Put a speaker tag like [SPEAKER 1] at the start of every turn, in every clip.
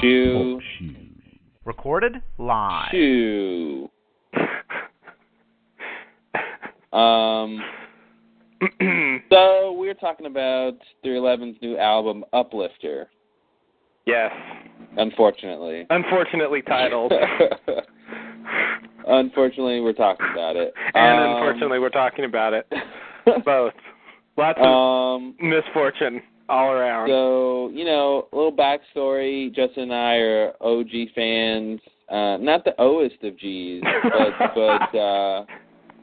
[SPEAKER 1] Shoe.
[SPEAKER 2] Recorded live.
[SPEAKER 1] Shoe. Um. so we're talking about 311's new album, Uplifter.
[SPEAKER 3] Yes.
[SPEAKER 1] Unfortunately.
[SPEAKER 3] Unfortunately titled.
[SPEAKER 1] unfortunately, we're talking about it.
[SPEAKER 3] and
[SPEAKER 1] Um,
[SPEAKER 3] unfortunately we're talking about it. Both. Lots of
[SPEAKER 1] um.
[SPEAKER 3] misfortune all around.
[SPEAKER 1] So you know, a little backstory. Justin and I are OG fans. Uh, not the oest of G's, but but uh,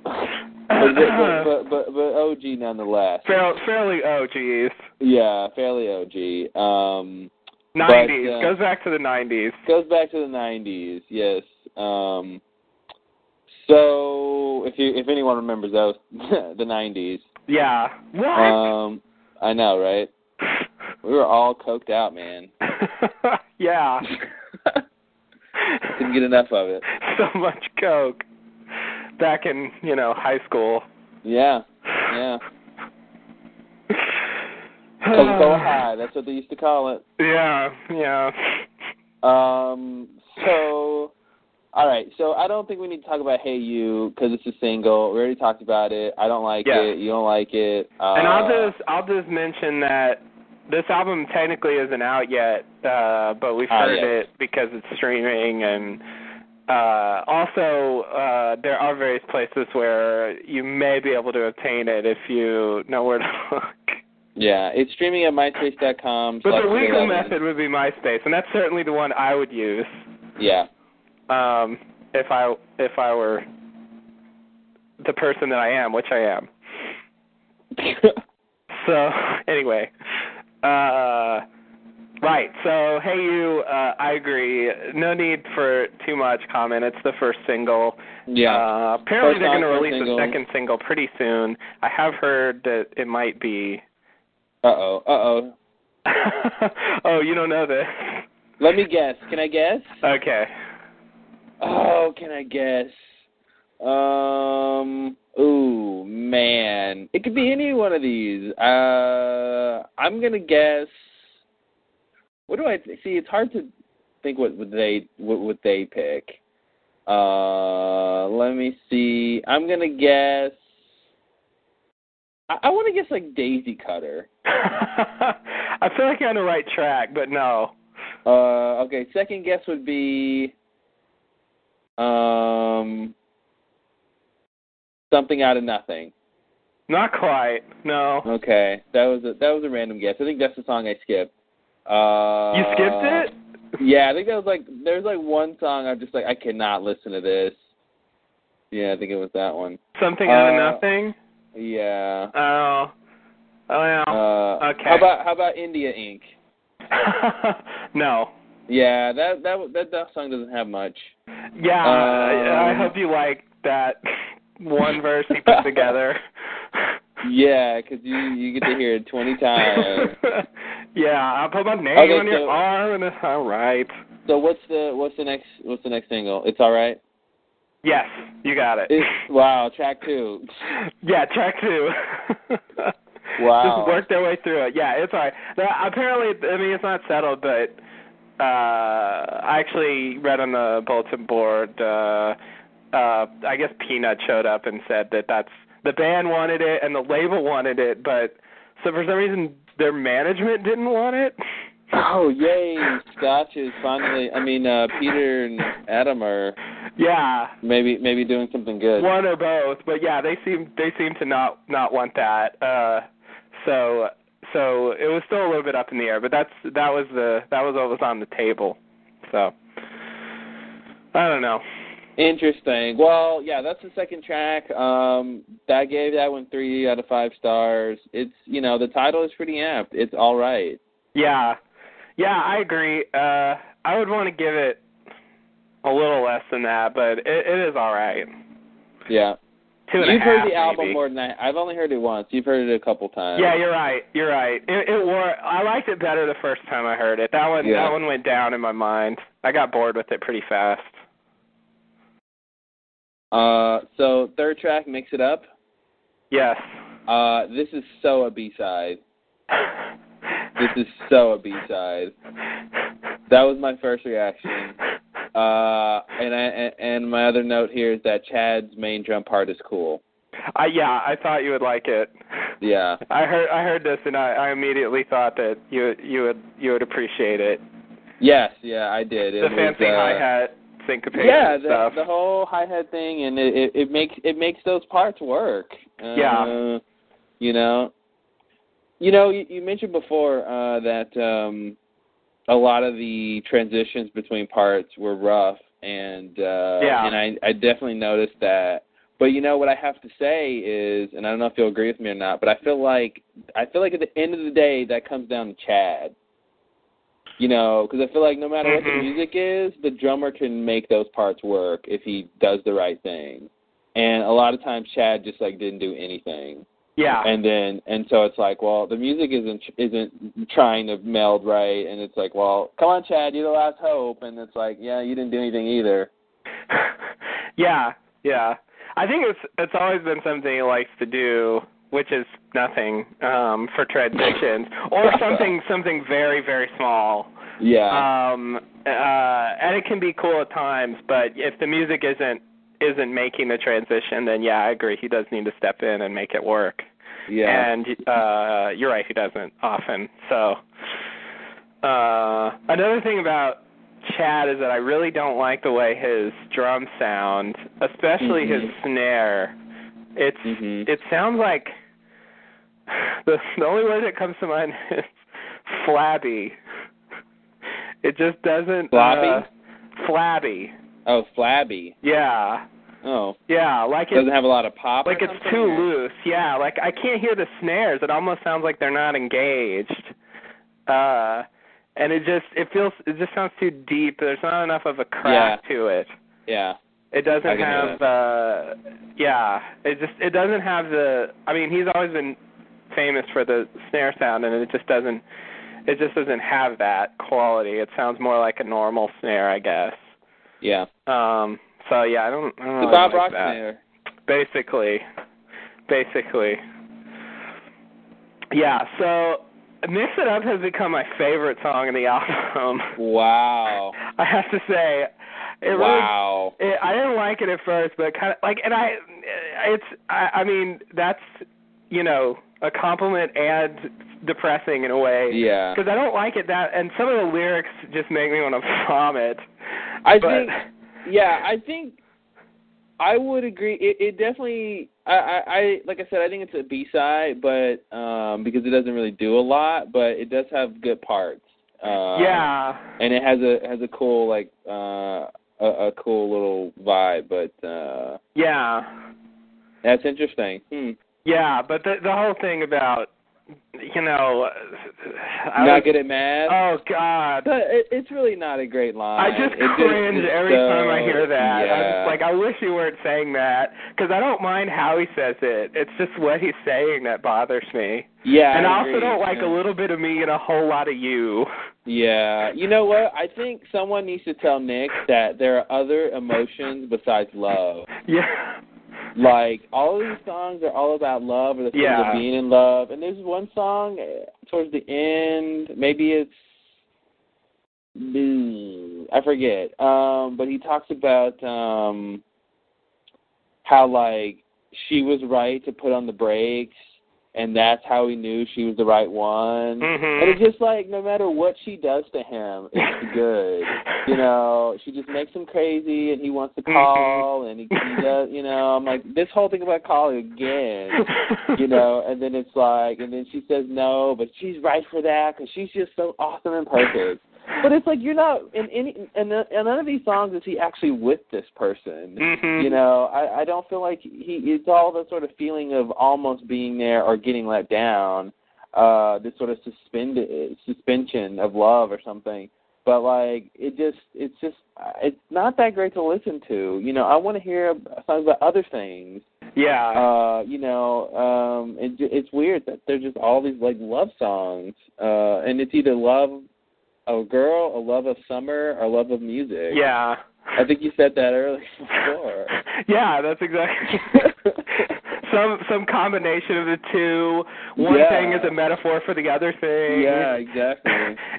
[SPEAKER 1] but, but, but but OG nonetheless.
[SPEAKER 3] Fair, fairly oh, OGs.
[SPEAKER 1] Yeah, fairly OG. Um,
[SPEAKER 3] 90s.
[SPEAKER 1] uh,
[SPEAKER 3] Goes back to the 90s.
[SPEAKER 1] goes back to the '90s. Yes. Um, so if you if anyone remembers those the '90s,
[SPEAKER 3] Yeah. What?
[SPEAKER 1] um, I know, right? We were all coked out, man.
[SPEAKER 3] yeah.
[SPEAKER 1] Couldn't get enough of it.
[SPEAKER 3] so much coke. Back in, you know, high school.
[SPEAKER 1] Yeah, yeah. Coca-Cola High. That's what they used to call it.
[SPEAKER 3] Yeah, yeah.
[SPEAKER 1] Um, so, all right. So I don't think we need to talk about Hey You because it's a single. We already talked about it. I don't like
[SPEAKER 3] Yeah.
[SPEAKER 1] it. You don't like it. Uh,
[SPEAKER 3] and I'll just I'll just mention that this album technically isn't out yet, uh, but we've
[SPEAKER 1] Ah,
[SPEAKER 3] heard
[SPEAKER 1] yes.
[SPEAKER 3] it because it's streaming and uh, also uh, there are various places where you may be able to obtain it if you know where to look.
[SPEAKER 1] yeah, it's streaming at myspace.com.
[SPEAKER 3] But
[SPEAKER 1] slash
[SPEAKER 3] the legal
[SPEAKER 1] 311.
[SPEAKER 3] method would be MySpace, and that's certainly the one I would use
[SPEAKER 1] Yeah,
[SPEAKER 3] um, if I if I were the person that I am, which I am. So anyway, uh, right. So hey, you. Uh, I agree. No need for too much comment. It's the first single.
[SPEAKER 1] yeah.
[SPEAKER 3] Uh, apparently
[SPEAKER 1] First
[SPEAKER 3] they're
[SPEAKER 1] song,
[SPEAKER 3] going to
[SPEAKER 1] first
[SPEAKER 3] release
[SPEAKER 1] single.
[SPEAKER 3] a second single pretty soon. I have heard that it might be.
[SPEAKER 1] Uh oh. Uh oh.
[SPEAKER 3] oh, you don't know this.
[SPEAKER 1] Let me guess. Can I guess?
[SPEAKER 3] Okay.
[SPEAKER 1] Oh, can I guess? Um. Ooh, man. It could be any one of these. Uh, I'm gonna guess. What do I th- see? It's hard to think what would they what would they pick. Uh, let me see. I'm gonna guess. I, I want to guess like Daisy Cutter.
[SPEAKER 3] I feel like you're on the right track, but no.
[SPEAKER 1] Uh, okay, second guess would be um something out of nothing.
[SPEAKER 3] Not quite. No.
[SPEAKER 1] Okay, that was a that was a random guess. I think that's the song I skipped. Uh,
[SPEAKER 3] You skipped it?
[SPEAKER 1] Yeah, I think that was like there's like one song I'm just like I cannot listen to this. Yeah, I think it was that one.
[SPEAKER 3] Something out
[SPEAKER 1] uh,
[SPEAKER 3] of nothing?
[SPEAKER 1] Yeah.
[SPEAKER 3] Oh. Oh,
[SPEAKER 1] Uh,
[SPEAKER 3] no.
[SPEAKER 1] How
[SPEAKER 3] okay.
[SPEAKER 1] about how about India Inc? uh,
[SPEAKER 3] no.
[SPEAKER 1] Yeah, that that that that song doesn't have much.
[SPEAKER 3] Yeah, I, I
[SPEAKER 1] Um,
[SPEAKER 3] hope you like that one verse he put together.
[SPEAKER 1] Yeah, 'cause you you get to hear it 20 times.
[SPEAKER 3] yeah, I'll put my name
[SPEAKER 1] Okay,
[SPEAKER 3] on your
[SPEAKER 1] so-
[SPEAKER 3] arm and it's all right.
[SPEAKER 1] So what's the what's the next what's the next single? It's all right.
[SPEAKER 3] Yes, you got it.
[SPEAKER 1] It's, wow, track two.
[SPEAKER 3] yeah, track two.
[SPEAKER 1] Wow.
[SPEAKER 3] Just work their way through it. Yeah, it's all right. Now, apparently, I mean, it's not settled, but uh, I actually read on the bulletin board. Uh, uh, I guess Peanut showed up and said that that's the band wanted it and the label wanted it, but so for some reason their management didn't want it.
[SPEAKER 1] Oh yay! Scotch is finally. I mean, uh, Peter and Adam are
[SPEAKER 3] Yeah,
[SPEAKER 1] maybe maybe doing something good.
[SPEAKER 3] one or both but yeah they seem they seem to not not want that uh so so it was still a little bit up in the air but that's that was the that was what was on the table so i don't know
[SPEAKER 1] Interesting. Well, yeah, that's the second track. Um, that gave that one three out of five stars. It's you know the title is pretty amped. It's all right.
[SPEAKER 3] yeah yeah i agree uh i would want to give it a little less than that but it, it is all right
[SPEAKER 1] Yeah.
[SPEAKER 3] two and a
[SPEAKER 1] You've
[SPEAKER 3] half,
[SPEAKER 1] heard the album
[SPEAKER 3] maybe.
[SPEAKER 1] more than I. I've only heard it once. You've heard it a couple times.
[SPEAKER 3] yeah, you're right. You're right. It, it wore. I liked it better the first time I heard it. That one.
[SPEAKER 1] Yeah.
[SPEAKER 3] That one went down in my mind. I got bored with it pretty fast.
[SPEAKER 1] Uh, so third track, mix it up.
[SPEAKER 3] Yes.
[SPEAKER 1] Uh, this is so a B side. This is so a B side. That was my first reaction. Uh, and I and my other note here is that Chad's main drum part is cool.
[SPEAKER 3] I yeah, I thought you would like it.
[SPEAKER 1] Yeah.
[SPEAKER 3] I heard I heard this and I, I immediately thought that you you would you would appreciate it.
[SPEAKER 1] Yes, yeah, I did. It
[SPEAKER 3] the
[SPEAKER 1] was,
[SPEAKER 3] fancy
[SPEAKER 1] uh,
[SPEAKER 3] hi hat syncopation
[SPEAKER 1] Yeah, the,
[SPEAKER 3] stuff.
[SPEAKER 1] the whole hi hat thing, and it, it it makes it makes those parts work. Uh,
[SPEAKER 3] Yeah.
[SPEAKER 1] You know, you know, you, you mentioned before uh, that um, a lot of the transitions between parts were rough, and uh,
[SPEAKER 3] Yeah.
[SPEAKER 1] and I I definitely noticed that. But you know what I have to say is, and I don't know if you'll agree with me or not, but I feel like I feel like at the end of the day that comes down to Chad. You know, because I feel like no matter what the
[SPEAKER 3] Mhm.
[SPEAKER 1] music is, the drummer can make those parts work if he does the right thing. And a lot of times Chad just like didn't do anything
[SPEAKER 3] yeah.
[SPEAKER 1] and then and so it's like well the music isn't isn't trying to meld right and it's like well come on chad you're the last hope and it's like yeah you didn't do anything either
[SPEAKER 3] yeah, yeah. I think it's it's always been something he likes to do, which is nothing um, for transitions, or something something very very small.
[SPEAKER 1] yeah
[SPEAKER 3] Um, uh, and it can be cool at times, but if the music isn't isn't making the transition, then yeah, I agree. He does need to step in and make it work.
[SPEAKER 1] yeah
[SPEAKER 3] And uh, you're right, he doesn't often. So uh, another thing about Chad is that I really don't like the way his drum sound, especially his
[SPEAKER 1] Mhm.
[SPEAKER 3] snare. It's
[SPEAKER 1] Mhm.
[SPEAKER 3] it sounds like the the only word that comes to mind is flabby. It just doesn't
[SPEAKER 1] Floppy?
[SPEAKER 3] uh, flabby.
[SPEAKER 1] oh flabby
[SPEAKER 3] Yeah.
[SPEAKER 1] oh
[SPEAKER 3] Yeah, like it
[SPEAKER 1] doesn't have a lot of pop or
[SPEAKER 3] like it's
[SPEAKER 1] something?
[SPEAKER 3] too loose. Yeah, like I can't hear the snares. It almost sounds like they're not engaged. Uh and it just it feels it just sounds too deep. There's not enough of a crack to it.
[SPEAKER 1] yeah
[SPEAKER 3] It doesn't
[SPEAKER 1] I can hear
[SPEAKER 3] have uh yeah, it just it doesn't have the I mean, he's always been famous for the snare sound and it just doesn't it just doesn't have that quality. It sounds more like a normal snare, I guess.
[SPEAKER 1] yeah
[SPEAKER 3] Um so yeah, I don't I don't
[SPEAKER 1] the
[SPEAKER 3] really
[SPEAKER 1] bob
[SPEAKER 3] Oh,
[SPEAKER 1] rock
[SPEAKER 3] like that
[SPEAKER 1] snare
[SPEAKER 3] basically basically yeah so mix it up has become my favorite song in the album
[SPEAKER 1] wow
[SPEAKER 3] i have to say it really
[SPEAKER 1] wow
[SPEAKER 3] it, i didn't like it at first but kind of like and i it's i i mean that's you know a compliment and depressing in a way
[SPEAKER 1] yeah
[SPEAKER 3] because i don't like it that and some of the lyrics just make me want to vomit
[SPEAKER 1] I
[SPEAKER 3] but,
[SPEAKER 1] think- yeah i think i would agree it, it definitely I, I i like i said i think it's a b-side but um because it doesn't really do a lot but it does have good parts uh
[SPEAKER 3] yeah
[SPEAKER 1] and it has a has a cool like uh a, a cool little vibe but uh
[SPEAKER 3] yeah
[SPEAKER 1] that's interesting hmm.
[SPEAKER 3] Yeah, but the the whole thing about you know I
[SPEAKER 1] not
[SPEAKER 3] was-
[SPEAKER 1] good at math
[SPEAKER 3] Oh God.
[SPEAKER 1] but it, it's really not a great
[SPEAKER 3] I
[SPEAKER 1] line
[SPEAKER 3] just
[SPEAKER 1] Uh, It
[SPEAKER 3] cringe
[SPEAKER 1] it's
[SPEAKER 3] every
[SPEAKER 1] so-
[SPEAKER 3] time I hear that.
[SPEAKER 1] yeah.
[SPEAKER 3] I'm just like, I wish you weren't saying that because I don't mind how he says it. It's just what he's saying that bothers me.
[SPEAKER 1] yeah
[SPEAKER 3] and I, also
[SPEAKER 1] agree.
[SPEAKER 3] don't like
[SPEAKER 1] yeah.
[SPEAKER 3] a little bit of me and a whole lot of you.
[SPEAKER 1] Yeah, you know what? I think someone needs to tell Nick that there are other emotions besides love.
[SPEAKER 3] Yeah.
[SPEAKER 1] Like all of these songs are all about love or the feeling
[SPEAKER 3] Yeah.
[SPEAKER 1] of being in love. And there's one song eh, towards the end, maybe it's mm, I forget. Um, but he talks about um how like she was right to put on the brakes and that's how he knew she was the right one. And it's
[SPEAKER 3] Mhm.
[SPEAKER 1] just like no matter what she does to him, it's good. You know, she just makes him crazy, and he wants to call, and he, he does. You know, I'm like this whole thing about calling again. You know, and then it's like, and then she says no, but she's right for that because she's just so awesome and perfect. But it's like you're not in any, and none of these songs is he actually with this person
[SPEAKER 3] Mhm.
[SPEAKER 1] you know i i don't feel like he it's all the sort of feeling of almost being there or getting let down uh this sort of suspended suspension of love or something but like it just it's just uh, it's not that great to listen to you know i want to hear songs about other things
[SPEAKER 3] Yeah.
[SPEAKER 1] uh you know um it, it's weird that they're just all these like love songs uh and it's either love of a girl a love of summer or love of music
[SPEAKER 3] yeah.
[SPEAKER 1] i think you said that earlier before
[SPEAKER 3] Yeah, that's exactly. so some some combination of the two. One
[SPEAKER 1] Yeah.
[SPEAKER 3] thing is a metaphor for the other thing.
[SPEAKER 1] Yeah, exactly.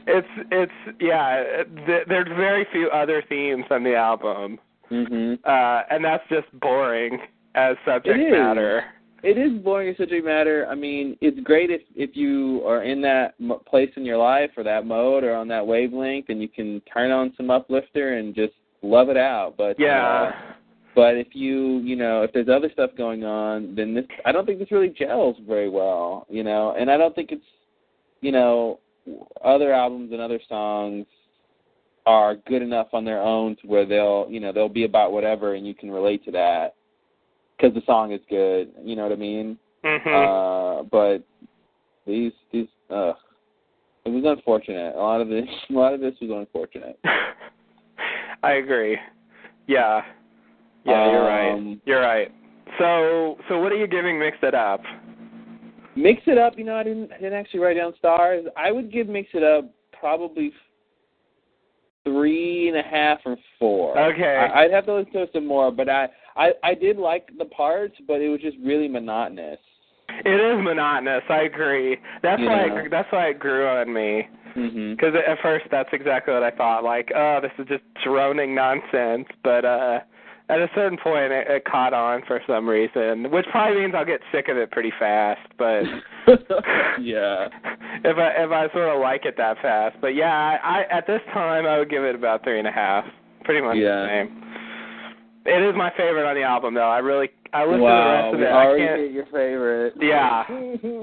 [SPEAKER 3] it's it's yeah. Th- there's very few other themes on the album,
[SPEAKER 1] mhm.
[SPEAKER 3] uh, and that's just boring as subject
[SPEAKER 1] It is.
[SPEAKER 3] matter.
[SPEAKER 1] It is boring as subject matter. I mean, it's great if if you are in that m- place in your life or that mode or on that wavelength, and you can turn on some uplifter and just love it out. But
[SPEAKER 3] Yeah.
[SPEAKER 1] uh, but if you you know if there's other stuff going on, then this I don't think this really gels very well. You know, and I don't think it's you know other albums and other songs are good enough on their own to where they'll you know they'll be about whatever and you can relate to that because the song is good. You know what I mean?
[SPEAKER 3] Mhm.
[SPEAKER 1] Uh, but these these uh, it was unfortunate. A lot of this a lot of this was unfortunate.
[SPEAKER 3] I agree. Yeah. Yeah, you're right.
[SPEAKER 1] Um,
[SPEAKER 3] You're right. So so what are you giving Mix It Up?
[SPEAKER 1] Mix it up. You know, I didn't I didn't actually write down stars. I would give mix it up probably three and a half or four.
[SPEAKER 3] Okay.
[SPEAKER 1] I, I'd have to listen to it some more, but I, I I did like the parts, but it was just really monotonous.
[SPEAKER 3] It is monotonous. I agree. That's why
[SPEAKER 1] Yeah.
[SPEAKER 3] it, that's why it grew on me.
[SPEAKER 1] hmm
[SPEAKER 3] Because at first that's exactly what I thought. Like, oh, this is just droning nonsense. But uh, at a certain point, it, it caught on for some reason, which probably means I'll get sick of it pretty fast. But
[SPEAKER 1] yeah.
[SPEAKER 3] if I if I sort of like it that fast. But yeah, I, I at this time I would give it about three and a half. Pretty much
[SPEAKER 1] Yeah.
[SPEAKER 3] the same. It is my favorite on the album though. I really I listen
[SPEAKER 1] Wow.
[SPEAKER 3] to the
[SPEAKER 1] we
[SPEAKER 3] rest of it. I
[SPEAKER 1] already
[SPEAKER 3] can't
[SPEAKER 1] hit your favorite.
[SPEAKER 3] Yeah.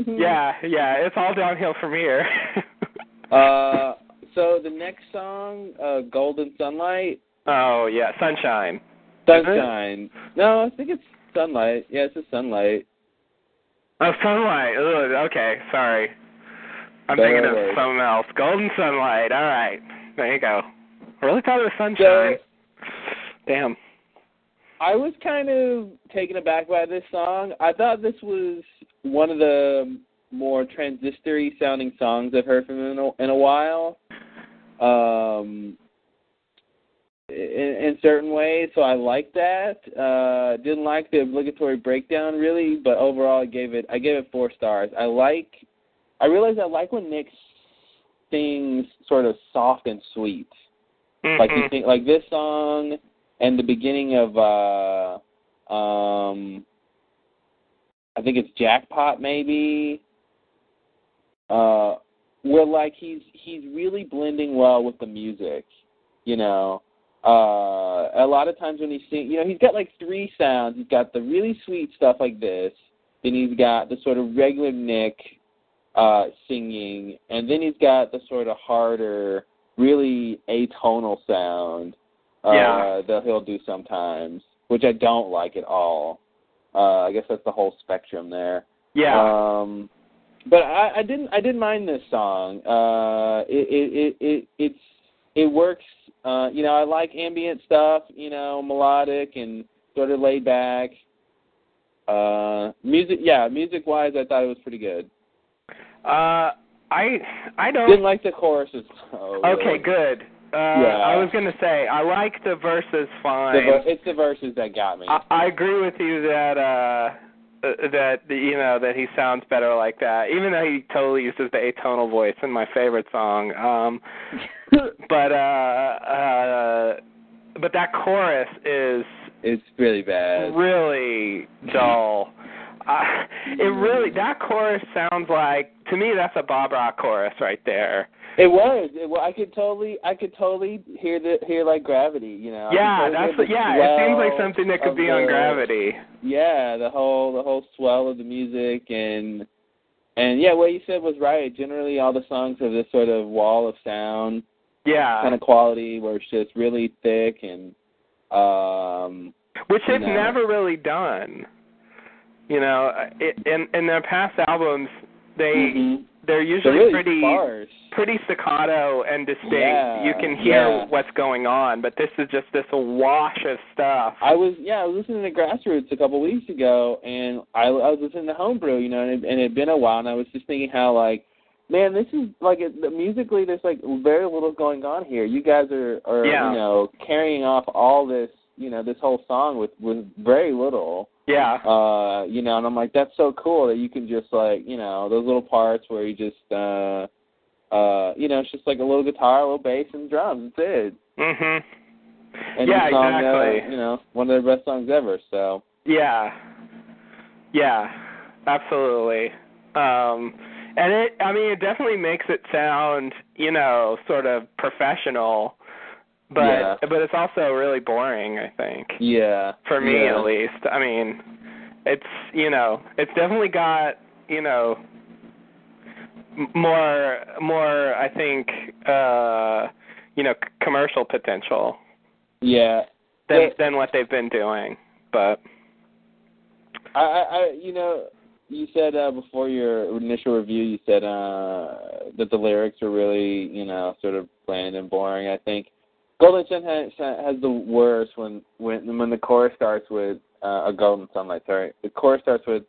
[SPEAKER 3] Yeah, yeah. It's all downhill from here.
[SPEAKER 1] Uh, so the next song, uh, Golden Sunlight,
[SPEAKER 3] oh yeah, sunshine. it?
[SPEAKER 1] Sunshine. No, I think it's Sunlight. Yeah, it's just Sunlight.
[SPEAKER 3] Oh, sunlight. Ugh, okay, sorry. I'm
[SPEAKER 1] Don't
[SPEAKER 3] thinking
[SPEAKER 1] worry.
[SPEAKER 3] of something else. Golden sunlight. All right, there you go. I really thought it was sunshine.
[SPEAKER 1] So
[SPEAKER 3] Damn.
[SPEAKER 1] I was kind of taken aback by this song. I thought this was one of the more transistory sounding songs I've heard from him in a, in a while. Um, in, in certain ways, so I like that. Uh, didn't like the obligatory breakdown really, but overall, I gave it I gave it four stars. I like. I realize I like when Nick sings sort of soft and sweet like you
[SPEAKER 3] Mhm.
[SPEAKER 1] think like this song and the beginning of uh um I think it's jackpot maybe uh where like he's he's really blending well with the music you know uh a lot of times when he sings you know he's got like three sounds he's got the really sweet stuff like this then he's got the sort of regular nick uh singing and then he's got the sort of harder really atonal sound uh
[SPEAKER 3] Yeah.
[SPEAKER 1] that he'll do sometimes which i don't like at all uh i guess that's the whole spectrum there
[SPEAKER 3] yeah.
[SPEAKER 1] um, but I, I didn't. I didn't mind this song. Uh, it, it, it, it, it's, it works. Uh, you know, I like ambient stuff. You know, melodic and sort of laid back. Uh, music. Yeah, music wise, I thought it was pretty good.
[SPEAKER 3] uh, I I don't.
[SPEAKER 1] Didn't like the choruses. though, really.
[SPEAKER 3] okay, good. Uh,
[SPEAKER 1] Yeah.
[SPEAKER 3] I was gonna say I like the verses
[SPEAKER 1] The,
[SPEAKER 3] fine.
[SPEAKER 1] ver- it's the verses that got me.
[SPEAKER 3] I, I agree with you that uh uh, that you know that he sounds better like that, even though he totally uses the atonal voice in my favorite song. Um, but uh, uh, but that chorus is
[SPEAKER 1] it's really bad.
[SPEAKER 3] really dull. Uh, it really that chorus sounds like to me that's a Bob Rock chorus right there.
[SPEAKER 1] It was. It, well, I could totally, I could totally hear the hear like gravity. You know. I could
[SPEAKER 3] yeah,
[SPEAKER 1] totally
[SPEAKER 3] that's
[SPEAKER 1] hear the
[SPEAKER 3] yeah. It seems like
[SPEAKER 1] swell
[SPEAKER 3] something that
[SPEAKER 1] of
[SPEAKER 3] could be on
[SPEAKER 1] the-
[SPEAKER 3] Gravity.
[SPEAKER 1] yeah the whole the whole swell of the music and and yeah what you said was right generally all the songs have this sort of wall of sound
[SPEAKER 3] Yeah,
[SPEAKER 1] kind of quality where it's just really thick and um
[SPEAKER 3] which
[SPEAKER 1] you
[SPEAKER 3] they've
[SPEAKER 1] know.
[SPEAKER 3] never really done. You know, uh, it, in in their past albums, they
[SPEAKER 1] mhm.
[SPEAKER 3] they're
[SPEAKER 1] they're
[SPEAKER 3] usually
[SPEAKER 1] really
[SPEAKER 3] pretty
[SPEAKER 1] sparse
[SPEAKER 3] pretty staccato and distinct.
[SPEAKER 1] Yeah,
[SPEAKER 3] you can hear
[SPEAKER 1] yeah.
[SPEAKER 3] what's going on, but this is just this wash of stuff.
[SPEAKER 1] I was yeah, I was listening to Grassroots a couple weeks ago, and I, I was listening to Homebrew, you know, and it, and it had been a while, and I was just thinking how like, man, this is like it, musically, there's like very little going on here. You guys are are
[SPEAKER 3] Yeah.
[SPEAKER 1] you know carrying off all this you know this whole song with with very little.
[SPEAKER 3] Yeah.
[SPEAKER 1] Uh, you know, and I'm like, that's so cool that you can just like, you know, those little parts where you just, uh, uh, you know, it's just like a little guitar, a little bass, and drums. That's it.
[SPEAKER 3] mhm.
[SPEAKER 1] And
[SPEAKER 3] Yeah,
[SPEAKER 1] the song,
[SPEAKER 3] exactly.
[SPEAKER 1] Uh, you know, one of their best songs ever. So
[SPEAKER 3] Yeah. Yeah. Absolutely. Um and it I mean it definitely makes it sound, you know, sort of professional. But
[SPEAKER 1] Yeah.
[SPEAKER 3] but it's also really boring, I think.
[SPEAKER 1] yeah,
[SPEAKER 3] For me
[SPEAKER 1] yeah.
[SPEAKER 3] at least. I mean, it's, you know, it's definitely got, you know, m- more more I think uh you know, c- commercial potential
[SPEAKER 1] Yeah,
[SPEAKER 3] than
[SPEAKER 1] Yeah.
[SPEAKER 3] than what they've been doing. But
[SPEAKER 1] I, I, I, you know, you said uh, before your initial review, you said uh, that the lyrics were really, you know, sort of bland and boring. I think Golden Sun has, has the worst when when when the chorus starts with uh, a golden sunlight. Sorry, the chorus starts with,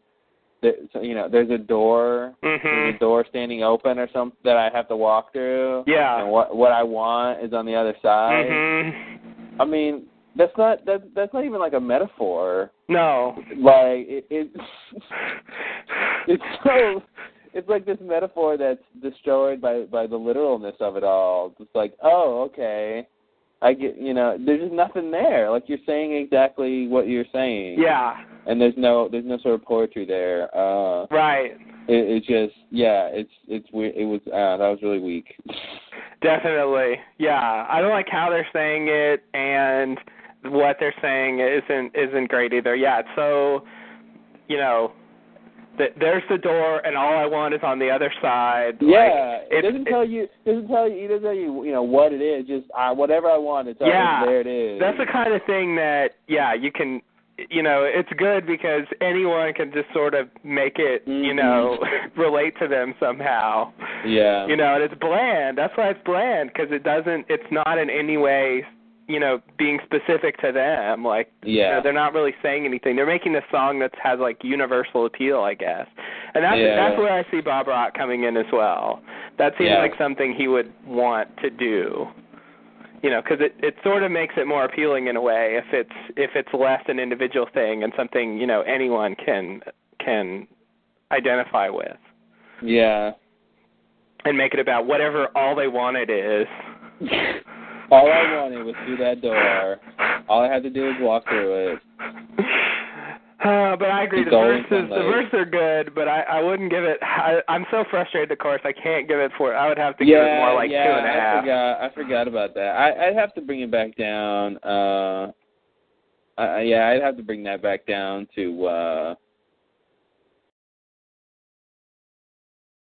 [SPEAKER 1] the, so, you know, there's a door, there's
[SPEAKER 3] mhm.
[SPEAKER 1] a door standing open or something that I have to walk through.
[SPEAKER 3] Yeah. Mm-hmm.
[SPEAKER 1] And what what I want is on the other side.
[SPEAKER 3] Mhm.
[SPEAKER 1] I mean, that's not that that's not even like a metaphor.
[SPEAKER 3] No.
[SPEAKER 1] Like it, it it's so it's like this metaphor that's destroyed by by the literalness of it all it's like oh okay i get you know there's just nothing there like you're saying exactly what you're saying
[SPEAKER 3] Yeah.
[SPEAKER 1] and there's no there's no sort of poetry there uh
[SPEAKER 3] Right.
[SPEAKER 1] it it's just yeah it's it's we it was uh that was really weak
[SPEAKER 3] Definitely. Yeah. I don't like how they're saying it and what they're saying isn't isn't great either. Yeah, it's so you know th- there's the door and all I want is on the other side.
[SPEAKER 1] yeah
[SPEAKER 3] Like,
[SPEAKER 1] it, doesn't tell you doesn't tell you it doesn't tell you you know what it is just uh, whatever i want it's already
[SPEAKER 3] Yeah.
[SPEAKER 1] there it is
[SPEAKER 3] That's the kind of thing that yeah, you can you know, it's good because anyone can just sort of make it, you
[SPEAKER 1] Mhm.
[SPEAKER 3] know, relate to them somehow.
[SPEAKER 1] yeah
[SPEAKER 3] You know, and it's bland. That's why it's bland because it doesn't it's not in any way, you know, being specific to them. Like you know,
[SPEAKER 1] yeah
[SPEAKER 3] they're not really saying anything. They're making this song that has like universal appeal, I guess. And that's
[SPEAKER 1] Yeah.
[SPEAKER 3] that's where I see Bob Rock coming in as well. That seems
[SPEAKER 1] Yeah.
[SPEAKER 3] like something he would want to do. You know, because it it sort of makes it more appealing in a way if it's if it's less an individual thing and something you know anyone can can identify with
[SPEAKER 1] yeah
[SPEAKER 3] and make it about whatever all they wanted is.
[SPEAKER 1] All I wanted was through that door. All I had to do was walk through it.
[SPEAKER 3] Uh, but I agree.
[SPEAKER 1] Keep
[SPEAKER 3] The
[SPEAKER 1] going,
[SPEAKER 3] verses, the
[SPEAKER 1] Sunlight.
[SPEAKER 3] verses are good, but I, I wouldn't give it. I, I'm so frustrated. The course, I can't give it four. I would have to give it more like
[SPEAKER 1] yeah,
[SPEAKER 3] two and a
[SPEAKER 1] I
[SPEAKER 3] half.
[SPEAKER 1] forgot. I forgot about that. I, I'd have to bring it back down. Uh, uh, yeah, I'd have to bring that back down to. uh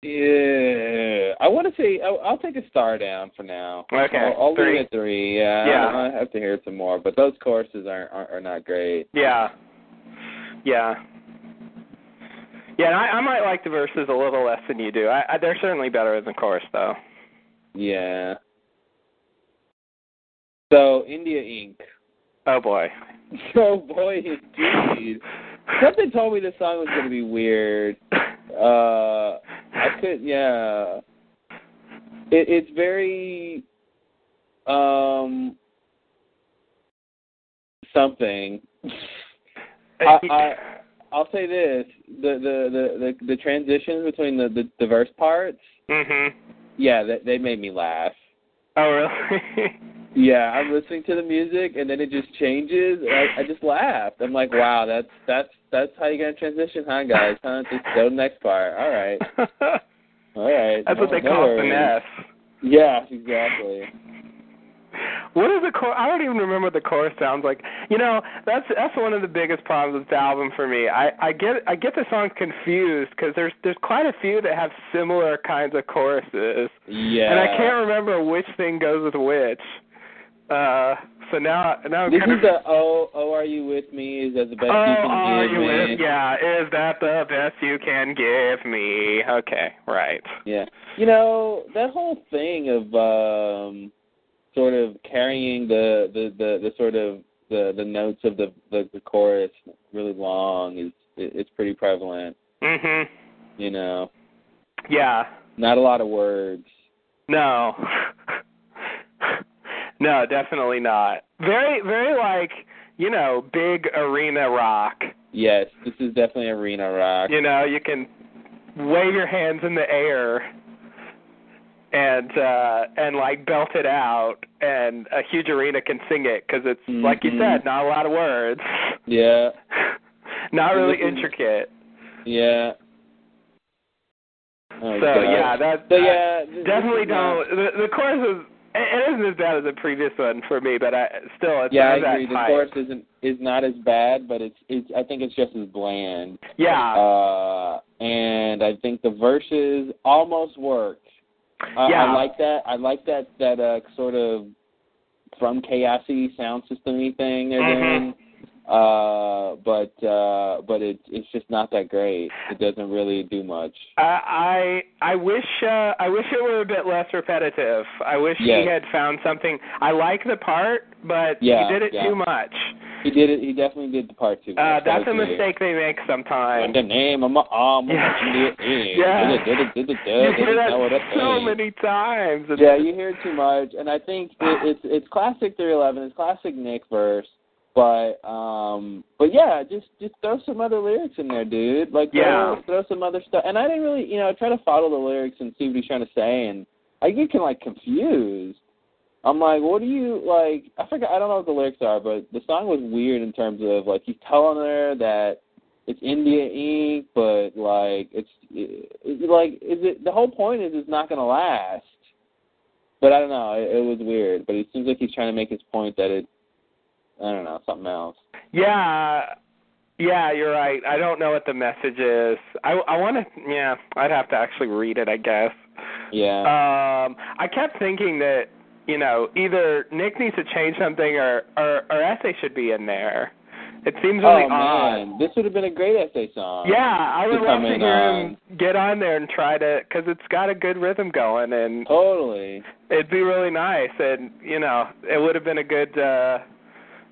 [SPEAKER 1] Yeah, I want to say I'll, I'll take a star down for now.
[SPEAKER 3] Okay,
[SPEAKER 1] I'll, I'll
[SPEAKER 3] three.
[SPEAKER 1] leave it three. Yeah,
[SPEAKER 3] Yeah.
[SPEAKER 1] I, I have to hear some more, but those courses aren't are, are not great.
[SPEAKER 3] Yeah, yeah, yeah. And I, I might like the verses a little less than you do. I, I, they're certainly better than chorus, though.
[SPEAKER 1] Yeah. So India Inc.
[SPEAKER 3] Oh boy.
[SPEAKER 1] Oh boy, indeed. Something told me this song was gonna be weird. Uh, I could, yeah. It, it's very, um, something. I, I, I'll say this: the the the the, the transitions between the, the the verse parts,
[SPEAKER 3] mhm.
[SPEAKER 1] yeah, they, they made me laugh.
[SPEAKER 3] Oh really?
[SPEAKER 1] Yeah, I'm listening to the music and then it just changes. and I, I just laughed. I'm like, wow, that's that's that's how you're gonna transition, huh, guys? Huh? Just go to the next part. All right, all right.
[SPEAKER 3] That's
[SPEAKER 1] No-
[SPEAKER 3] what they
[SPEAKER 1] no
[SPEAKER 3] call
[SPEAKER 1] worries.
[SPEAKER 3] finesse.
[SPEAKER 1] Yeah, exactly.
[SPEAKER 3] What is the chorus? I don't even remember what the chorus sounds like. You know, that's that's one of the biggest problems with the album for me. I I get I get the songs confused because there's there's quite a few that have similar kinds of choruses,
[SPEAKER 1] Yeah.
[SPEAKER 3] and I can't remember which thing goes with which. Uh, so now now I'm
[SPEAKER 1] This
[SPEAKER 3] kind
[SPEAKER 1] is
[SPEAKER 3] of,
[SPEAKER 1] the oh oh are you with me? Is that the
[SPEAKER 3] oh
[SPEAKER 1] best you can
[SPEAKER 3] are
[SPEAKER 1] give
[SPEAKER 3] you
[SPEAKER 1] me?
[SPEAKER 3] with? Yeah, is that the best you can give me? Okay, right.
[SPEAKER 1] Yeah. You know, that whole thing of um sort of carrying the the the, the sort of the the notes of the, the the chorus really long is it, it's pretty prevalent,
[SPEAKER 3] Mhm.
[SPEAKER 1] you know.
[SPEAKER 3] Yeah.
[SPEAKER 1] Not a lot of words.
[SPEAKER 3] No. no, definitely not. Very very like you know, big arena rock.
[SPEAKER 1] Yes, this is definitely arena rock.
[SPEAKER 3] You know, you can wave your hands in the air and uh and like belt it out and a huge arena can sing it cuz it's like you
[SPEAKER 1] Mhm.
[SPEAKER 3] said not a lot of words
[SPEAKER 1] Yeah,
[SPEAKER 3] not
[SPEAKER 1] And
[SPEAKER 3] really
[SPEAKER 1] this is-
[SPEAKER 3] intricate
[SPEAKER 1] yeah. Oh,
[SPEAKER 3] so
[SPEAKER 1] God.
[SPEAKER 3] yeah that
[SPEAKER 1] So
[SPEAKER 3] I
[SPEAKER 1] yeah, this- this
[SPEAKER 3] definitely
[SPEAKER 1] is not-
[SPEAKER 3] don't the, the chorus is it it isn't as bad as the previous one for me but I still it's
[SPEAKER 1] Yeah, I
[SPEAKER 3] not that
[SPEAKER 1] agree. The
[SPEAKER 3] tight.
[SPEAKER 1] chorus isn't is not as bad, but it's it's. I think it's just as bland.
[SPEAKER 3] yeah
[SPEAKER 1] Uh, and I think the verses almost work. Uh,
[SPEAKER 3] Yeah.
[SPEAKER 1] I like that. I like that that uh, sort of from chaosy sound systemy thing they're
[SPEAKER 3] Mhm.
[SPEAKER 1] doing. Uh, but uh, but it it's just not that great. It doesn't really do much.
[SPEAKER 3] I I I wish uh, I wish it were a bit less repetitive. I wish
[SPEAKER 1] Yes.
[SPEAKER 3] he had found something. I like the part, but
[SPEAKER 1] Yeah,
[SPEAKER 3] he did it
[SPEAKER 1] yeah.
[SPEAKER 3] too much.
[SPEAKER 1] He did it. He definitely did the part two.
[SPEAKER 3] Uh, that's a mistake they make sometimes.
[SPEAKER 1] The name of my arm.
[SPEAKER 3] Yeah. Yeah. You hear that so many times. It's-
[SPEAKER 1] Yeah, you hear it too much, and I think it, it's it's classic 311. It's classic Nick verse, but um, but yeah, just just throw some other lyrics in there, dude. Like
[SPEAKER 3] Yeah.
[SPEAKER 1] throw, throw some other stuff. And I didn't really, you know, I try to follow the lyrics and see what he's trying to say, and I get kind of like confused. I'm like, what do you like? I forgot. I don't know what the lyrics are, but the song was weird in terms of like he's telling her that it's India Ink, but like it's it, it- like is it the whole point is it's not gonna last. But I don't know. It, it was weird. But it seems like he's trying to make his point that it. I don't know something else.
[SPEAKER 3] yeah, yeah, you're right. I don't know what the message is. I I want to. Yeah, I'd have to actually read it. I guess.
[SPEAKER 1] Yeah.
[SPEAKER 3] Um, I kept thinking that you know either Nick needs to change something or or, or essay should be in there. It seems really
[SPEAKER 1] oh
[SPEAKER 3] odd.
[SPEAKER 1] man, this would have been a great essay song.
[SPEAKER 3] Yeah, I would
[SPEAKER 1] Should
[SPEAKER 3] love
[SPEAKER 1] come
[SPEAKER 3] to
[SPEAKER 1] in
[SPEAKER 3] hear
[SPEAKER 1] on-
[SPEAKER 3] him get on there and try to because it's got a good rhythm going and
[SPEAKER 1] Totally.
[SPEAKER 3] it'd be really nice and you know it would have been a good uh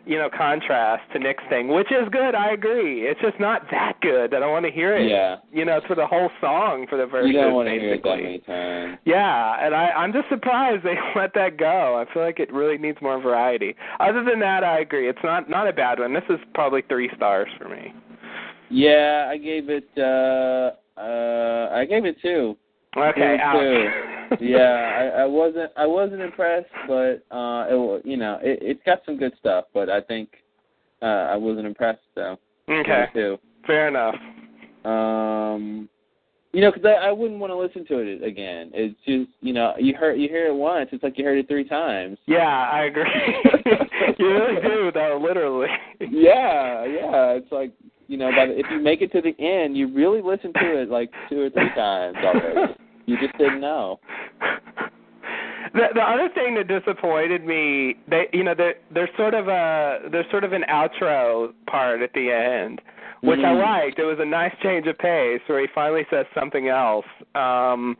[SPEAKER 3] you know contrast to Nick's thing, which is good. I agree. It's just not that good that I want to hear it.
[SPEAKER 1] Yeah.
[SPEAKER 3] You know, for the whole song for the verses
[SPEAKER 1] You don't want to
[SPEAKER 3] basically.
[SPEAKER 1] hear it that many times.
[SPEAKER 3] Yeah, and I, I'm just surprised they let that go. I feel like it really needs more variety. Other than that, I agree. It's not not a bad one. This is probably three stars for me.
[SPEAKER 1] Yeah, I gave it. uh uh I gave it two.
[SPEAKER 3] Okay,
[SPEAKER 1] Me
[SPEAKER 3] ouch.
[SPEAKER 1] yeah, I, I wasn't I wasn't impressed, but uh, it wa- you know it it's got some good stuff, but I think uh, I wasn't impressed though.
[SPEAKER 3] okay,
[SPEAKER 1] Too.
[SPEAKER 3] fair enough.
[SPEAKER 1] Um, you know, because I, I wouldn't want to listen to it again. It's just you know you heard you hear it once, it's like you heard it three times.
[SPEAKER 3] Yeah, I agree. you really do, though, literally.
[SPEAKER 1] Yeah, yeah, it's like you know, by the, if you make it to the end, you really listen to it like two or three times already. You just didn't know.
[SPEAKER 3] The the other thing that disappointed me, they you know there there's sort of a there's sort of an outro part at the end, which
[SPEAKER 1] Mm.
[SPEAKER 3] I liked. It was a nice change of pace where he finally says something else. Um,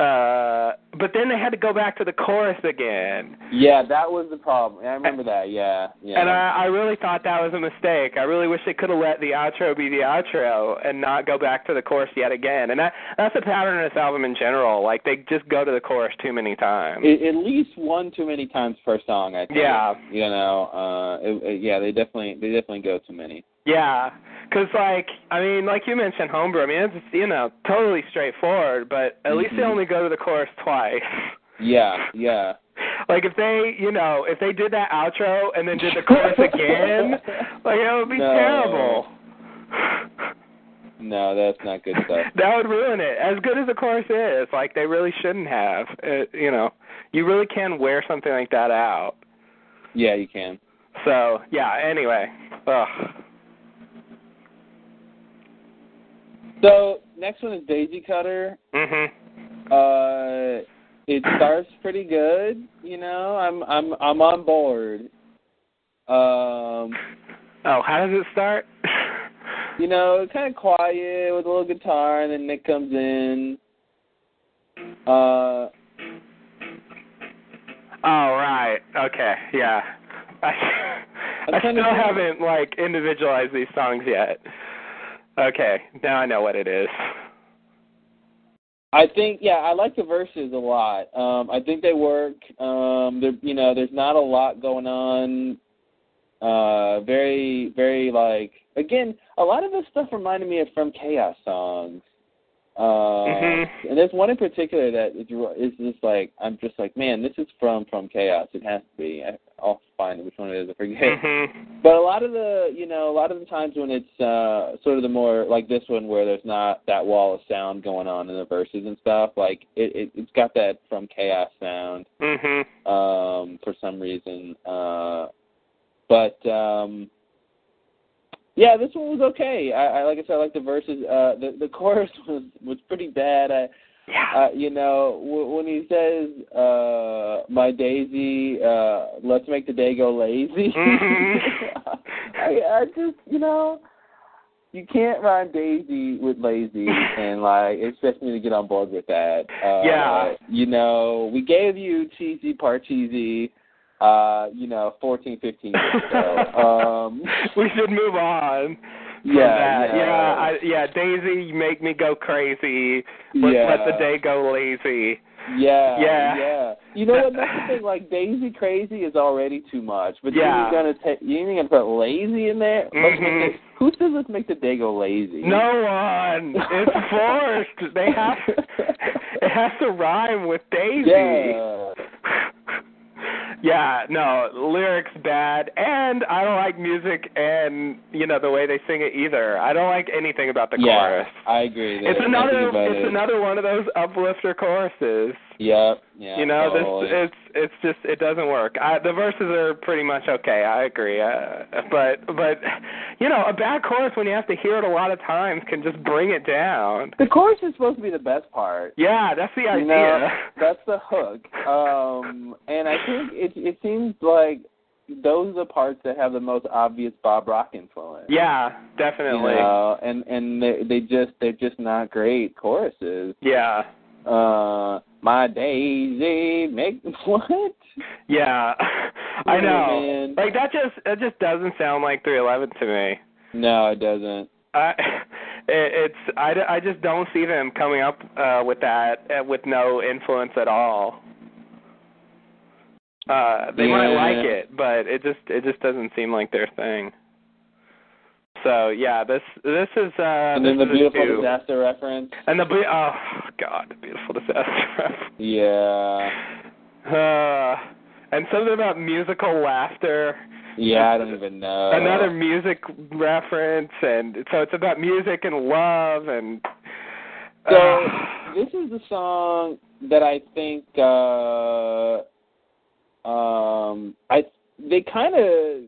[SPEAKER 3] uh, but then they had to go back to the chorus again,
[SPEAKER 1] Yeah, that was the problem. I remember that. Yeah, yeah.
[SPEAKER 3] and uh, I I really thought that was a mistake. I really wish they could have let the outro be the outro and not go back to the chorus yet again. And that that's a pattern in this album in general. Like they just go to the chorus too many times.
[SPEAKER 1] I- at least one too many times per song. I think.
[SPEAKER 3] Yeah.
[SPEAKER 1] You know, uh, it, it- yeah, they definitely they definitely go too many.
[SPEAKER 3] Yeah, because like I mean, like you mentioned, homebrew. I mean, it's you know totally straightforward, but at least they
[SPEAKER 1] Mhm.
[SPEAKER 3] only go to the chorus twice.
[SPEAKER 1] Yeah, yeah.
[SPEAKER 3] Like if they, you know, if they did that outro and then did the chorus again, like that would be
[SPEAKER 1] No.
[SPEAKER 3] terrible.
[SPEAKER 1] No, that's not good stuff.
[SPEAKER 3] That would ruin it. As good as the chorus is, like they really shouldn't have. It, you know, you really can wear something like that out.
[SPEAKER 1] Yeah, you can.
[SPEAKER 3] So yeah. Anyway, ugh.
[SPEAKER 1] So next one is Daisy Cutter.
[SPEAKER 3] Mhm.
[SPEAKER 1] Uh, it starts pretty good. You know, I'm I'm I'm on board. Um,
[SPEAKER 3] Oh, how does it start?
[SPEAKER 1] you know, kind of quiet with a little guitar, and then Nick comes in. Uh,
[SPEAKER 3] Oh right. Okay. Yeah. I,
[SPEAKER 1] I'm
[SPEAKER 3] I
[SPEAKER 1] trying to
[SPEAKER 3] still
[SPEAKER 1] think.
[SPEAKER 3] haven't like individualized these songs yet. Okay. Now I know what it is.
[SPEAKER 1] I think yeah, I like the verses a lot. Um, I think they work. Um, there, you know, there's not a lot going on Uh, very, very like again, a lot of this stuff reminded me of From Chaos songs. Uh,
[SPEAKER 3] Mhm.
[SPEAKER 1] And there's one in particular that is is just like I'm just like, man, this is from From Chaos. It has to be. I, I'll find which one it is. I forget.
[SPEAKER 3] Mhm.
[SPEAKER 1] But a lot of the, you know, a lot of the times when it's uh sort of the more like this one where there's not that wall of sound going on in the verses and stuff, like it, it it's got that from chaos sound
[SPEAKER 3] Mhm.
[SPEAKER 1] um for some reason. Uh but um yeah, this one was okay. I, I like I said, I like the verses. Uh, the the chorus was was pretty bad. I,
[SPEAKER 3] Yeah.
[SPEAKER 1] uh, you know, w- when he says, uh, "My Daisy, uh, let's make the day go lazy."
[SPEAKER 3] Mhm.
[SPEAKER 1] I, I just, you know, you can't rhyme Daisy with lazy, and like expect me to get on board with that. Uh,
[SPEAKER 3] Yeah.
[SPEAKER 1] You know, we gave you cheesy parcheesi, uh, you know, fourteen, fifteen years ago. Um,
[SPEAKER 3] we should move on. from
[SPEAKER 1] Yeah,
[SPEAKER 3] that.
[SPEAKER 1] yeah.
[SPEAKER 3] yeah, I, yeah. Daisy, you make me go crazy. Let,
[SPEAKER 1] yeah.
[SPEAKER 3] let the day go lazy.
[SPEAKER 1] Yeah,
[SPEAKER 3] Yeah.
[SPEAKER 1] yeah. You know what? That's the thing. Like Daisy Crazy is already too much, but you're
[SPEAKER 3] Yeah.
[SPEAKER 1] gonna take you're even gonna put lazy in there. Let's make
[SPEAKER 3] Mhm.
[SPEAKER 1] the- who says let's make the day go lazy?
[SPEAKER 3] No one. It's forced. They have. It has to rhyme with Daisy.
[SPEAKER 1] Yeah.
[SPEAKER 3] yeah, no, lyrics bad, and I don't like music and you know the way they sing it either. I don't like anything about the
[SPEAKER 1] yeah,
[SPEAKER 3] chorus.
[SPEAKER 1] I agree. There.
[SPEAKER 3] It's another,
[SPEAKER 1] Nothing about
[SPEAKER 3] it's
[SPEAKER 1] it.
[SPEAKER 3] another one of those uplifter choruses.
[SPEAKER 1] Yep. Yeah.
[SPEAKER 3] you know,
[SPEAKER 1] totally.
[SPEAKER 3] this it's it's just it doesn't work. I, the verses are pretty much okay. I agree, uh, but but you know, a bad chorus when you have to hear it a lot of times can just bring it down.
[SPEAKER 1] the chorus is supposed to be the best part.
[SPEAKER 3] Yeah, that's the idea.
[SPEAKER 1] You know, that's the hook. Um, and I think it it seems like those are the parts that have the most obvious Bob Rock influence.
[SPEAKER 3] yeah, definitely.
[SPEAKER 1] You know, and and they, they just they're just not great choruses.
[SPEAKER 3] Yeah.
[SPEAKER 1] Uh, my Daisy, make what?
[SPEAKER 3] Yeah. I
[SPEAKER 1] Oh,
[SPEAKER 3] know.
[SPEAKER 1] man.
[SPEAKER 3] Like that just that just doesn't sound like 311 to me.
[SPEAKER 1] No, it doesn't.
[SPEAKER 3] I it, it's I, d- I just don't see them coming up uh with that uh, with no influence at all. Uh they might
[SPEAKER 1] Yeah.
[SPEAKER 3] like it, but it just it just doesn't seem like their thing. So, yeah, this this is uh
[SPEAKER 1] and then the
[SPEAKER 3] this is a
[SPEAKER 1] beautiful
[SPEAKER 3] two.
[SPEAKER 1] disaster reference.
[SPEAKER 3] And the be- oh god, the beautiful disaster.
[SPEAKER 1] Yeah,
[SPEAKER 3] Uh, and something about musical laughter.
[SPEAKER 1] yeah, I don't even know.
[SPEAKER 3] Another music reference, and so it's about music and love and.
[SPEAKER 1] So
[SPEAKER 3] uh,
[SPEAKER 1] this is the song that I think uh um I they kind of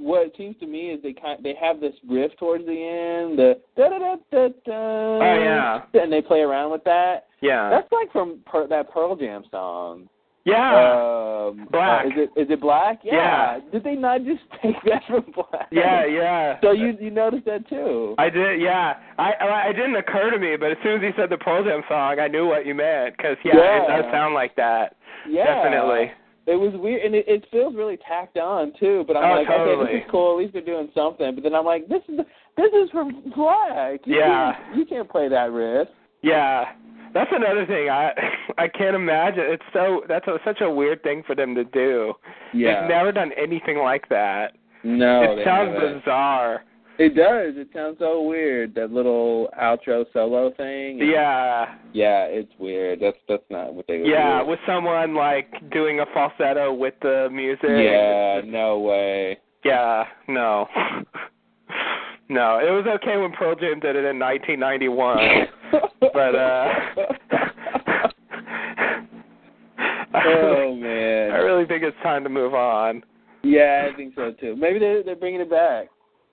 [SPEAKER 1] what it seems to me is they kind they have this riff towards the end the da da da da da
[SPEAKER 3] Oh, yeah. Uh-huh.
[SPEAKER 1] and they play around with that
[SPEAKER 3] yeah.
[SPEAKER 1] that's like from per, that Pearl Jam song
[SPEAKER 3] Yeah.
[SPEAKER 1] um
[SPEAKER 3] Ah. Black.
[SPEAKER 1] uh, is it is it black
[SPEAKER 3] Yeah.
[SPEAKER 1] did they not just take that from black
[SPEAKER 3] yeah. Yeah.
[SPEAKER 1] so you you noticed that too
[SPEAKER 3] I did. Yeah. I I it didn't occur to me, but as soon as he said the Pearl Jam song, I knew what you meant because yeah, it
[SPEAKER 1] Yeah.
[SPEAKER 3] does sound like that.
[SPEAKER 1] yeah
[SPEAKER 3] Definitely.
[SPEAKER 1] It was weird, and it, it feels really tacked on too. But I'm
[SPEAKER 3] Oh,
[SPEAKER 1] like, okay,
[SPEAKER 3] totally.
[SPEAKER 1] this is cool. At least they're doing something. But then I'm like, this is this is from Black. You
[SPEAKER 3] Yeah.
[SPEAKER 1] can't, you can't play that riff.
[SPEAKER 3] Yeah. That's another thing. I I can't imagine. It's so that's a, such a weird thing for them to do. They've never done anything like that.
[SPEAKER 1] no,
[SPEAKER 3] it sounds bizarre.
[SPEAKER 1] It does. It sounds so weird. That little outro solo thing.
[SPEAKER 3] Yeah.
[SPEAKER 1] yeah, it's weird. That's that's not what they. would
[SPEAKER 3] Yeah,
[SPEAKER 1] do.
[SPEAKER 3] with someone like doing a falsetto with the music.
[SPEAKER 1] yeah, no way.
[SPEAKER 3] Yeah, no. no, it was okay when Pearl Jam did it in 1991, but uh
[SPEAKER 1] oh
[SPEAKER 3] I
[SPEAKER 1] man.
[SPEAKER 3] really think it's time to move on.
[SPEAKER 1] Yeah, I think so too. Maybe they they're bringing it back.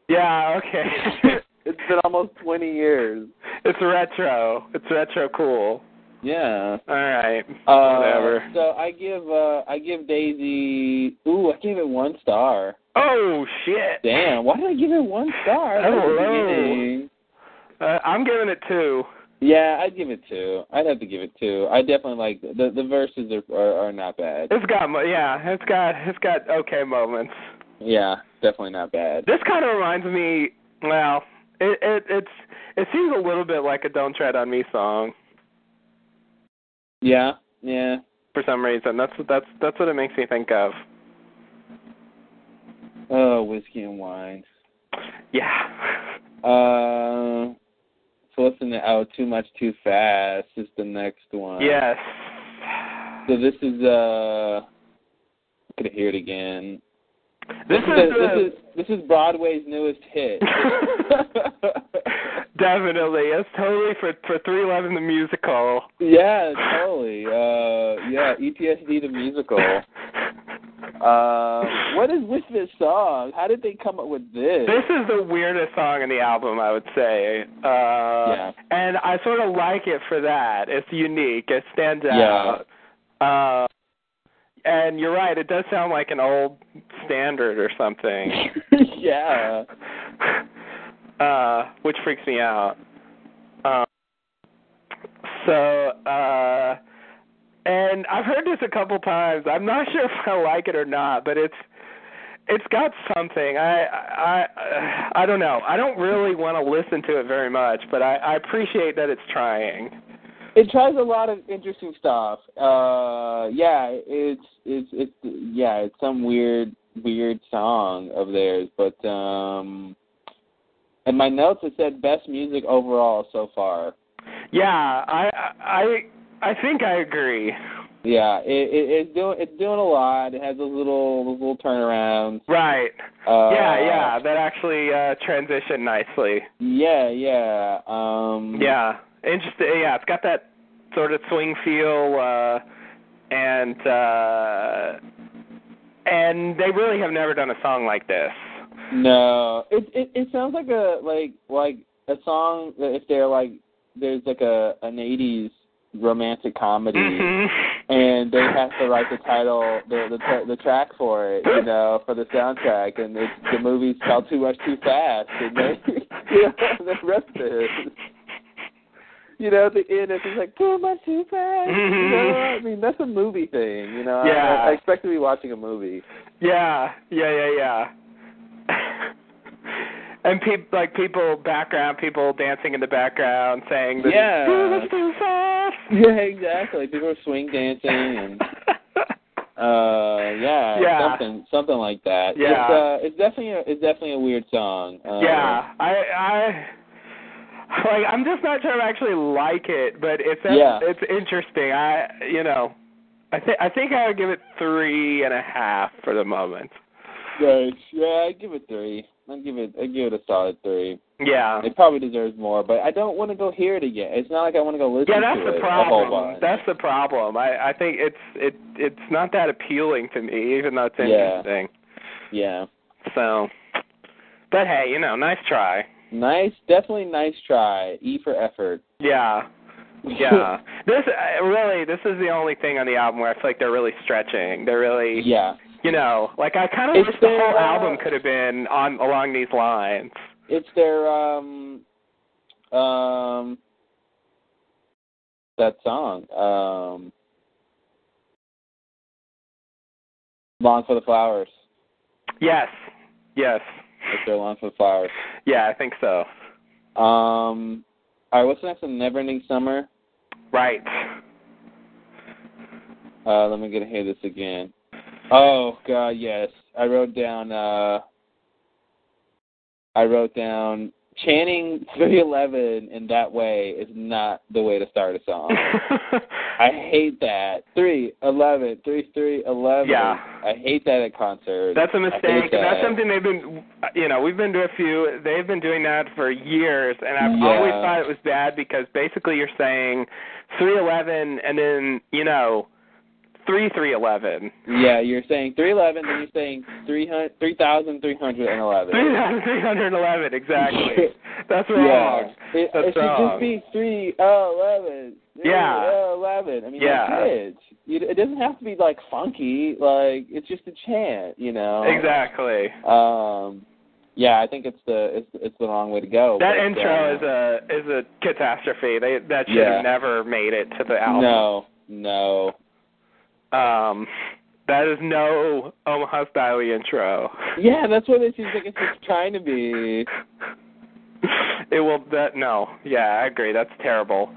[SPEAKER 3] Yeah, okay.
[SPEAKER 1] it's been almost 20 years.
[SPEAKER 3] it's retro. It's retro cool.
[SPEAKER 1] Yeah.
[SPEAKER 3] All right.
[SPEAKER 1] Uh,
[SPEAKER 3] Whatever.
[SPEAKER 1] So I give uh I give Daisy ooh, I gave it one star.
[SPEAKER 3] Oh shit.
[SPEAKER 1] Damn, why did I give it one star? That was
[SPEAKER 3] Oh,
[SPEAKER 1] the
[SPEAKER 3] no.
[SPEAKER 1] beginning.
[SPEAKER 3] Uh, I'm giving it two.
[SPEAKER 1] Yeah, I'd give it two. I'd have to give it two. I definitely like the the verses are are, are not bad.
[SPEAKER 3] It's got mo- yeah, it's got it's got okay moments.
[SPEAKER 1] Yeah, definitely not bad.
[SPEAKER 3] This kind of reminds me. Well, it it it's it seems a little bit like a "Don't Tread on Me" song
[SPEAKER 1] Yeah, yeah.
[SPEAKER 3] for some reason. That's that's that's what it makes me think of.
[SPEAKER 1] Oh, whiskey and wine.
[SPEAKER 3] Yeah.
[SPEAKER 1] Uh, so what's the ne- oh, too much, too fast is the next one.
[SPEAKER 3] Yes.
[SPEAKER 1] So this is uh, I'm gonna hear it again.
[SPEAKER 3] This
[SPEAKER 1] is,
[SPEAKER 3] is
[SPEAKER 1] the-
[SPEAKER 3] uh, the-
[SPEAKER 1] this is this is Broadway's newest hit.
[SPEAKER 3] Definitely. It's totally for for 311 the musical.
[SPEAKER 1] yeah, totally. Uh, yeah, ETSD the musical. Uh, what is with this song? How did they come up with this?
[SPEAKER 3] This is the weirdest song in the album, I would say. Uh,
[SPEAKER 1] Yeah.
[SPEAKER 3] And I sort of like it for that. It's unique. It stands
[SPEAKER 1] Yeah.
[SPEAKER 3] out. Uh, and you're right. It does sound like an old standard or something.
[SPEAKER 1] yeah.
[SPEAKER 3] uh, which freaks me out. Um, so, uh, and I've heard this a couple times. I'm not sure if I like it or not, but it's it's got something. I I I, I don't know. I don't really want to listen to it very much, but I, I appreciate that it's trying.
[SPEAKER 1] it tries a lot of interesting stuff. Uh, yeah, it's it's it's yeah, it's some weird weird song of theirs, but um, in my notes it said best music overall so far.
[SPEAKER 3] Yeah, I I I think I agree.
[SPEAKER 1] Yeah, it, it it's doing it's doing a lot. It has those little those little turnarounds.
[SPEAKER 3] Right.
[SPEAKER 1] Uh,
[SPEAKER 3] yeah, yeah. That actually uh transitioned nicely.
[SPEAKER 1] yeah, yeah. Um,
[SPEAKER 3] Yeah, interesting. Yeah, it's got that sort of swing feel, uh, and uh, and they really have never done a song like this.
[SPEAKER 1] No, it it it sounds like a like like a song that if they're like there's like a an '80s romantic comedy
[SPEAKER 3] Mhm.
[SPEAKER 1] and they have to write the title the the tra- the track for it, you know, for the soundtrack, and it's the movie's called Too Much Too Fast, and they you know the rest of it. You know, at the end it's just like too much too fast. You know, I mean that's a movie thing. You know, I-
[SPEAKER 3] Yeah.
[SPEAKER 1] I, I expect to be watching a movie.
[SPEAKER 3] Yeah, yeah, yeah, yeah. and peop like people, background people dancing in the background, saying, this is
[SPEAKER 1] Yeah.
[SPEAKER 3] too much too fast."
[SPEAKER 1] Yeah, exactly. People are swing dancing and Uh, yeah,
[SPEAKER 3] Yeah.
[SPEAKER 1] something, something like that.
[SPEAKER 3] Yeah.
[SPEAKER 1] it's, uh, it's definitely, a, it's definitely a weird song. Uh,
[SPEAKER 3] Yeah, I, I, like, I'm just not sure I actually like it, but it's
[SPEAKER 1] Yeah.
[SPEAKER 3] it's interesting. I, you know, I think I think I would give it three and a half for the moment.
[SPEAKER 1] right. Yeah, I give it three. I give it, I give it a solid three.
[SPEAKER 3] Yeah,
[SPEAKER 1] It probably deserves more, but I don't want to go hear it again. It's not like I want to go listen
[SPEAKER 3] yeah, that's
[SPEAKER 1] to it
[SPEAKER 3] the
[SPEAKER 1] a whole
[SPEAKER 3] problem.
[SPEAKER 1] bunch.
[SPEAKER 3] That's the problem. I I think it's it it's not that appealing to me, even though it's
[SPEAKER 1] Yeah.
[SPEAKER 3] interesting.
[SPEAKER 1] yeah,
[SPEAKER 3] So, but hey, you know, nice try.
[SPEAKER 1] nice, definitely nice try. E for effort.
[SPEAKER 3] Yeah. Yeah, this uh, really this is the only thing on the album where I feel like they're really stretching. They're really
[SPEAKER 1] yeah,
[SPEAKER 3] you know, like I kind of
[SPEAKER 1] It's
[SPEAKER 3] wish the
[SPEAKER 1] their,
[SPEAKER 3] whole
[SPEAKER 1] uh,
[SPEAKER 3] album could have been on along these lines.
[SPEAKER 1] it's their um, um, that song um, "Long for the Flowers."
[SPEAKER 3] Yes, yes,
[SPEAKER 1] It's their Long for the Flowers.
[SPEAKER 3] yeah, I think so.
[SPEAKER 1] Um, all right, what's next? A Neverending Summer.
[SPEAKER 3] Right.
[SPEAKER 1] Uh, let me get to hear this again. Oh God, yes. I wrote down. Uh, I wrote down chanting 311 in that way is not the way to start a song. I hate that. Three eleven, three three eleven.
[SPEAKER 3] Yeah.
[SPEAKER 1] I hate that at concerts.
[SPEAKER 3] That's a
[SPEAKER 1] I
[SPEAKER 3] mistake.
[SPEAKER 1] hate that.
[SPEAKER 3] That's something they've been, you know, we've been to a few. They've been doing that for years, and I've
[SPEAKER 1] Yeah.
[SPEAKER 3] always thought it was bad because basically you're saying three eleven, and then you know, three three eleven.
[SPEAKER 1] Yeah, you're saying 311, then you're saying 300 3,311.
[SPEAKER 3] 311, exactly. That's wrong.
[SPEAKER 1] Yeah. It,
[SPEAKER 3] That's
[SPEAKER 1] it should
[SPEAKER 3] wrong.
[SPEAKER 1] just be 311.
[SPEAKER 3] Yeah.
[SPEAKER 1] 311. I mean,
[SPEAKER 3] Yeah.
[SPEAKER 1] that's it. You- It doesn't have to be, like, funky. Like, it's just a chant, you know?
[SPEAKER 3] Exactly.
[SPEAKER 1] Um, yeah, I think it's the it's, it's the wrong way to go.
[SPEAKER 3] That
[SPEAKER 1] but,
[SPEAKER 3] intro
[SPEAKER 1] uh,
[SPEAKER 3] is a is a catastrophe. They that should
[SPEAKER 1] Yeah.
[SPEAKER 3] have never made it to the album.
[SPEAKER 1] No, no.
[SPEAKER 3] Um that is no Omaha style intro.
[SPEAKER 1] Yeah, that's what it seems like it's just trying to be.
[SPEAKER 3] it will that no. Yeah, I agree. That's terrible.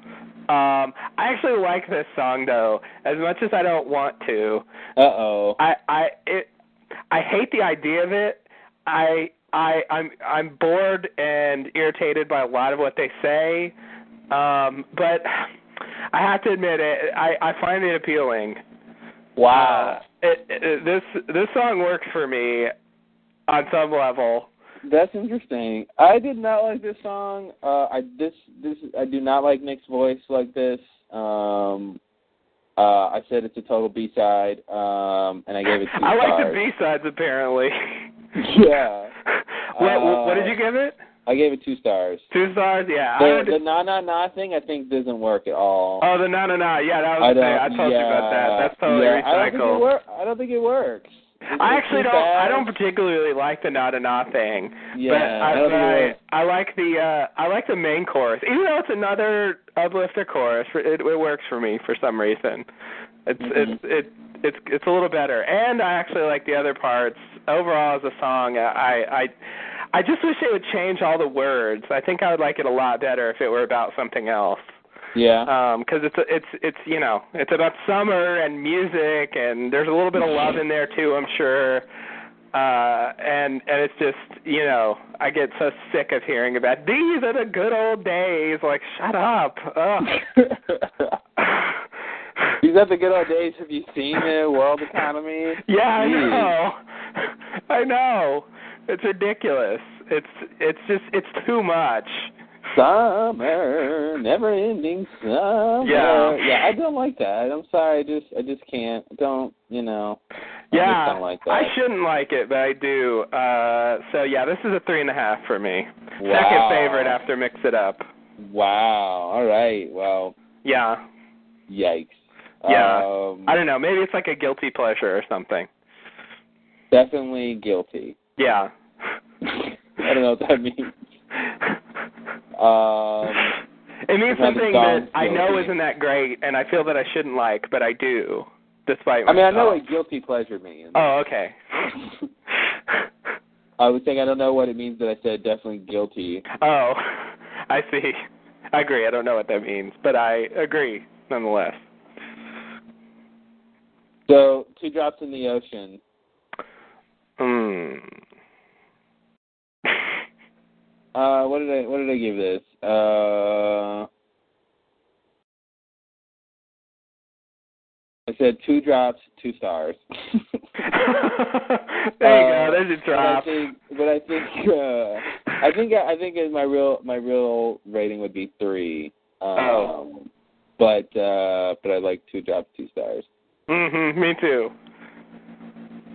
[SPEAKER 3] Um I actually like this song though. As much as I don't want to,
[SPEAKER 1] Uh oh.
[SPEAKER 3] I I it I hate the idea of it. I I I'm I'm bored and irritated by a lot of what they say, um, but I have to admit it. I I find it appealing.
[SPEAKER 1] Wow.
[SPEAKER 3] Uh, it, it, this this song works for me on some level.
[SPEAKER 1] That's interesting. I did not like this song. Uh, I this this I do not like Nick's voice like this. Um, uh, I said it's a total B side, um, and I gave it. Two
[SPEAKER 3] I like the
[SPEAKER 1] stars.
[SPEAKER 3] B sides apparently.
[SPEAKER 1] Yeah,
[SPEAKER 3] what
[SPEAKER 1] Uh,
[SPEAKER 3] what did you give it?
[SPEAKER 1] I gave it two stars.
[SPEAKER 3] Two stars. Yeah. I
[SPEAKER 1] The,
[SPEAKER 3] would-
[SPEAKER 1] the na na na thing I think doesn't work at all.
[SPEAKER 3] oh, the no no no. Yeah, that
[SPEAKER 1] I
[SPEAKER 3] was the
[SPEAKER 1] don't.
[SPEAKER 3] thing. I told
[SPEAKER 1] yeah,
[SPEAKER 3] you about that. That's totally
[SPEAKER 1] yeah, I don't think it
[SPEAKER 3] recycled.
[SPEAKER 1] work. I don't think it works. It's
[SPEAKER 3] I
[SPEAKER 1] just
[SPEAKER 3] actually
[SPEAKER 1] too
[SPEAKER 3] don't.
[SPEAKER 1] Bad.
[SPEAKER 3] I don't particularly like the not a not thing.
[SPEAKER 1] Yeah,
[SPEAKER 3] but
[SPEAKER 1] I
[SPEAKER 3] I,
[SPEAKER 1] don't
[SPEAKER 3] but
[SPEAKER 1] think it
[SPEAKER 3] I,
[SPEAKER 1] works.
[SPEAKER 3] I like the uh, I like the main chorus, even though it's another uplifter chorus. It, it works for me for some reason. It's
[SPEAKER 1] Mhm.
[SPEAKER 3] it's it it's it's a little better, and I actually like the other parts. Overall, as a song, uh, I I I just wish they would change all the words. I think I would like it a lot better if it were about something else.
[SPEAKER 1] Yeah.
[SPEAKER 3] Um, 'cause it's it's it's you know it's about summer and music and there's a little bit of love in there too I'm sure uh and and it's just you know I get so sick of hearing about these are the good old days like shut up Ugh.
[SPEAKER 1] These are the good old days. Have you seen the world economy?
[SPEAKER 3] yeah I
[SPEAKER 1] Jeez.
[SPEAKER 3] know I know it's ridiculous it's it's just it's too much
[SPEAKER 1] Summer, never ending summer.
[SPEAKER 3] Yeah.
[SPEAKER 1] yeah. I don't like that. I'm sorry. I just, I just can't. Don't, you know. I
[SPEAKER 3] yeah
[SPEAKER 1] just don't like that.
[SPEAKER 3] I shouldn't like it but I do uh so yeah this is a three and a half for me.
[SPEAKER 1] Wow.
[SPEAKER 3] Second favorite after Mix It Up.
[SPEAKER 1] Wow. All right. Well,
[SPEAKER 3] Yeah.
[SPEAKER 1] yikes.
[SPEAKER 3] Yeah.
[SPEAKER 1] Um,
[SPEAKER 3] I don't know. Maybe it's like a guilty pleasure or something.
[SPEAKER 1] definitely guilty.
[SPEAKER 3] Yeah.
[SPEAKER 1] I don't know what that means. Um,
[SPEAKER 3] it means
[SPEAKER 1] it's not a
[SPEAKER 3] something
[SPEAKER 1] song,
[SPEAKER 3] that I know
[SPEAKER 1] guilty.
[SPEAKER 3] isn't that great and I feel that I shouldn't like, but I do, despite
[SPEAKER 1] I mean, I know
[SPEAKER 3] myself.
[SPEAKER 1] what guilty pleasure means.
[SPEAKER 3] Oh, okay. Oh.
[SPEAKER 1] I was saying I don't know what it means that I said definitely guilty.
[SPEAKER 3] oh, I see. I agree. I don't know what that means, but I agree nonetheless.
[SPEAKER 1] So two drops in the ocean.
[SPEAKER 3] Hmm.
[SPEAKER 1] Uh, what did I what did I give this? Uh, I said two drops, two stars.
[SPEAKER 3] there you go.
[SPEAKER 1] Uh,
[SPEAKER 3] There's a drop.
[SPEAKER 1] But I think, but I think, uh, I think, I think my real my real rating would be three. Um,
[SPEAKER 3] Oh.
[SPEAKER 1] But uh, but I like two drops, two stars.
[SPEAKER 3] Mhm, me too.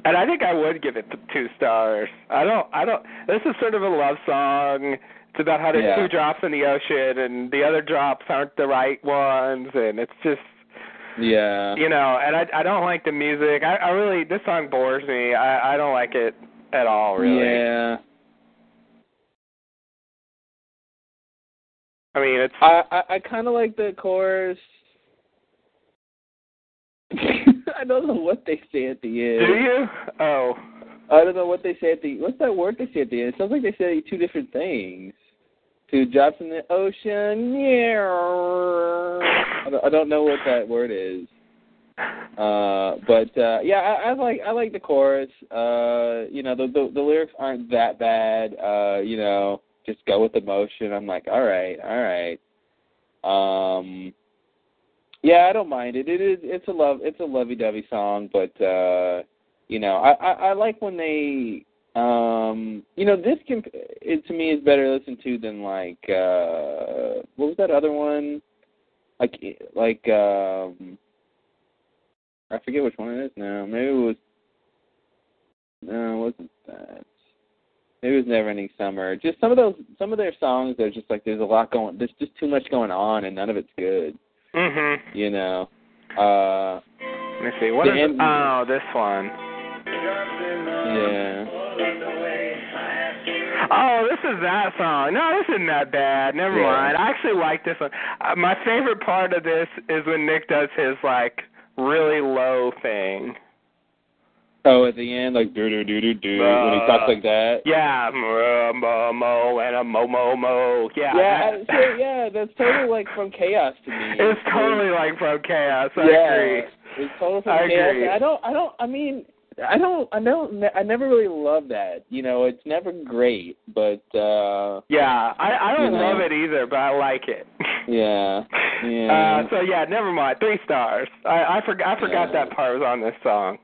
[SPEAKER 3] And I think I would give it the two stars. I don't I don't this is sort of a love song. It's about how there's
[SPEAKER 1] Yeah.
[SPEAKER 3] two drops in the ocean and the other drops aren't the right ones and it's just
[SPEAKER 1] Yeah.
[SPEAKER 3] you know, and I I don't like the music. I, I really this song bores me. I I don't like it at all really.
[SPEAKER 1] Yeah.
[SPEAKER 3] I mean it's
[SPEAKER 1] I I, I kind of like the chorus. I don't know what they say at the end.
[SPEAKER 3] do you? Oh.
[SPEAKER 1] I don't know what they say at the what's that word they say at the end? It sounds like they say two different things. Two drops in the ocean. Yeah. I don't- I don't know what that word is. Uh, but uh, yeah, I, I like I like the chorus. Uh, you know, the, the the lyrics aren't that bad. Uh, you know, just go with emotion. I'm like, all right, all right. Um, yeah, I don't mind it. It is it's a love it's a lovey-dovey song, but uh, you know, I, I I like when they um, you know, this can it to me is better to listen to than like uh, what was that other one? Like eh, like um. I forget which one it is now. Maybe it was no, it wasn't that. Maybe it was Never Ending Summer. Just some of those some of their songs they're just like there's a lot going there's just too much going on and none of it's good.
[SPEAKER 3] Mhm.
[SPEAKER 1] You know. Uh
[SPEAKER 3] Let me see. What
[SPEAKER 1] The
[SPEAKER 3] is
[SPEAKER 1] end-
[SPEAKER 3] Oh, this one.
[SPEAKER 1] yeah.
[SPEAKER 3] Oh, this is that song. No, this isn't that bad. Never
[SPEAKER 1] Yeah.
[SPEAKER 3] mind. I actually like this one. Uh, my favorite part of this is when Nick does his like really low thing.
[SPEAKER 1] Oh, at the end, like do do do do do when he talks like that.
[SPEAKER 3] Yeah, mo mo mo and a mo mo mo. Yeah.
[SPEAKER 1] yeah,
[SPEAKER 3] that-
[SPEAKER 1] I- so, yeah, that's totally like from chaos to me.
[SPEAKER 3] It's totally like from chaos. I
[SPEAKER 1] yeah,
[SPEAKER 3] agree.
[SPEAKER 1] It's total from
[SPEAKER 3] I
[SPEAKER 1] chaos.
[SPEAKER 3] agree.
[SPEAKER 1] I don't I don't I mean I don't I don't I never really love that. You know, it's never great, but uh
[SPEAKER 3] Yeah, I I don't
[SPEAKER 1] You know.
[SPEAKER 3] love it either, but I like it.
[SPEAKER 1] yeah. Yeah.
[SPEAKER 3] Uh, so yeah, never mind. Three stars. I I, forg I forgot
[SPEAKER 1] Yeah.
[SPEAKER 3] that part was on this song.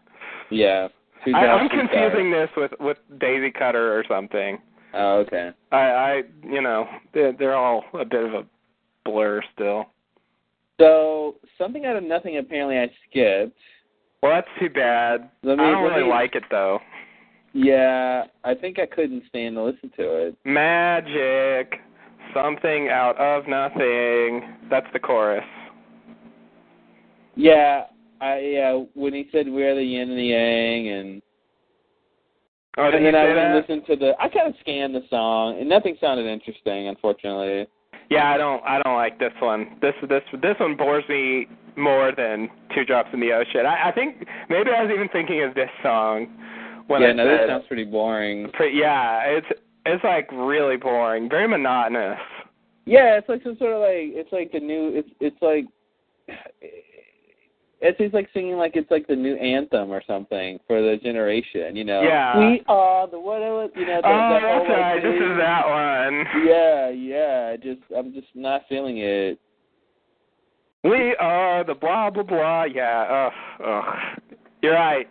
[SPEAKER 1] yeah. Two
[SPEAKER 3] I, I'm
[SPEAKER 1] jobs, two
[SPEAKER 3] confusing this with with Daisy Cutter or something.
[SPEAKER 1] jobs. Oh, okay.
[SPEAKER 3] I I you know they're, they're all a bit of a blur still.
[SPEAKER 1] So something out of nothing apparently I skipped.
[SPEAKER 3] Well, that's too bad.
[SPEAKER 1] Let me
[SPEAKER 3] I don't
[SPEAKER 1] let
[SPEAKER 3] really
[SPEAKER 1] me-
[SPEAKER 3] like it though.
[SPEAKER 1] Yeah, I think I couldn't stand to listen to it.
[SPEAKER 3] Magic, something out of nothing. That's the chorus.
[SPEAKER 1] Yeah, I yeah, when he said we're the yin and the yang and
[SPEAKER 3] Oh, did
[SPEAKER 1] and
[SPEAKER 3] you
[SPEAKER 1] then I
[SPEAKER 3] say that?
[SPEAKER 1] went and listened to the I kinda scanned the song and nothing sounded interesting, unfortunately.
[SPEAKER 3] Yeah, I don't I don't like this one. This this this one bores me more than Two Drops in the Ocean. I, I think maybe I was even thinking of this song when
[SPEAKER 1] yeah,
[SPEAKER 3] I
[SPEAKER 1] no,
[SPEAKER 3] said
[SPEAKER 1] this sounds pretty boring.
[SPEAKER 3] Pre- yeah, it's it's like really boring, very monotonous.
[SPEAKER 1] Yeah, it's like some sort of like it's like the new it's it's like it's it's like singing like it's like the new anthem or something for the generation, you know.
[SPEAKER 3] Yeah.
[SPEAKER 1] We are the what was you know the,
[SPEAKER 3] oh,
[SPEAKER 1] that whole,
[SPEAKER 3] that's
[SPEAKER 1] like,
[SPEAKER 3] right. This
[SPEAKER 1] thing.
[SPEAKER 3] is that one.
[SPEAKER 1] Yeah, yeah. I Just I'm just not feeling it.
[SPEAKER 3] We are the blah blah blah. Yeah. Ugh. Ugh. You're right.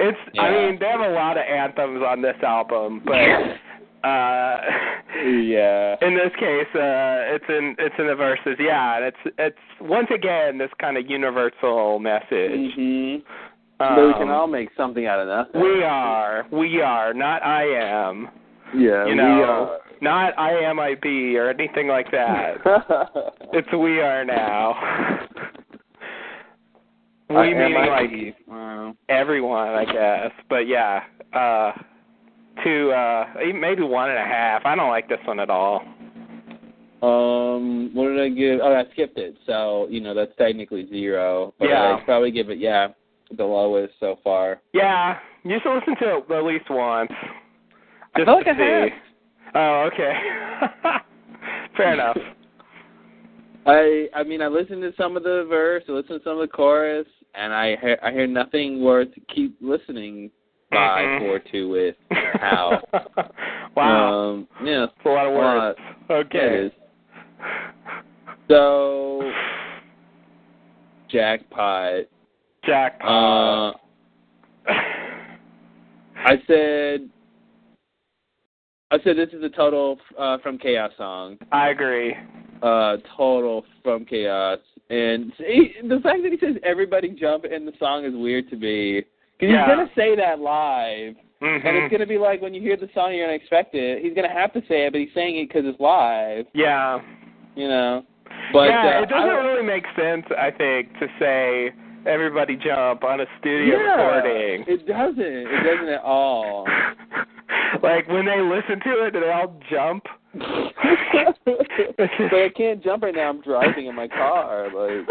[SPEAKER 3] It's. I
[SPEAKER 1] Yeah.
[SPEAKER 3] mean, they have a lot of anthems on this album, but uh,
[SPEAKER 1] Yeah.
[SPEAKER 3] in this case, uh, it's in it's in the verses. Yeah, and it's it's once again this kind of universal message.
[SPEAKER 1] Mhm.
[SPEAKER 3] Um,
[SPEAKER 1] but we can all make something out of nothing.
[SPEAKER 3] we are. We are. Not I am.
[SPEAKER 1] Yeah.
[SPEAKER 3] you know, not I am I be or anything like
[SPEAKER 1] we
[SPEAKER 3] that.
[SPEAKER 1] are.
[SPEAKER 3] it's we are now. we
[SPEAKER 1] I
[SPEAKER 3] mean
[SPEAKER 1] am I
[SPEAKER 3] like
[SPEAKER 1] be. Wow.
[SPEAKER 3] everyone, I guess. But yeah, uh, two, uh, even- maybe one and a half. I don't like this one at all.
[SPEAKER 1] Um, what did I give? Oh, I skipped it, so you know that's technically zero. But
[SPEAKER 3] Yeah.
[SPEAKER 1] I probably give it yeah the lowest so far.
[SPEAKER 3] Yeah, you should listen to it at least once.
[SPEAKER 1] I
[SPEAKER 3] Just
[SPEAKER 1] feel like
[SPEAKER 3] to
[SPEAKER 1] I have.
[SPEAKER 3] see. Oh, okay. Fair enough.
[SPEAKER 1] I I mean I listened to some of the verse, I listened to some of the chorus, and I hear I hear nothing worth keep listening by
[SPEAKER 3] Mhm.
[SPEAKER 1] for to it. How?
[SPEAKER 3] wow,
[SPEAKER 1] Um, yeah.
[SPEAKER 3] it's a lot of
[SPEAKER 1] a lot.
[SPEAKER 3] words.
[SPEAKER 1] uh, It
[SPEAKER 3] okay.
[SPEAKER 1] is. So jackpot.
[SPEAKER 3] Jack.
[SPEAKER 1] Uh, I said. I said this is a total uh, from chaos song.
[SPEAKER 3] I agree.
[SPEAKER 1] uh, total from chaos. And he, the fact that he says everybody jump in the song is weird to me. Because
[SPEAKER 3] Yeah.
[SPEAKER 1] he's going to say that live.
[SPEAKER 3] Mhm.
[SPEAKER 1] And it's going to be like when you hear the song, you're going to expect it. He's going to have to say it, but he's saying it because it's live,
[SPEAKER 3] yeah.
[SPEAKER 1] you know? But
[SPEAKER 3] yeah,
[SPEAKER 1] uh,
[SPEAKER 3] it doesn't
[SPEAKER 1] I-
[SPEAKER 3] really make sense, I think, to say everybody jump on a studio
[SPEAKER 1] yeah,
[SPEAKER 3] recording.
[SPEAKER 1] It doesn't. It doesn't at all.
[SPEAKER 3] like when they listen to it, do they all jump?
[SPEAKER 1] but I can't jump right now. I'm driving in my car. Like,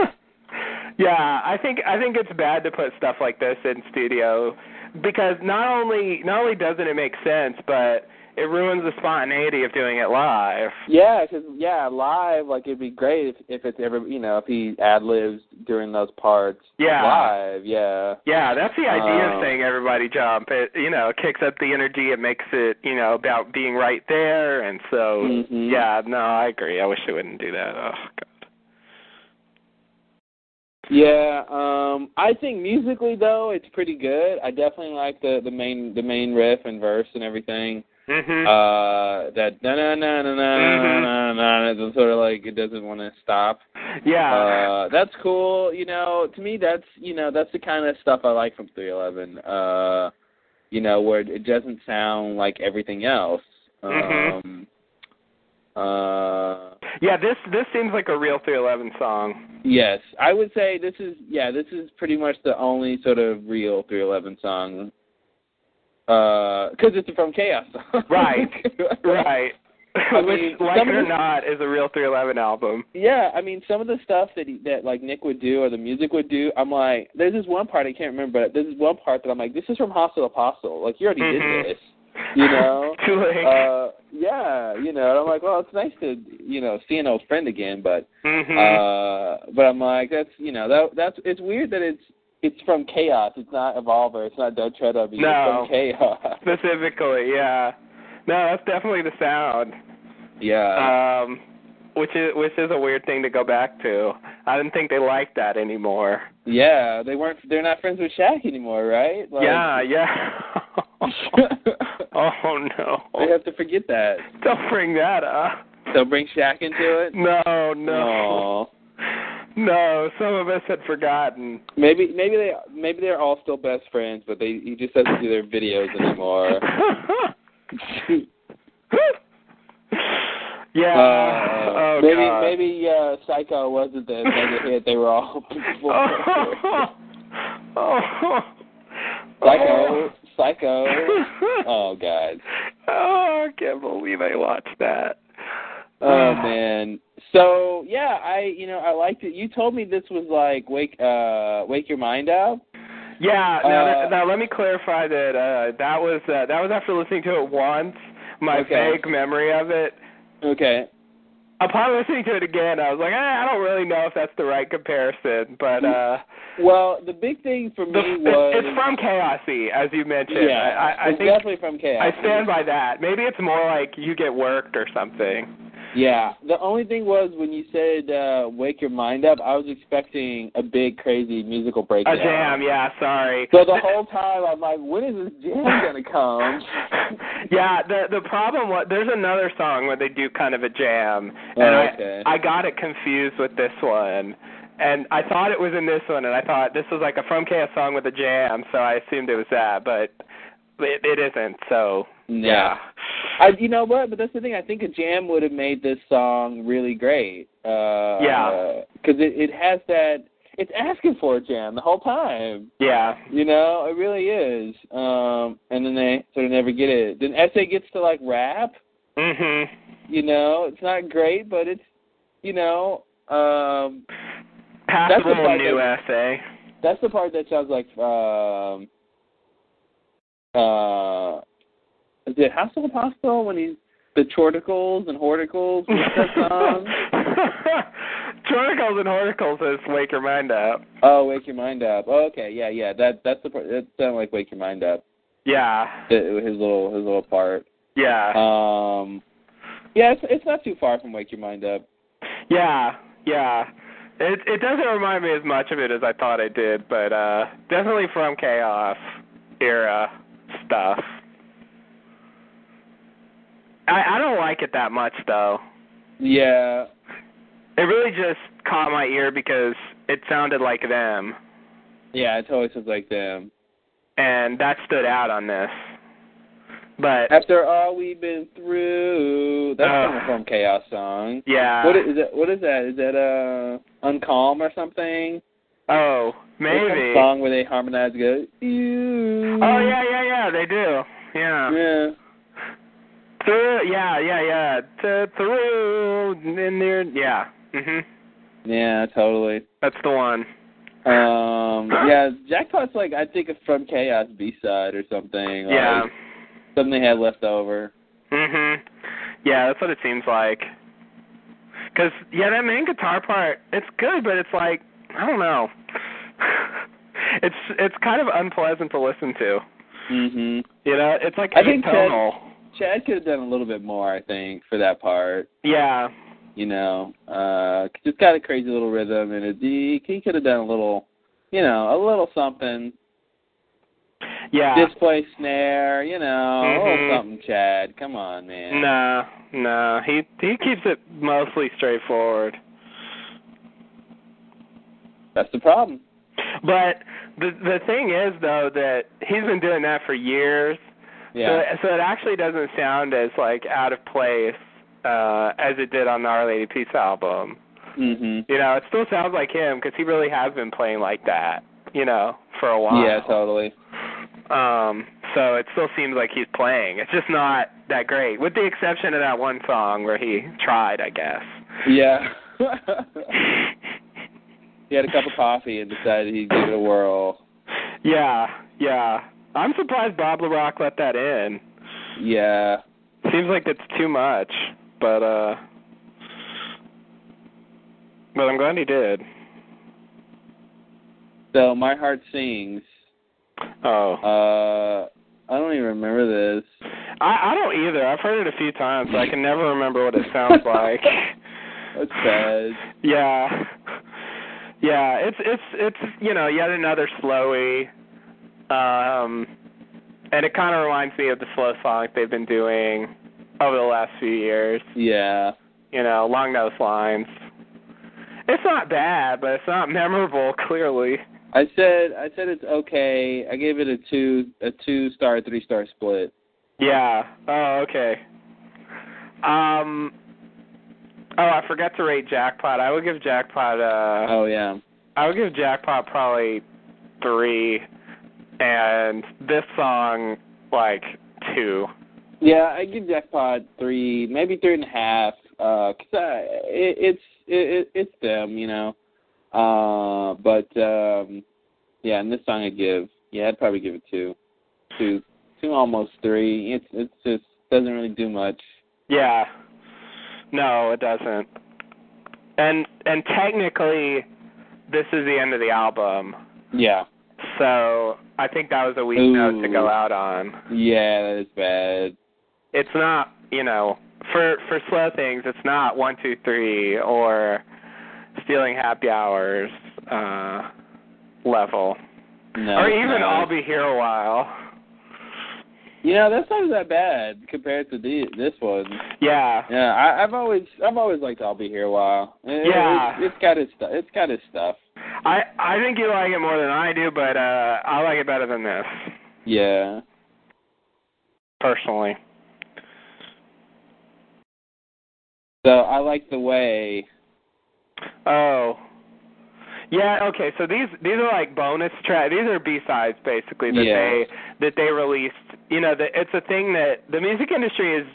[SPEAKER 3] yeah, I think I think it's bad to put stuff like this in studio because not only not only doesn't it make sense, but it ruins the spontaneity of doing it live.
[SPEAKER 1] Yeah, 'cause yeah, live like it'd be great if if it's ever you know if he ad libs during those parts.
[SPEAKER 3] Yeah.
[SPEAKER 1] live. Yeah,
[SPEAKER 3] Yeah, that's the idea
[SPEAKER 1] Um,
[SPEAKER 3] of saying everybody jump. It you know kicks up the energy. It makes it you know about being right there, and so
[SPEAKER 1] Mhm.
[SPEAKER 3] yeah, no, I agree. I wish they wouldn't do that. Oh god.
[SPEAKER 1] yeah. Um, I think musically though it's pretty good. I definitely like the the main the main riff and verse and everything.
[SPEAKER 3] Mhm.
[SPEAKER 1] Uh, that na na na na na na na na. Sort of like it doesn't want to stop.
[SPEAKER 3] yeah.
[SPEAKER 1] Uh, that's cool. You know, to me, that's you know, that's the kind of stuff I like from 311. Uh, you know, where it doesn't sound like everything else. Um,
[SPEAKER 3] Mhm.
[SPEAKER 1] uh,
[SPEAKER 3] yeah. This this seems like a real 311 song.
[SPEAKER 1] yes, I would say this is yeah, this is pretty much the only sort of real 311 song. Because it's from Chaos. song.
[SPEAKER 3] Right. Right.
[SPEAKER 1] I mean,
[SPEAKER 3] Which, like
[SPEAKER 1] some
[SPEAKER 3] it or
[SPEAKER 1] of the-
[SPEAKER 3] not, is a real 311 album.
[SPEAKER 1] Yeah, I mean, some of the stuff that he, that like Nick would do or the music would do, I'm like, there's this one part I can't remember, but there's this one part that I'm like, this is from Hostile Apostle. Like you already
[SPEAKER 3] Mhm.
[SPEAKER 1] did this, you know?
[SPEAKER 3] Too late.
[SPEAKER 1] uh, yeah, you know. And I'm like, well, it's nice to you know see an old friend again, but
[SPEAKER 3] mhm.
[SPEAKER 1] uh, but I'm like, that's you know that that's it's weird that it's it's from Chaos. It's not Evolver. It's not Don't Tread on Me.
[SPEAKER 3] No.
[SPEAKER 1] It's from Chaos.
[SPEAKER 3] Specifically, yeah. No, that's definitely the sound.
[SPEAKER 1] yeah.
[SPEAKER 3] Um which is which is a weird thing to go back to. I didn't think they liked that anymore.
[SPEAKER 1] yeah. They weren't. They're not friends with Shaq anymore, right? Like,
[SPEAKER 3] yeah, yeah. oh no.
[SPEAKER 1] They have to forget that.
[SPEAKER 3] Don't bring that up.
[SPEAKER 1] They'll bring Shaq into it.
[SPEAKER 3] No, no.
[SPEAKER 1] Aw.
[SPEAKER 3] No, some of us had forgotten.
[SPEAKER 1] Maybe maybe they maybe they're all still best friends, but they he just doesn't do their videos anymore.
[SPEAKER 3] yeah. oh,
[SPEAKER 1] Uh, maybe
[SPEAKER 3] God.
[SPEAKER 1] maybe uh, Psycho wasn't the mega hit they were all before.
[SPEAKER 3] oh, oh,
[SPEAKER 1] Psycho, Psycho.
[SPEAKER 3] Oh.
[SPEAKER 1] Oh God.
[SPEAKER 3] oh, I can't believe I watched that. Uh,
[SPEAKER 1] Oh man. So yeah, I you know I liked it. You told me this was like wake uh wake your mind up.
[SPEAKER 3] Yeah. Now,
[SPEAKER 1] Uh,
[SPEAKER 3] now let me clarify that uh, that was uh, that was after listening to it once. My
[SPEAKER 1] Okay.
[SPEAKER 3] vague memory of it.
[SPEAKER 1] Okay.
[SPEAKER 3] Upon listening to it again, I was like, eh, I don't really know if that's the right comparison, but uh,
[SPEAKER 1] Well, the big thing for me
[SPEAKER 3] the,
[SPEAKER 1] was
[SPEAKER 3] it's from Chaosy, as you mentioned.
[SPEAKER 1] yeah,
[SPEAKER 3] I, I, I
[SPEAKER 1] it's
[SPEAKER 3] think
[SPEAKER 1] definitely from chaos.
[SPEAKER 3] I stand by that. Maybe it's more like you get worked or something.
[SPEAKER 1] Yeah. The only thing was when you said uh wake your mind up, I was expecting a big crazy musical
[SPEAKER 3] A
[SPEAKER 1] breakdown.
[SPEAKER 3] jam, yeah. Sorry.
[SPEAKER 1] So the whole time I'm like, when is this jam gonna come?
[SPEAKER 3] yeah, the the problem was there's another song where they do kind of a jam, and
[SPEAKER 1] Oh, okay.
[SPEAKER 3] I I got it confused with this one, and I thought it was in this one, and I thought this was like a From Chaos song with a jam, so I assumed it was that, but it, it isn't. So yeah.
[SPEAKER 1] I, you know what? But that's the thing. I think a jam would have made this song really great. Uh,
[SPEAKER 3] Yeah.
[SPEAKER 1] Because it it has that. It's asking for a jam the whole time.
[SPEAKER 3] Yeah.
[SPEAKER 1] You know, it really is. Um, and then they sort of never get it. Then Essay gets to like rap.
[SPEAKER 3] Mhm.
[SPEAKER 1] You know, it's not great, but it's you know, um,
[SPEAKER 3] Passable
[SPEAKER 1] part
[SPEAKER 3] new
[SPEAKER 1] that-
[SPEAKER 3] essay.
[SPEAKER 1] that's the part that sounds like um, uh, is it House of Apostle when he's the Chorticles and Horticles? What's that song?
[SPEAKER 3] Chronicles and Horticles is Wake Your Mind Up.
[SPEAKER 1] Oh, wake your mind up. Oh, okay, yeah, yeah. That that's the part. That sounded like wake your mind up.
[SPEAKER 3] Yeah.
[SPEAKER 1] The, his little his little part.
[SPEAKER 3] Yeah.
[SPEAKER 1] Um, yeah, it's it's not too far from wake your mind up.
[SPEAKER 3] yeah. Yeah. It it doesn't remind me as much of it as I thought it did, but uh definitely from chaos era stuff. I I don't like it that much though.
[SPEAKER 1] Yeah,
[SPEAKER 3] It really just caught my ear because it sounded like them
[SPEAKER 1] yeah. It always sounds like them.
[SPEAKER 3] and that stood out on this. But
[SPEAKER 1] After all we've been through, that's
[SPEAKER 3] Ah.
[SPEAKER 1] coming from Chaos Song.
[SPEAKER 3] yeah.
[SPEAKER 1] What is that? What is that? Is that uh Uncalm or something?
[SPEAKER 3] Oh,
[SPEAKER 1] There's
[SPEAKER 3] maybe.
[SPEAKER 1] some song where they harmonize. and Go. You.
[SPEAKER 3] Oh yeah, yeah, yeah, they do. Yeah.
[SPEAKER 1] Yeah.
[SPEAKER 3] Through, yeah, yeah, yeah. Th- through in there. Yeah.
[SPEAKER 1] Mm-hmm.
[SPEAKER 3] Mhm.
[SPEAKER 1] Yeah. Totally.
[SPEAKER 3] That's the one.
[SPEAKER 1] Um, yeah, Jackpot's like I think it's from Chaos B side or something. Like,
[SPEAKER 3] Yeah.
[SPEAKER 1] something they had left over.
[SPEAKER 3] Mhm. Yeah, that's what it seems like. Cause yeah, that main guitar part, it's good, but it's like I don't know. it's it's kind of unpleasant to listen to.
[SPEAKER 1] hmm
[SPEAKER 3] You know, it's like
[SPEAKER 1] I think that-
[SPEAKER 3] atonal.
[SPEAKER 1] Chad could have done a little bit more, I think, for that part.
[SPEAKER 3] Yeah.
[SPEAKER 1] You know, uh, just got a crazy little rhythm, and it, he, he could have done a little, you know, a little something.
[SPEAKER 3] Yeah.
[SPEAKER 1] Display snare, you know, a
[SPEAKER 3] Mhm.
[SPEAKER 1] little something. Chad, come on, man.
[SPEAKER 3] No, no. He he keeps it mostly straightforward.
[SPEAKER 1] That's the problem.
[SPEAKER 3] But the the thing is though that he's been doing that for years.
[SPEAKER 1] Yeah.
[SPEAKER 3] So uh, so it actually doesn't sound as like out of place uh as it did on the Our Lady Peace album.
[SPEAKER 1] hmm
[SPEAKER 3] You know, it still sounds like him cuz he really has been playing like that, you know, for a while.
[SPEAKER 1] Yeah, totally.
[SPEAKER 3] Um, so it still seems like he's playing. It's just not that great, with the exception of that one song where he tried, I guess.
[SPEAKER 1] Yeah. he had a cup of coffee and decided he'd give it a whirl.
[SPEAKER 3] Yeah, yeah. I'm surprised Bob LaRock let that in.
[SPEAKER 1] Yeah.
[SPEAKER 3] Seems like it's too much, but uh but I'm glad he did.
[SPEAKER 1] So So My Heart Sings.
[SPEAKER 3] Oh.
[SPEAKER 1] Uh, I don't even remember this.
[SPEAKER 3] I, I don't either. I've heard it a few times, but I can never remember what it sounds like.
[SPEAKER 1] That's bad.
[SPEAKER 3] yeah. Yeah, it's it's it's you know, yet another slowy. Um and it kinda reminds me of the slow songs they've been doing over the last few years.
[SPEAKER 1] Yeah.
[SPEAKER 3] You know, along those lines. It's not bad, but it's not memorable clearly.
[SPEAKER 1] I said I said it's okay. I gave it a two a two star three star split.
[SPEAKER 3] Yeah. Oh, okay. Um Oh, I forgot to rate Jackpot. I would give Jackpot uh
[SPEAKER 1] Oh yeah.
[SPEAKER 3] I would give Jackpot probably three, and this song like two.
[SPEAKER 1] Yeah, I give Jackpot three, maybe three and a half. Uh, 'cause I, it, it's it, it, it's them, you know. Uh, but um, yeah, and this song I give, yeah, I'd probably give it two, two, two, almost three. It's it's just doesn't really do much.
[SPEAKER 3] Yeah. No, it doesn't. And and technically, this is the end of the album,
[SPEAKER 1] Yeah,
[SPEAKER 3] so I think that was a weak note to go
[SPEAKER 1] Ooh.
[SPEAKER 3] out on.
[SPEAKER 1] yeah, that is bad.
[SPEAKER 3] It's not, you know, for for slow things, it's not one two three or stealing happy hours uh level,
[SPEAKER 1] No,
[SPEAKER 3] or
[SPEAKER 1] it's
[SPEAKER 3] even
[SPEAKER 1] not.
[SPEAKER 3] I'll be here a while.
[SPEAKER 1] You know, that's not that bad compared to the, this one.
[SPEAKER 3] Yeah.
[SPEAKER 1] Yeah, I, I've always I've always liked I'll be here a while. It-
[SPEAKER 3] Yeah.
[SPEAKER 1] it's, it's got its stu- it's got its stuff.
[SPEAKER 3] I I think you like it more than I do, but uh I like it better than this
[SPEAKER 1] Yeah.
[SPEAKER 3] personally.
[SPEAKER 1] So I like the way.
[SPEAKER 3] Oh. Yeah, okay. So these these are like bonus track. These are B-sides basically that
[SPEAKER 1] Yeah.
[SPEAKER 3] they that they released. You know, the, it's a thing that the music industry is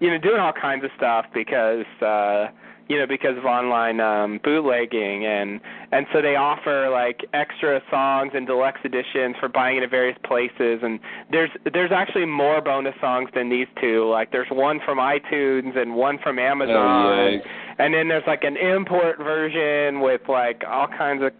[SPEAKER 3] you know doing all kinds of stuff because uh you know because of online um bootlegging and and so they offer like extra songs and deluxe editions for buying it at various places and there's there's actually more bonus songs than these two like there's one from iTunes and one from Amazon
[SPEAKER 1] yikes.
[SPEAKER 3] and then there's like an import version with like all kinds of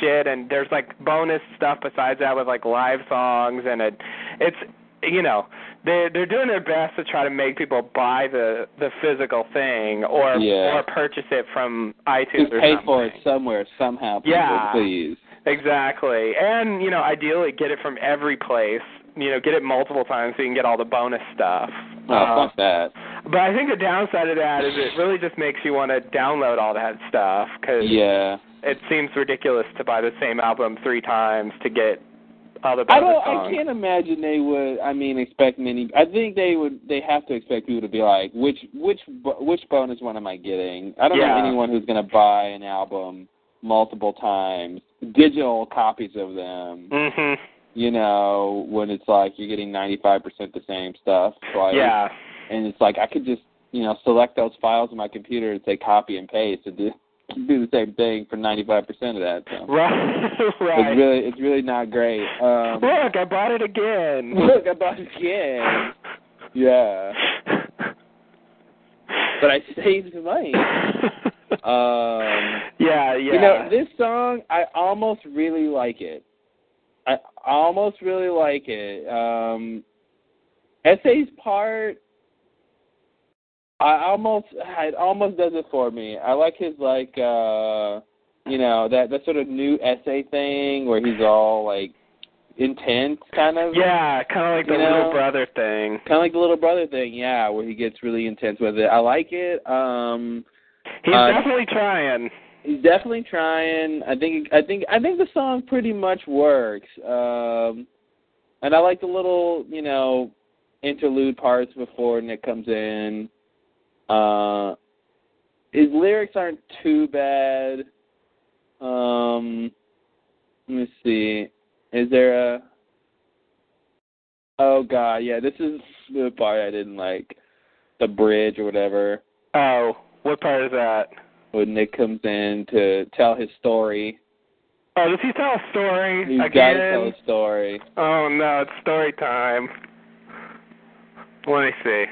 [SPEAKER 3] shit and there's like bonus stuff besides that with like live songs and it it's you know they they're doing their best to try to make people buy the the physical thing or
[SPEAKER 1] Yeah.
[SPEAKER 3] or purchase it from iTunes
[SPEAKER 1] Just
[SPEAKER 3] or
[SPEAKER 1] pay
[SPEAKER 3] something.
[SPEAKER 1] for it somewhere somehow. People,
[SPEAKER 3] Yeah.
[SPEAKER 1] Please.
[SPEAKER 3] Exactly. And, you know, ideally get it from every place. You know, get it multiple times so you can get all the bonus stuff.
[SPEAKER 1] Oh,
[SPEAKER 3] Uh,
[SPEAKER 1] fuck that.
[SPEAKER 3] but I think the downside of that is it really just makes you want to download all that stuff because
[SPEAKER 1] Yeah.
[SPEAKER 3] it seems ridiculous to buy the same album three times to get all the
[SPEAKER 1] I
[SPEAKER 3] bonus
[SPEAKER 1] don't. I
[SPEAKER 3] songs.
[SPEAKER 1] can't imagine they would. I mean, expect many. I think they would. They have to expect people to be like, which which bo- which bonus one am I getting? I don't
[SPEAKER 3] Yeah.
[SPEAKER 1] know anyone who's gonna buy an album multiple times, digital copies of them.
[SPEAKER 3] Mhm.
[SPEAKER 1] You know, when it's like you're getting 95% the same stuff. Like,
[SPEAKER 3] Yeah.
[SPEAKER 1] and it's like I could just you know select those files on my computer and say copy and paste and do do the same thing for ninety five percent of that. So
[SPEAKER 3] Right. right.
[SPEAKER 1] it's really it's really not great. Um,
[SPEAKER 3] Look, I bought it again.
[SPEAKER 1] look about yeah yeah, but I saved money. Um,
[SPEAKER 3] yeah, yeah.
[SPEAKER 1] You know this song I almost really like it. I almost really like it. Um, Essay's part. I almost it almost does it for me. I like his like uh you know, that that sort of new essay thing where he's all like intense kind of
[SPEAKER 3] Yeah, kind of like the
[SPEAKER 1] You know?
[SPEAKER 3] little brother thing.
[SPEAKER 1] kind of like the little brother thing, yeah, where he gets really intense with it. I like it. Um
[SPEAKER 3] He's
[SPEAKER 1] Uh,
[SPEAKER 3] definitely trying.
[SPEAKER 1] he's definitely trying. I think I think I think the song pretty much works. Um and I like the little, you know, interlude parts before Nick comes in. Uh his lyrics aren't too bad. Um let me see. Is there a Oh god, yeah, this is the part I didn't like. The bridge or whatever
[SPEAKER 3] Oh, what part is that?
[SPEAKER 1] when Nick comes in to tell his story.
[SPEAKER 3] Oh, does he tell a story
[SPEAKER 1] He's got to tell
[SPEAKER 3] again?
[SPEAKER 1] his story.
[SPEAKER 3] Oh no, it's story time. Let me see.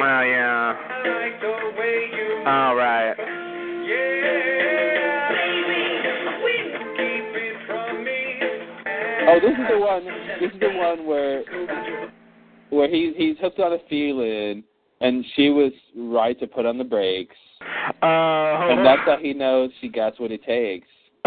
[SPEAKER 3] Well, yeah. All right.
[SPEAKER 1] Oh, this is the one. This is the one where where he he's hooked on a feeling, and she was right to put on the brakes,
[SPEAKER 3] Uh, hold
[SPEAKER 1] and
[SPEAKER 3] on.
[SPEAKER 1] that's how he knows she got what it takes.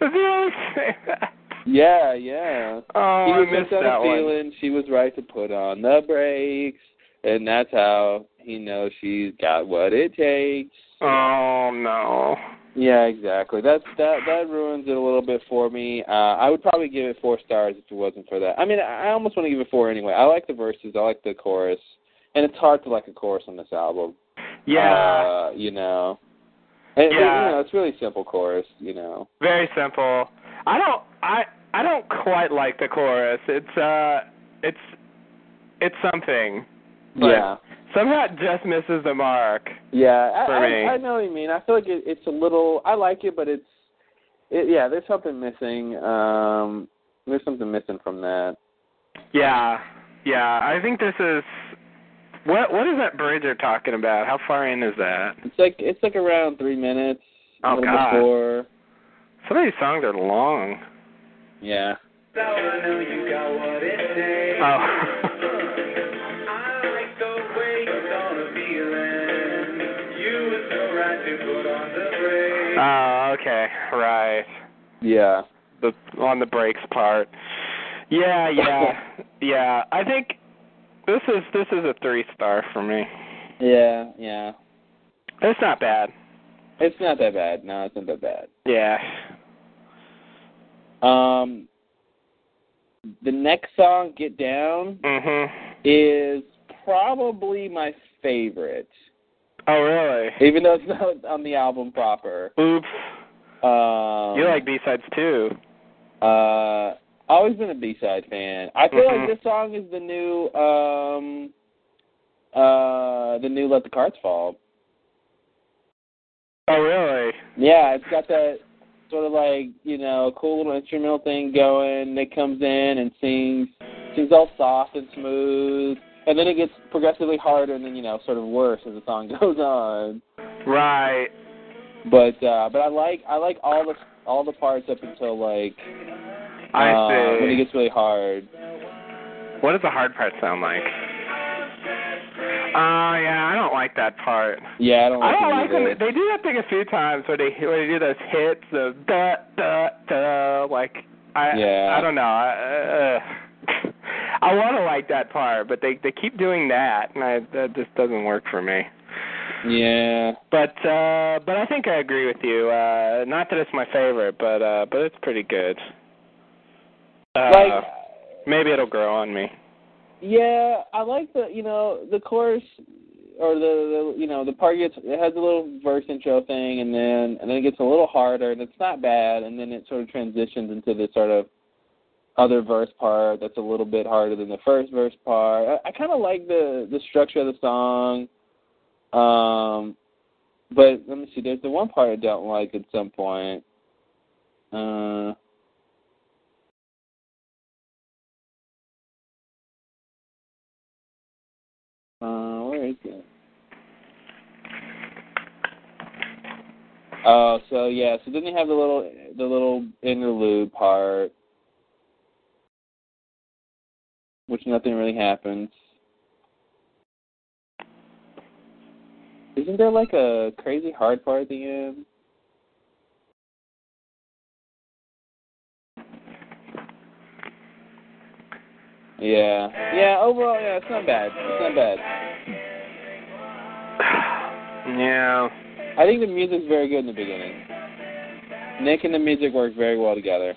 [SPEAKER 3] Did you really say that?
[SPEAKER 1] Yeah, yeah.
[SPEAKER 3] Oh,
[SPEAKER 1] he
[SPEAKER 3] I
[SPEAKER 1] was
[SPEAKER 3] missed
[SPEAKER 1] hooked on
[SPEAKER 3] that
[SPEAKER 1] a
[SPEAKER 3] one.
[SPEAKER 1] feeling. She was right to put on the brakes, and that's how he knows she's got what it takes.
[SPEAKER 3] Oh no.
[SPEAKER 1] Yeah, exactly. That's that that ruins it a little bit for me. Uh I would probably give it four stars if it wasn't for that. I mean, I I almost want to give it four anyway. I like the verses, I like the chorus, and it's hard to like a chorus on this album.
[SPEAKER 3] Yeah.
[SPEAKER 1] uh, you know. And, and,
[SPEAKER 3] Yeah.
[SPEAKER 1] you know, it's really simple chorus. You know.
[SPEAKER 3] very simple. I don't. I. I don't quite like the chorus. It's. Uh. It's. It's something. But-
[SPEAKER 1] yeah.
[SPEAKER 3] Somehow it just misses the mark.
[SPEAKER 1] Yeah, I,
[SPEAKER 3] for
[SPEAKER 1] I,
[SPEAKER 3] me.
[SPEAKER 1] I know what you mean. I feel like it, it's a little. I like it, but it's. It, yeah, there's something missing. Um, there's something missing from that.
[SPEAKER 3] Yeah. Yeah. I think this is. What What is that bridge you're talking about? How far in is that?
[SPEAKER 1] It's like it's like around three minutes. a
[SPEAKER 3] Oh,
[SPEAKER 1] little
[SPEAKER 3] God.
[SPEAKER 1] Before.
[SPEAKER 3] Some of these songs are long.
[SPEAKER 1] Yeah.
[SPEAKER 3] Oh. oh. Okay. Right.
[SPEAKER 1] Yeah.
[SPEAKER 3] the on the brakes part. Yeah, yeah, yeah. I think this is this is a three star for me.
[SPEAKER 1] Yeah. Yeah.
[SPEAKER 3] It's not bad.
[SPEAKER 1] It's not that bad. No, it's not that bad.
[SPEAKER 3] Yeah.
[SPEAKER 1] Um, the next song, "Get Down,"
[SPEAKER 3] Mhm.
[SPEAKER 1] is probably my favorite,
[SPEAKER 3] Oh really?
[SPEAKER 1] even though it's not on the album proper.
[SPEAKER 3] Oops.
[SPEAKER 1] Um,
[SPEAKER 3] you like B sides too.
[SPEAKER 1] Uh, always been a B-side fan. I feel
[SPEAKER 3] Mhm.
[SPEAKER 1] like this song is the new, um, uh, the new "Let the Cards Fall."
[SPEAKER 3] Oh really?
[SPEAKER 1] Yeah, it's got that sort of like you know cool little instrumental thing going. Nick comes in and sings, sings all soft and smooth, and then it gets progressively harder and then you know sort of worse as the song goes on.
[SPEAKER 3] Right.
[SPEAKER 1] But uh, but I like I like all the all the parts up until like
[SPEAKER 3] I
[SPEAKER 1] uh,
[SPEAKER 3] see.
[SPEAKER 1] when it gets really hard.
[SPEAKER 3] what does the hard part sound like? Oh yeah, I don't like that part.
[SPEAKER 1] Yeah, I don't like
[SPEAKER 3] I don't
[SPEAKER 1] it
[SPEAKER 3] like
[SPEAKER 1] either.
[SPEAKER 3] when they do that thing a few times where they where they do those hits of da da da like I
[SPEAKER 1] Yeah.
[SPEAKER 3] I don't know I uh, I want to like that part but they they keep doing that and I that just doesn't work for me.
[SPEAKER 1] Yeah.
[SPEAKER 3] But uh but I think I agree with you. Uh not that it's my favorite but uh but it's pretty good. Uh,
[SPEAKER 1] like
[SPEAKER 3] maybe it'll grow on me.
[SPEAKER 1] yeah, I like the you know the chorus or the, the you know the part gets it has a little verse intro thing and then and then it gets a little harder and it's not bad and then it sort of transitions into this sort of other verse part that's a little bit harder than the first verse part. I, I kind of like the the structure of the song. Um but let me see there's the one part I don't like at some point. Uh Uh, where is it? Oh, so yeah, so then they have the little the little interlude part, which nothing really happens. Isn't there like a crazy hard part at the end? Yeah, yeah. Overall, yeah, it's not bad. It's not bad.
[SPEAKER 3] yeah.
[SPEAKER 1] I think the music's very good in the beginning. Nick and the music work very well together.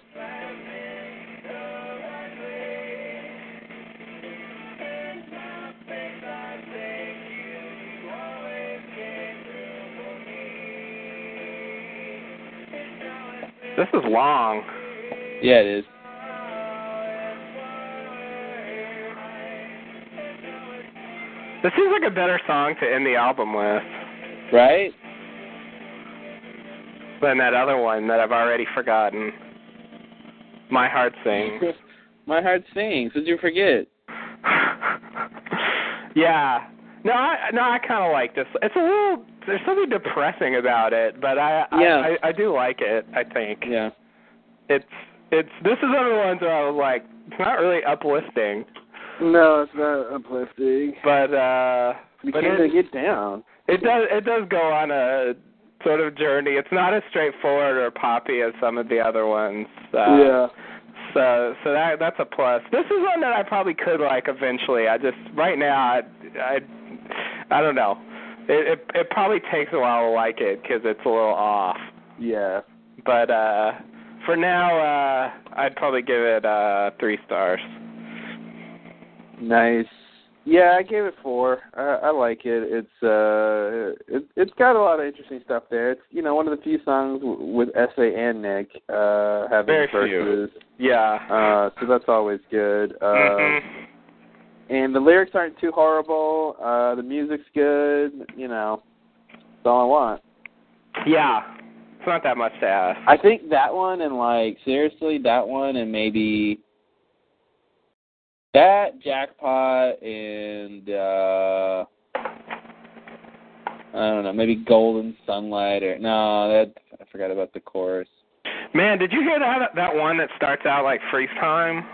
[SPEAKER 3] This is long.
[SPEAKER 1] Yeah, it is.
[SPEAKER 3] This seems like a better song to end the album with.
[SPEAKER 1] Right?
[SPEAKER 3] than that other one that I've already forgotten. My heart sings.
[SPEAKER 1] My heart sings. Did you forget?
[SPEAKER 3] Yeah. No, I no, I kind of like this. It's a little. There's something depressing about it, but I
[SPEAKER 1] Yeah.
[SPEAKER 3] I, I I do like it. I think
[SPEAKER 1] Yeah.
[SPEAKER 3] it's it's this is one of the ones where I was like, it's not really uplifting,
[SPEAKER 4] No, it's not uplifting.
[SPEAKER 3] but uh,
[SPEAKER 4] You
[SPEAKER 3] but
[SPEAKER 4] can't
[SPEAKER 3] it,
[SPEAKER 4] get down.
[SPEAKER 3] it does it does go on a sort of journey. It's not as straightforward or poppy as some of the other ones. Uh,
[SPEAKER 4] yeah.
[SPEAKER 3] So so that that's a plus. This is one that I probably could like eventually. I just right now I I, I don't know. It, it it probably takes a while to like it because it's a little off.
[SPEAKER 4] Yeah.
[SPEAKER 3] But uh, for now uh, I'd probably give it uh, three stars.
[SPEAKER 4] Nice. Yeah, I gave it four. I, I like it. It's uh, it, it's got a lot of interesting stuff there. It's you know one of the few songs w- with Essay and Nick uh having
[SPEAKER 3] Very few.
[SPEAKER 4] verses.
[SPEAKER 3] Yeah.
[SPEAKER 4] Uh, so that's always good. Uh,
[SPEAKER 1] Um,
[SPEAKER 3] Mhm.
[SPEAKER 4] And the lyrics aren't too horrible. Uh, the music's good. You know, that's all I want.
[SPEAKER 3] Yeah. It's not that much to ask.
[SPEAKER 1] I think that one and like seriously that one and maybe that jackpot and uh I don't know, maybe golden sunlight or no, that I forgot about the chorus.
[SPEAKER 3] Man, did you hear that that one that starts out like freeze time?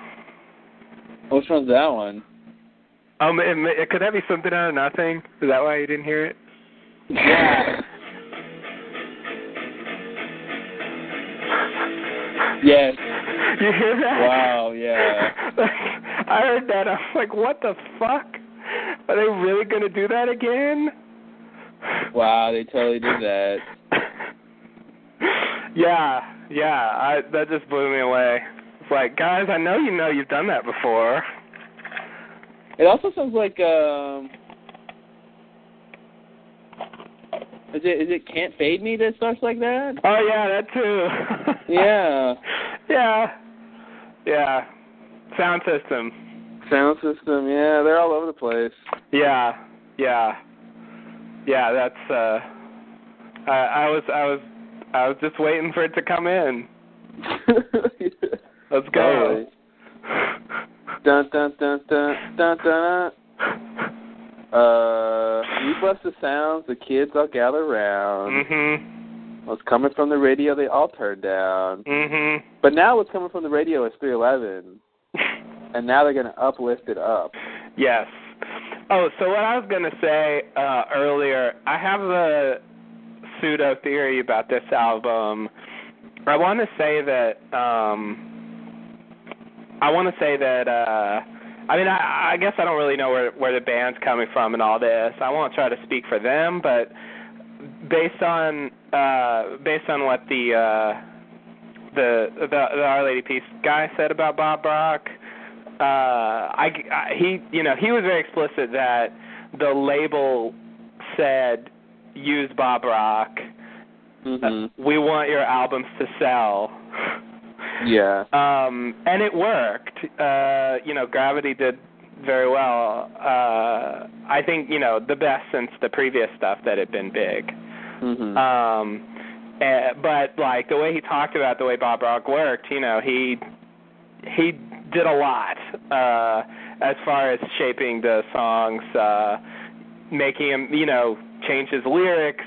[SPEAKER 1] Which one's that one?
[SPEAKER 3] Um, it, it, could that be something out of nothing? Is that why you didn't hear it?
[SPEAKER 1] Yeah. yes.
[SPEAKER 3] You hear that?
[SPEAKER 1] Wow, yeah.
[SPEAKER 3] I heard that. I was like, what the fuck? Are they really going to do that again?
[SPEAKER 1] Wow, they totally did that.
[SPEAKER 3] yeah, yeah. I That just blew me away. It's like, guys, I know you know you've done that before.
[SPEAKER 1] It also sounds like um Is it is it Can't Fade Me that starts like that?
[SPEAKER 3] Oh, yeah, that too.
[SPEAKER 1] Yeah.
[SPEAKER 3] Yeah. Yeah. Sound system.
[SPEAKER 4] Sound system. Yeah, they're all over the place.
[SPEAKER 3] Yeah, yeah, yeah. That's uh, I, I was I was I was just waiting for it to come in. Let's go.
[SPEAKER 4] Totally. Dun dun dun dun dun dun. Uh, we bust the sounds, the kids all gather round.
[SPEAKER 3] Mhm.
[SPEAKER 4] What's coming from the radio, they all turn down.
[SPEAKER 3] Mhm.
[SPEAKER 4] But now what's coming from the radio is 311, and now they're gonna uplift it
[SPEAKER 3] Uh,
[SPEAKER 4] up.
[SPEAKER 3] Yes. Oh, so what I was gonna say uh, earlier, I have a pseudo theory about this album. I want to say that um, I want to say that uh, I mean I, I guess I don't really know where where the band's coming from and all this. I won't try to speak for them, but based on uh, based on what the uh, the the the Our Lady Peace guy said about Bob Brock, uh, I, I he you know he was very explicit that the label said use Bob Rock.
[SPEAKER 4] Mhm.
[SPEAKER 3] We want your albums to sell.
[SPEAKER 4] Yeah.
[SPEAKER 3] Um, and it worked. Uh, you know, Gravity did very well. Uh, I think you know the best since the previous stuff that had been big.
[SPEAKER 1] Mm-hmm.
[SPEAKER 4] Mhm.
[SPEAKER 3] Um, eh, but like the way he talked about the way Bob Rock worked, you know, he he did a lot uh, as far as shaping the songs, uh, making him, you know, change his lyrics,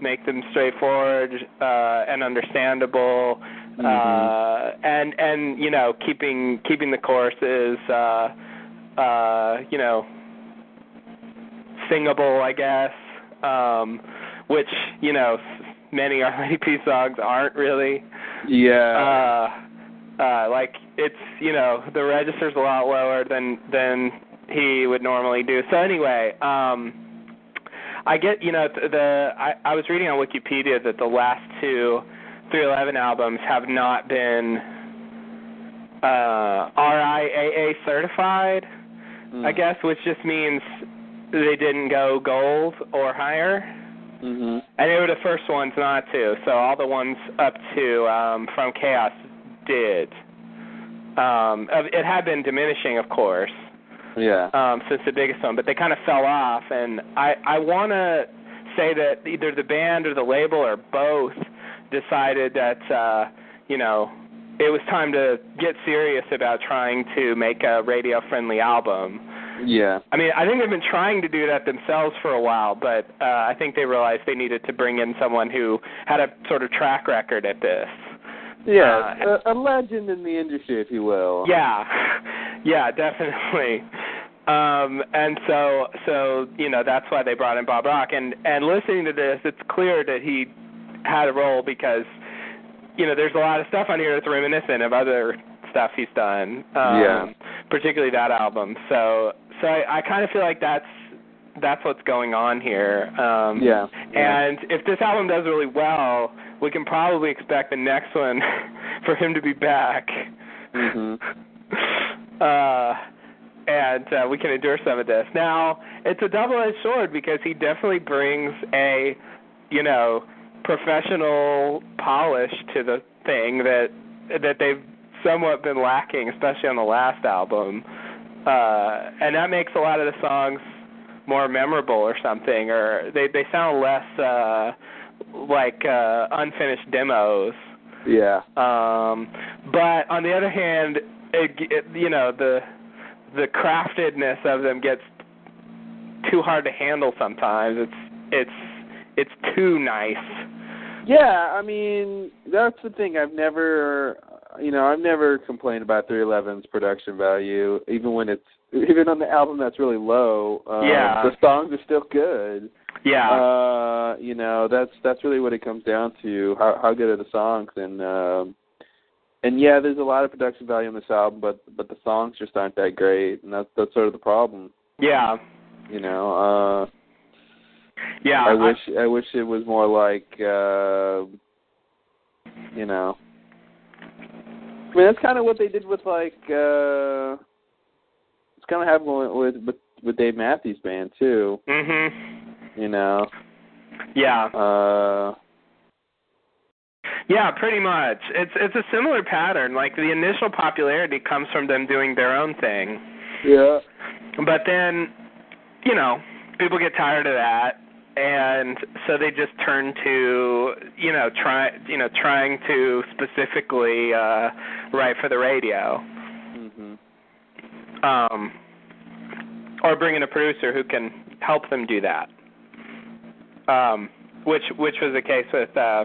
[SPEAKER 3] make them straightforward uh, and understandable. Uh, and and you know keeping keeping the courses uh, uh, you know singable, I guess, um, which you know s- many RIP songs aren't really.
[SPEAKER 4] yeah.
[SPEAKER 3] Uh, uh, like it's you know the register's a lot lower than than he would normally do. So anyway, um, I get you know th- the I, I was reading on Wikipedia that the last two 311 albums have not been uh, RIAA certified. uh,
[SPEAKER 4] Mm-hmm.
[SPEAKER 1] Hmm.
[SPEAKER 3] I guess, which just means they didn't go gold or higher.
[SPEAKER 4] Mhm.
[SPEAKER 3] And they were the first ones not to, so all the ones up to um, From Chaos did. Um, of- it had been diminishing, of course,
[SPEAKER 4] Yeah.
[SPEAKER 3] um, since the biggest one, but they kind of fell off. And I, I want to say that either the band or the label or both decided that, uh, you know, it was time to get serious about trying to make a radio friendly album
[SPEAKER 1] Yeah.
[SPEAKER 3] I mean, I think they've been trying to do that themselves for a while, but uh, I think they realized they needed to bring in someone who had a sort of track record at this.
[SPEAKER 1] Yeah,
[SPEAKER 3] Uh,
[SPEAKER 1] a, a legend in the industry, if you will.
[SPEAKER 3] Yeah, yeah, definitely. Um, and so, so you know, that's why they brought in Bob Rock. And and listening to this, it's clear that he had a role because you know there's a lot of stuff on here that's reminiscent of other stuff he's done. Um,
[SPEAKER 1] Yeah.
[SPEAKER 3] Particularly that album. So, so I, I kind of feel like that's that's what's going on here. Um,
[SPEAKER 1] Yeah.
[SPEAKER 3] and if this album does really well, we can probably expect the next one for him to be back.
[SPEAKER 1] Mhm.
[SPEAKER 4] Mm-hmm.
[SPEAKER 3] Uh, and uh, we can endure some of this. Now, it's a double-edged sword because he definitely brings a, you know, professional polish to the thing that that they've somewhat been lacking, especially on the last album. Uh, and that makes a lot of the songs more memorable or something, or they they sound less uh, like uh, unfinished demos.
[SPEAKER 1] yeah.
[SPEAKER 3] Um, but on the other hand, it, it, you know the the craftedness of them gets too hard to handle sometimes. It's it's it's too nice.
[SPEAKER 1] Yeah, I mean that's the thing. I've never, you know, I've never complained about 311's production value, even when it's even on the album that's really low. Um,
[SPEAKER 3] Yeah.
[SPEAKER 1] the songs are still good.
[SPEAKER 3] Yeah,
[SPEAKER 1] Uh, you know, that's that's really what it comes down to. How how good are the songs and. um and yeah, there's a lot of production value on this album, but but the songs just aren't that great, and that's that's sort of the problem,
[SPEAKER 3] yeah,
[SPEAKER 1] you know. Uh
[SPEAKER 3] yeah.
[SPEAKER 1] I wish I wish it was more like uh you know I mean that's kinda what they did with like uh it's kinda happened with with with Dave Matthews band too,
[SPEAKER 3] mhm.
[SPEAKER 1] you know.
[SPEAKER 3] Yeah.
[SPEAKER 1] Uh
[SPEAKER 3] Yeah, pretty much. It's it's a similar pattern. Like the initial popularity comes from them doing their own thing.
[SPEAKER 1] yeah.
[SPEAKER 3] But then, you know, people get tired of that, and so they just turn to, you know, try, you know, trying to specifically uh, write for the radio,
[SPEAKER 1] Mhm.
[SPEAKER 3] um, or bring in a producer who can help them do that. Um, which which was the case with uh,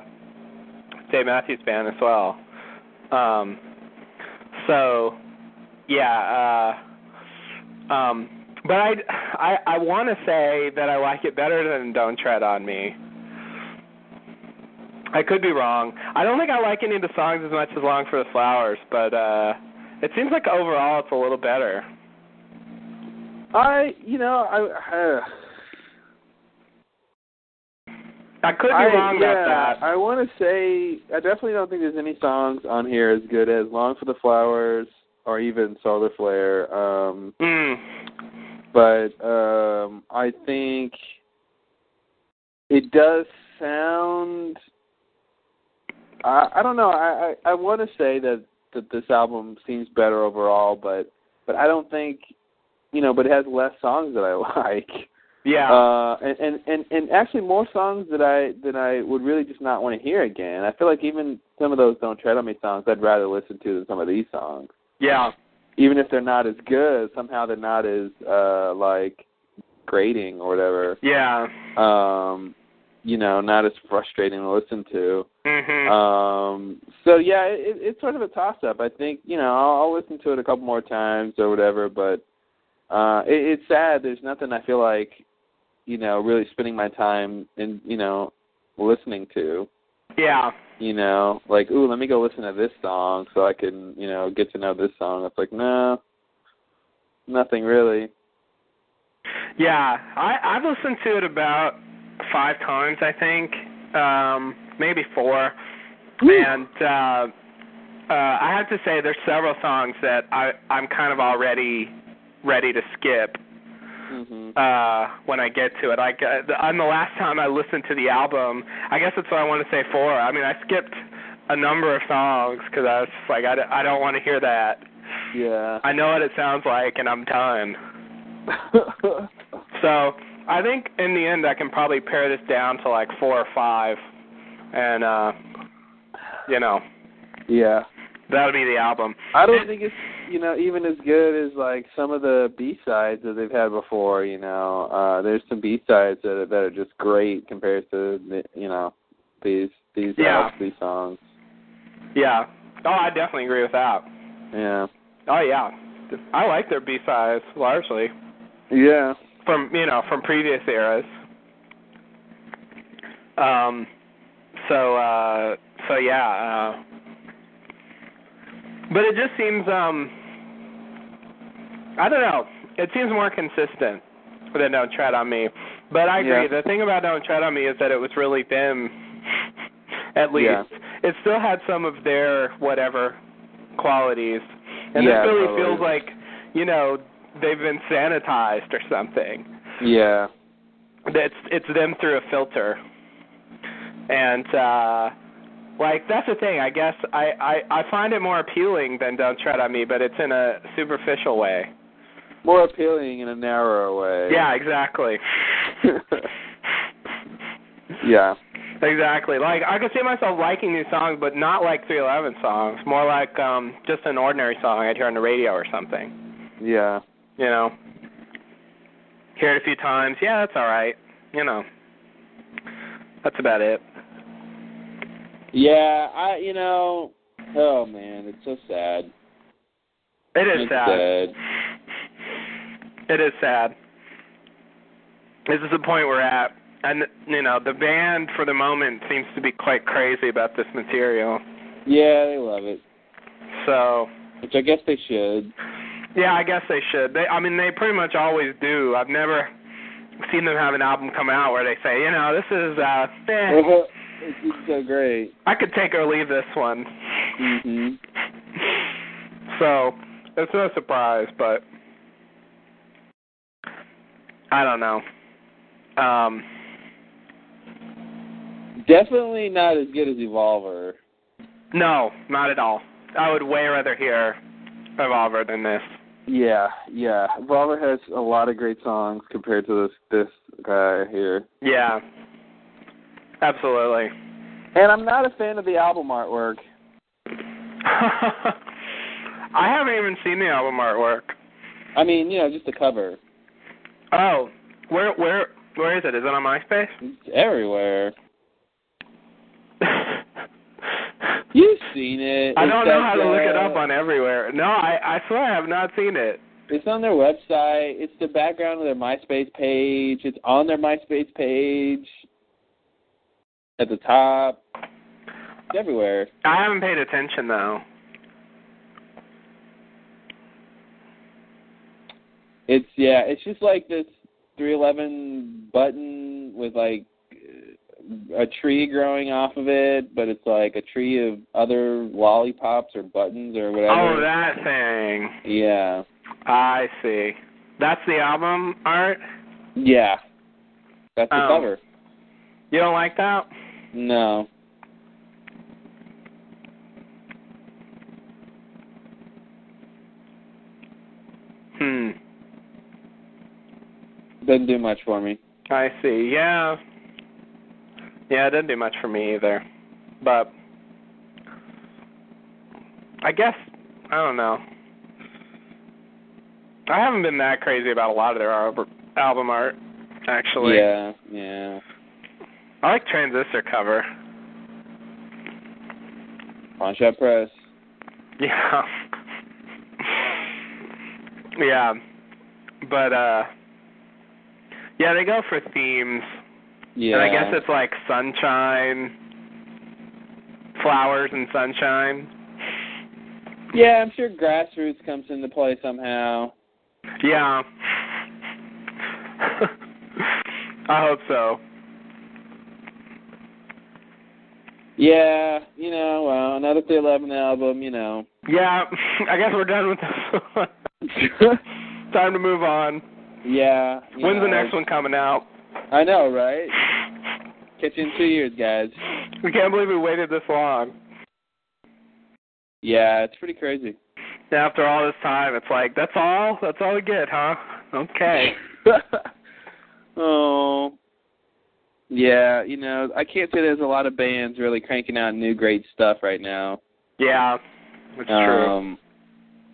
[SPEAKER 3] Dave Matthews Band as well. Um, so, yeah. Uh, um, but I I I want to say that I like it better than Don't Tread on Me. I could be wrong. I don't think I like any of the songs as much as Long for the Flowers, but uh, it seems like overall it's a little better.
[SPEAKER 1] I you know, I uh,
[SPEAKER 3] I could be
[SPEAKER 1] I,
[SPEAKER 3] wrong
[SPEAKER 1] yeah,
[SPEAKER 3] about that.
[SPEAKER 1] I want to say I definitely don't think there's any songs on here as good as "Long for the Flowers" or even "Solar Flare." Um,
[SPEAKER 3] mm.
[SPEAKER 1] but um I think it does sound I I don't know. I I, I want to say that that this album seems better overall, but but I don't think you know, but it has less songs that I like.
[SPEAKER 3] Yeah.
[SPEAKER 1] Uh and and and, and actually more songs that I that I would really just not want to hear again. I feel like even some of those don't tread on me songs I'd rather listen to than some of these songs
[SPEAKER 3] yeah.
[SPEAKER 1] even if they're not as good, somehow they're not as uh like grating or whatever.
[SPEAKER 3] Yeah.
[SPEAKER 1] Um you know, not as frustrating to listen to.
[SPEAKER 3] Mhm.
[SPEAKER 1] Um so yeah, it, it's sort of a toss up. I think, you know, I'll, I'll listen to it a couple more times or whatever, but uh it, it's sad there's nothing I feel like you know, really spending my time and you know, listening to
[SPEAKER 3] yeah.
[SPEAKER 1] you know, like, ooh, let me go listen to this song so I can, you know, get to know this song. It's like, no, nothing really.
[SPEAKER 3] Yeah, I I've listened to it about five times I think, um, maybe four, and uh, uh, I have to say there's several songs that I I'm kind of already ready to skip
[SPEAKER 4] Mm-hmm.
[SPEAKER 1] hmm
[SPEAKER 3] uh when I get to it. I got- the- on the last time I listened to the album, I guess that's what I want to say for. I mean, I skipped a number of songs because I was just like I, d- I don't want to hear that.
[SPEAKER 1] Yeah.
[SPEAKER 3] I know what it sounds like and I'm done. So I think in the end I can probably pare this down to like four or five, and uh, you know
[SPEAKER 1] yeah.
[SPEAKER 3] that'll be the album.
[SPEAKER 1] I don't think it's
[SPEAKER 4] you know even as good as like some of the B sides that they've had before. You know, uh, there's some B sides that are, that are just great compared to the, you know these these
[SPEAKER 3] Yeah.
[SPEAKER 4] these songs.
[SPEAKER 3] Yeah. Oh, I definitely agree with that.
[SPEAKER 4] Yeah,
[SPEAKER 3] Oh yeah, I like their B sides largely
[SPEAKER 4] yeah,
[SPEAKER 3] from you know from previous eras. Um, so uh, so yeah, uh, but it just seems um, I don't know. It seems more consistent than Don't Tread on Me. But I agree.
[SPEAKER 4] Yeah.
[SPEAKER 3] The thing about Don't Tread on Me is that it was really them, at least.
[SPEAKER 4] Yeah.
[SPEAKER 3] It still had some of their whatever qualities, and
[SPEAKER 4] Yeah,
[SPEAKER 3] this really
[SPEAKER 4] totally.
[SPEAKER 3] feels like you know they've been sanitized or something
[SPEAKER 4] yeah,
[SPEAKER 3] that's it's them through a filter and uh like that's the thing i guess I, I i find it more appealing than don't tread on me but it's in a superficial way
[SPEAKER 4] more appealing in a narrow way.
[SPEAKER 3] yeah exactly
[SPEAKER 4] yeah,
[SPEAKER 3] exactly like i could see myself liking these songs but not like 311 songs more like um just an ordinary song i'd hear on the radio or something
[SPEAKER 4] yeah,
[SPEAKER 3] you know hear it a few times yeah that's all right you know that's about it
[SPEAKER 1] Yeah, I you know, oh man, it's so sad.
[SPEAKER 3] it is
[SPEAKER 1] it's
[SPEAKER 3] sad
[SPEAKER 1] sad.
[SPEAKER 3] It is sad. This is the point we're at. And, you know, the band for the moment seems to be quite crazy about this material.
[SPEAKER 1] Yeah, they love it,
[SPEAKER 3] So,
[SPEAKER 1] which I guess they should.
[SPEAKER 3] yeah, I guess they should. They, I mean, they pretty much always do. I've never seen them have an album come out where they say, you know, this is, uh,
[SPEAKER 1] Mm-hmm.
[SPEAKER 3] eh,
[SPEAKER 1] it's just so great.
[SPEAKER 3] I could take or leave this one.
[SPEAKER 1] Mhm.
[SPEAKER 3] So, it's no surprise, but I don't know. Um,
[SPEAKER 1] Definitely not as good as Evolver.
[SPEAKER 3] No, not at all. I would way rather hear Revolver than this.
[SPEAKER 4] yeah, yeah. Revolver has a lot of great songs compared to this this guy here.
[SPEAKER 3] Yeah. Absolutely.
[SPEAKER 4] And I'm not a fan of the album artwork.
[SPEAKER 3] I haven't even seen the album artwork.
[SPEAKER 1] I mean, you know, just the cover.
[SPEAKER 3] Oh, where where where is it? Is it on MySpace?
[SPEAKER 1] It's everywhere. You've seen it.
[SPEAKER 3] I
[SPEAKER 1] It's
[SPEAKER 3] don't know
[SPEAKER 1] at
[SPEAKER 3] how to look
[SPEAKER 1] the-
[SPEAKER 3] it up on everywhere. No, I I swear I have not seen it.
[SPEAKER 1] It's on their website. It's the background of their MySpace page. It's on their MySpace page. At the top. It's everywhere.
[SPEAKER 3] I haven't paid attention though.
[SPEAKER 1] It's yeah. It's just like this 311 button with like a tree growing off of it, but it's like a tree of other lollipops or buttons or whatever.
[SPEAKER 3] Oh, that thing.
[SPEAKER 1] Yeah.
[SPEAKER 3] I see. That's the album art.
[SPEAKER 1] Yeah. That's the
[SPEAKER 3] Oh.
[SPEAKER 1] cover.
[SPEAKER 3] You don't like that?
[SPEAKER 1] No.
[SPEAKER 3] Hmm.
[SPEAKER 1] Doesn't do much for me.
[SPEAKER 3] I see. Yeah. Yeah, it didn't do much for me either. But I guess I don't know. I haven't been that crazy about a lot of their al- album art, actually.
[SPEAKER 1] Yeah. Yeah.
[SPEAKER 3] I like Transistor cover.
[SPEAKER 1] Punch Out Press.
[SPEAKER 3] Yeah. yeah. But uh yeah, they go for themes.
[SPEAKER 1] Yeah.
[SPEAKER 3] And I guess it's like sunshine, flowers and sunshine.
[SPEAKER 1] Yeah, I'm sure grassroots comes into play somehow.
[SPEAKER 3] Yeah. I hope so.
[SPEAKER 1] Yeah, you know, well, another 311 album, you know.
[SPEAKER 3] Yeah, I guess we're done with this one. Time to move on.
[SPEAKER 1] yeah. you
[SPEAKER 3] When's the
[SPEAKER 1] know,
[SPEAKER 3] next one coming out?
[SPEAKER 1] I know, right? Catch you in two years, guys.
[SPEAKER 3] We can't believe we waited this long.
[SPEAKER 1] Yeah, it's pretty crazy.
[SPEAKER 3] After all this time, it's like that's all. That's all we get, huh? Okay.
[SPEAKER 1] oh. Yeah, you know, I can't say there's a lot of bands really cranking out new great stuff right now. Oh.
[SPEAKER 3] Yeah, that's true.
[SPEAKER 1] um,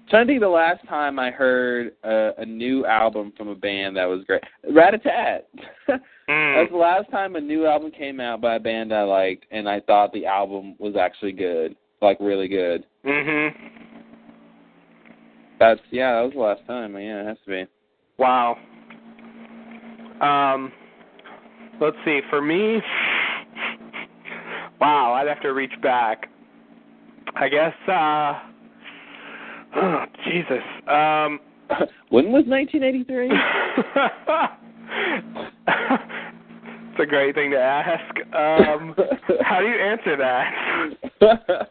[SPEAKER 1] trying to think the last time I heard a, a new album from a band that was great. Rat-a-tat.
[SPEAKER 3] Hmm. Mm,
[SPEAKER 1] That's the last time a new album came out by a band I liked, and I thought the album was actually good, like really good.
[SPEAKER 3] Mhm.
[SPEAKER 1] That's yeah, that was the last time. Yeah, it has to be.
[SPEAKER 3] Wow. Um, let's see. For me, wow, I'd have to reach back. I guess. Uh, Jesus. Um,
[SPEAKER 1] when was 1983?
[SPEAKER 3] it's a great thing to ask. Um, how do you answer that?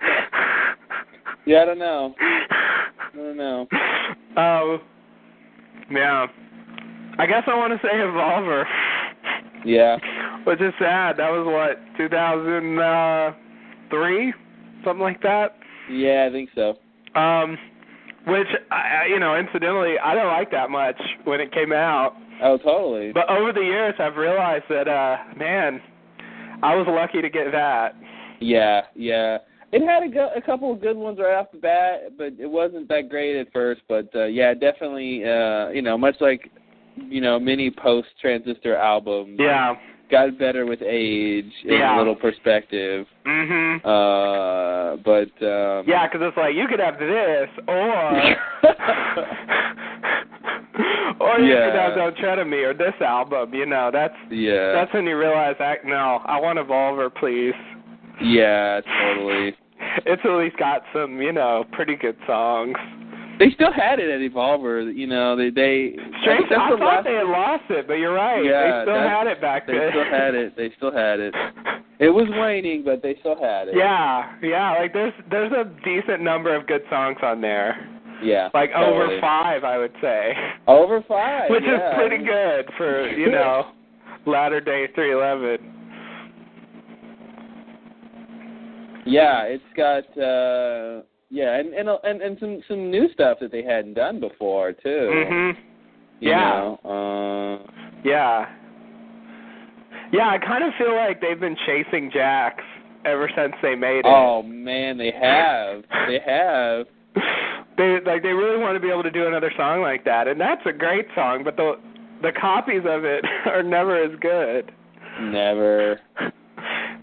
[SPEAKER 1] yeah, I don't know. I don't know.
[SPEAKER 3] Oh, yeah. I guess I want to say Evolver,
[SPEAKER 1] Yeah,
[SPEAKER 3] which is sad. That was what 2003, something like that.
[SPEAKER 1] yeah, I think so.
[SPEAKER 3] Um, which I, I- you know, incidentally, I don't like that much when it came out.
[SPEAKER 1] Oh, totally.
[SPEAKER 3] But over the years, I've realized that, uh, man, I was lucky to get that.
[SPEAKER 1] Yeah, yeah. It had a, go- a couple of good ones right off the bat, but it wasn't that great at first. But uh, yeah, definitely, uh, you know, much like you know many post transistor albums,
[SPEAKER 3] Yeah.
[SPEAKER 1] got better with age and
[SPEAKER 3] Yeah.
[SPEAKER 1] a little perspective.
[SPEAKER 3] Mhm.
[SPEAKER 1] um, Uh, but um,
[SPEAKER 3] Yeah, Uh, 'cause it's like you could have this, or or you could
[SPEAKER 1] Yeah.
[SPEAKER 3] have Don't Tread on Me, or this album. You know, that's
[SPEAKER 1] yeah,
[SPEAKER 3] that's when you realize, I, no, I want Evolver, please.
[SPEAKER 1] yeah, totally.
[SPEAKER 3] It's at least got some, you know, pretty good songs.
[SPEAKER 1] They still had it at Evolver, you know. They they
[SPEAKER 3] Strange,
[SPEAKER 1] that's
[SPEAKER 3] I
[SPEAKER 1] the
[SPEAKER 3] thought
[SPEAKER 1] last-
[SPEAKER 3] they had lost it, but you're right.
[SPEAKER 1] Yeah,
[SPEAKER 3] they still
[SPEAKER 1] that's-
[SPEAKER 3] had it back
[SPEAKER 1] they
[SPEAKER 3] then.
[SPEAKER 1] still had it. They still had it. It was waning, but they still had it.
[SPEAKER 3] Yeah, yeah. Like there's there's a decent number of good songs on there.
[SPEAKER 1] yeah.
[SPEAKER 3] Like over
[SPEAKER 1] totally.
[SPEAKER 3] five, I would say,
[SPEAKER 1] Over five.
[SPEAKER 3] which
[SPEAKER 1] yeah.
[SPEAKER 3] is pretty good for you know latter day 311.
[SPEAKER 1] Yeah, it's got uh yeah, and and and, and some some new stuff that they hadn't done before too.
[SPEAKER 3] Mhm.
[SPEAKER 1] You
[SPEAKER 3] yeah.
[SPEAKER 1] know, uh,
[SPEAKER 3] Yeah. Yeah, I kind of feel like they've been chasing Jax ever since they made it.
[SPEAKER 1] oh man, they have. They have.
[SPEAKER 3] They like they really want to be able to do another song like that, and that's a great song, but the the copies of it are never as good.
[SPEAKER 1] Never.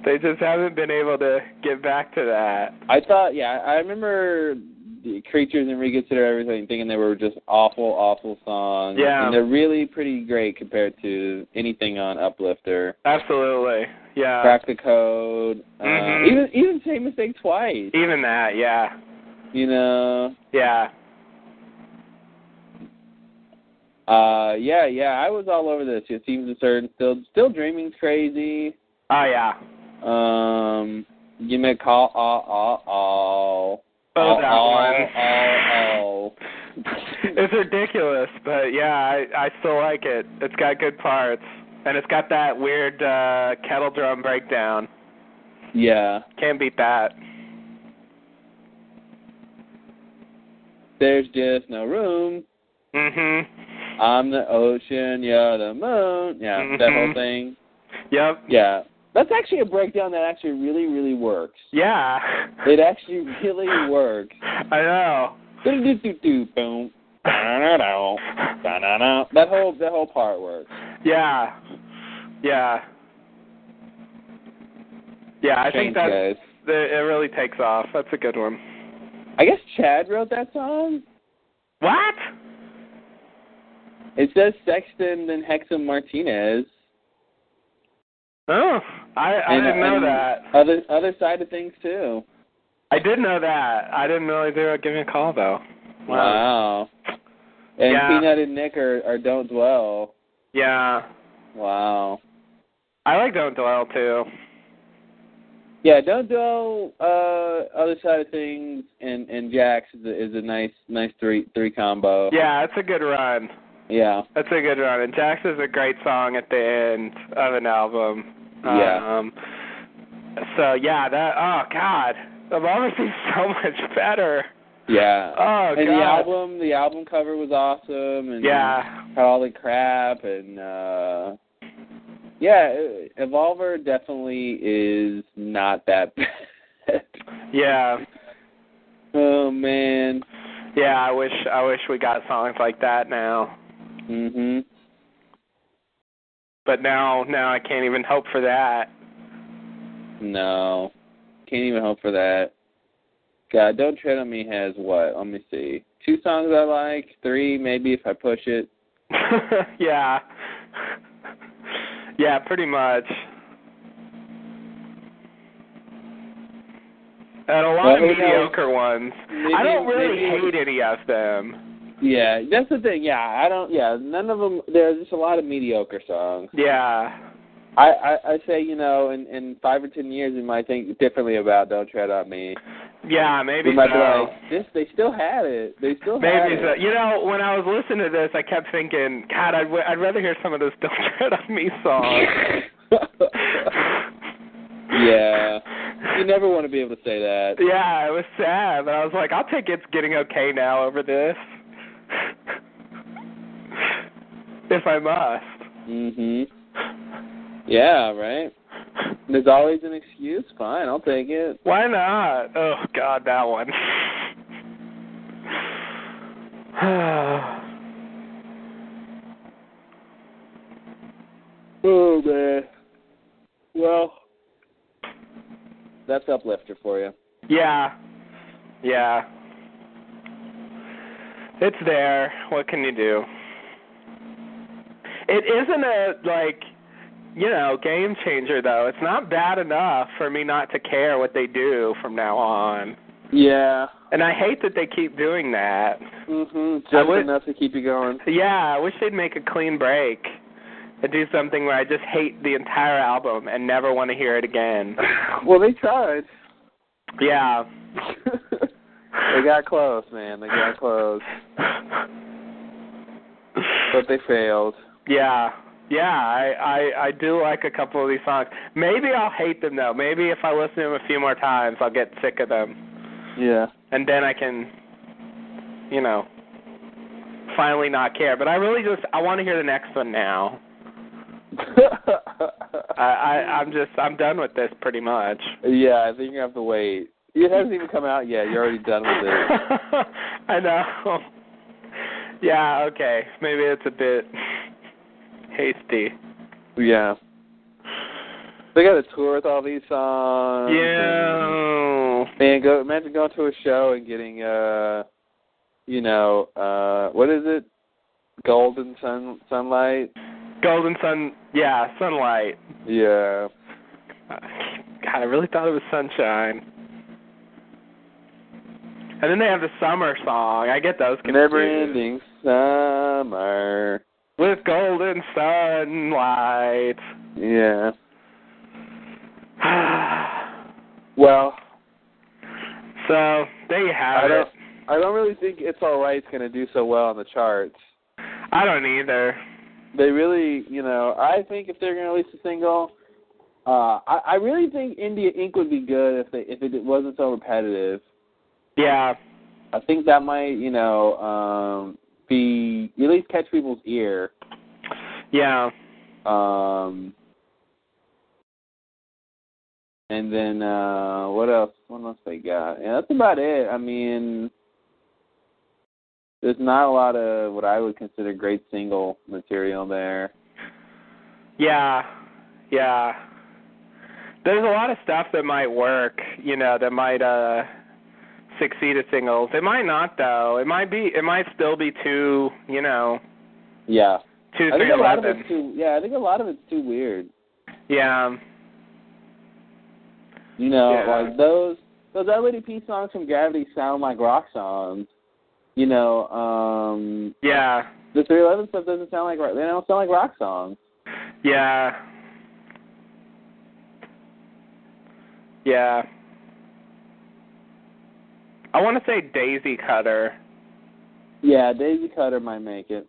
[SPEAKER 3] They just haven't been able to get back to that.
[SPEAKER 1] I thought. Yeah, I remember the creatures and reconsider everything, thinking they were just awful, awful songs.
[SPEAKER 3] Yeah.
[SPEAKER 1] And they're really pretty great compared to anything on Uplifter.
[SPEAKER 3] Absolutely. Yeah.
[SPEAKER 1] Crack the code.
[SPEAKER 3] Mhm.
[SPEAKER 1] Uh, even even same mistake twice.
[SPEAKER 3] Even that, yeah.
[SPEAKER 1] You know.
[SPEAKER 3] Yeah.
[SPEAKER 1] Uh, yeah, yeah, I was all over this. It seems absurd. Still, still dreaming's crazy.
[SPEAKER 3] Oh yeah.
[SPEAKER 1] Um, you may call Uh, all, all, all.
[SPEAKER 3] Oh,
[SPEAKER 1] all,
[SPEAKER 3] that
[SPEAKER 1] all,
[SPEAKER 3] one.
[SPEAKER 1] All, all.
[SPEAKER 3] It's ridiculous, but yeah, I I still like it. It's got good parts, and it's got that weird uh kettle drum breakdown.
[SPEAKER 1] yeah.
[SPEAKER 3] Can't beat that.
[SPEAKER 1] There's just no room.
[SPEAKER 3] Mhm.
[SPEAKER 1] I'm the ocean, you're the moon. Yeah, that whole
[SPEAKER 3] Mhm.
[SPEAKER 1] thing.
[SPEAKER 3] Yep.
[SPEAKER 1] Yeah. That's actually a breakdown that actually really, really works.
[SPEAKER 3] Yeah.
[SPEAKER 1] It actually really works.
[SPEAKER 3] I know.
[SPEAKER 1] Do-do-do-do, boom. Da-da-da-da. Da-da-da. That whole that whole part works.
[SPEAKER 3] Yeah. Yeah. Yeah, I think
[SPEAKER 1] Thanks,
[SPEAKER 3] that's
[SPEAKER 1] guys.
[SPEAKER 3] the, it really takes off. That's a good one.
[SPEAKER 1] I guess Chad wrote that song.
[SPEAKER 3] What?
[SPEAKER 1] It says Sexton and Hexam Martinez.
[SPEAKER 3] Oh, I I
[SPEAKER 1] and,
[SPEAKER 3] didn't know
[SPEAKER 1] and
[SPEAKER 3] that.
[SPEAKER 1] Other other side of things too.
[SPEAKER 3] I did know that. I didn't realize they were giving a call though.
[SPEAKER 1] Wow. And
[SPEAKER 3] Yeah.
[SPEAKER 1] Peanut and Nick are, are don't dwell.
[SPEAKER 3] Yeah.
[SPEAKER 1] Wow.
[SPEAKER 3] I like Don't Dwell too.
[SPEAKER 1] Yeah, don't dwell. Uh, other side of things and and Jax is a, is a nice nice three three combo.
[SPEAKER 3] Yeah, it's a good run.
[SPEAKER 1] Yeah.
[SPEAKER 3] That's a good run. And Jax is a great song at the end of an album.
[SPEAKER 1] Yeah.
[SPEAKER 3] Um, so yeah, that oh god, the album seems so much better.
[SPEAKER 1] Yeah.
[SPEAKER 3] Oh
[SPEAKER 1] and
[SPEAKER 3] god.
[SPEAKER 1] the album the album cover was awesome and
[SPEAKER 3] yeah.
[SPEAKER 1] had all the crap and uh yeah evolver definitely is not that bad
[SPEAKER 3] Yeah.
[SPEAKER 1] oh man
[SPEAKER 3] Yeah, I wish I wish we got songs like that now.
[SPEAKER 1] Mhm.
[SPEAKER 3] But now now I can't even hope for that.
[SPEAKER 1] No. Can't even hope for that. God, Don't Tread on Me has what? Let me see. Two songs I like, three maybe if I push it.
[SPEAKER 3] yeah. Yeah, pretty much. And a lot
[SPEAKER 1] Well,
[SPEAKER 3] of
[SPEAKER 1] who knows?
[SPEAKER 3] mediocre ones. I don't
[SPEAKER 1] Maybe-
[SPEAKER 3] really
[SPEAKER 1] maybe-
[SPEAKER 3] hate any of them.
[SPEAKER 1] Yeah, that's the thing. Yeah, I don't. Yeah, none of them. There's just a lot of mediocre songs.
[SPEAKER 3] Yeah.
[SPEAKER 1] I I, I say you know, in in five or ten years, we might think differently about "Don't Tread on Me."
[SPEAKER 3] Yeah, maybe
[SPEAKER 1] we might
[SPEAKER 3] so.
[SPEAKER 1] be like, "This, they still had it. They still had
[SPEAKER 3] Maybe
[SPEAKER 1] it."
[SPEAKER 3] so. You know, when I was listening to this, I kept thinking, God, I'd, w- I'd rather hear some of those "Don't Tread on Me" songs.
[SPEAKER 1] Yeah. you never want to be able to say that.
[SPEAKER 3] Yeah, it was sad, but I was like, I'll take it's getting okay now over this. if I must.
[SPEAKER 1] Mhm. Mm-hmm. Yeah. Right. There's always an excuse. Fine, I'll take it.
[SPEAKER 3] Why not? Oh God, that one.
[SPEAKER 1] Oh man. Well, that's uplifter for you.
[SPEAKER 3] yeah. Yeah. It's there. What can you do? It isn't a like you know, game changer though. It's not bad enough for me not to care what they do from now on.
[SPEAKER 1] Yeah.
[SPEAKER 3] And I hate that they keep doing that.
[SPEAKER 1] Mhm.
[SPEAKER 3] I
[SPEAKER 1] Just
[SPEAKER 3] would-
[SPEAKER 1] enough to keep you going.
[SPEAKER 3] Yeah, I wish they'd make a clean break and do something where I just hate the entire album and never want to hear it again.
[SPEAKER 1] Well, they tried.
[SPEAKER 3] Yeah.
[SPEAKER 1] they got close, man. They got close, but they failed.
[SPEAKER 3] yeah. Yeah, I, I I do like a couple of these songs. Maybe I'll hate them though. Maybe if I listen to them a few more times, I'll get sick of them,
[SPEAKER 1] Yeah.
[SPEAKER 3] and then I can, you know, finally not care. But I really just I want to hear the next one now. I, I I'm just I'm done with this pretty much.
[SPEAKER 1] yeah, I think you have to wait. It hasn't even come out yet. You're already done with it.
[SPEAKER 3] I know. Yeah, okay. Maybe it's a bit hasty.
[SPEAKER 1] Yeah. They got to tour with all these songs. and-
[SPEAKER 3] yeah.
[SPEAKER 1] Man, go imagine going to a show and getting uh you know, uh what is it? Golden sun sunlight.
[SPEAKER 3] Golden sun. Yeah, sunlight.
[SPEAKER 1] Yeah.
[SPEAKER 3] God, I really thought it was sunshine. And then they have the summer song. I get those confused.
[SPEAKER 1] Never ending summer.
[SPEAKER 3] With golden sunlight.
[SPEAKER 1] Yeah. Well,
[SPEAKER 3] so there you
[SPEAKER 1] I
[SPEAKER 3] have it.
[SPEAKER 1] don't I don't really think it's all right's gonna do so well on the charts.
[SPEAKER 3] I don't either.
[SPEAKER 1] They really you know, I think if they're gonna release a single uh I, I really think India Ink would be good if they if it wasn't so repetitive.
[SPEAKER 3] Yeah.
[SPEAKER 1] I think that might, you know, um be at least catch people's ear.
[SPEAKER 3] Yeah.
[SPEAKER 1] Um and then uh what else? What else they got? Yeah, that's about it. I mean there's not a lot of what I would consider great single material there.
[SPEAKER 3] Yeah, yeah. There's a lot of stuff that might work, you know, that might uh succeed as singles. It might not though. It might be. It might still be too, you know,
[SPEAKER 1] Yeah.
[SPEAKER 3] two
[SPEAKER 1] I
[SPEAKER 3] three
[SPEAKER 1] think a lot of
[SPEAKER 3] eleven.
[SPEAKER 1] it's too yeah, I think a lot of it's too weird.
[SPEAKER 3] Yeah,
[SPEAKER 1] You know,
[SPEAKER 3] Yeah.
[SPEAKER 1] like those those LADP songs from Gravity sound like rock songs. You know, um
[SPEAKER 3] yeah,
[SPEAKER 1] The 311 stuff doesn't sound like rock. They don't sound like rock songs.
[SPEAKER 3] yeah, yeah. I want to say Daisy Cutter.
[SPEAKER 1] Yeah, Daisy Cutter might make it.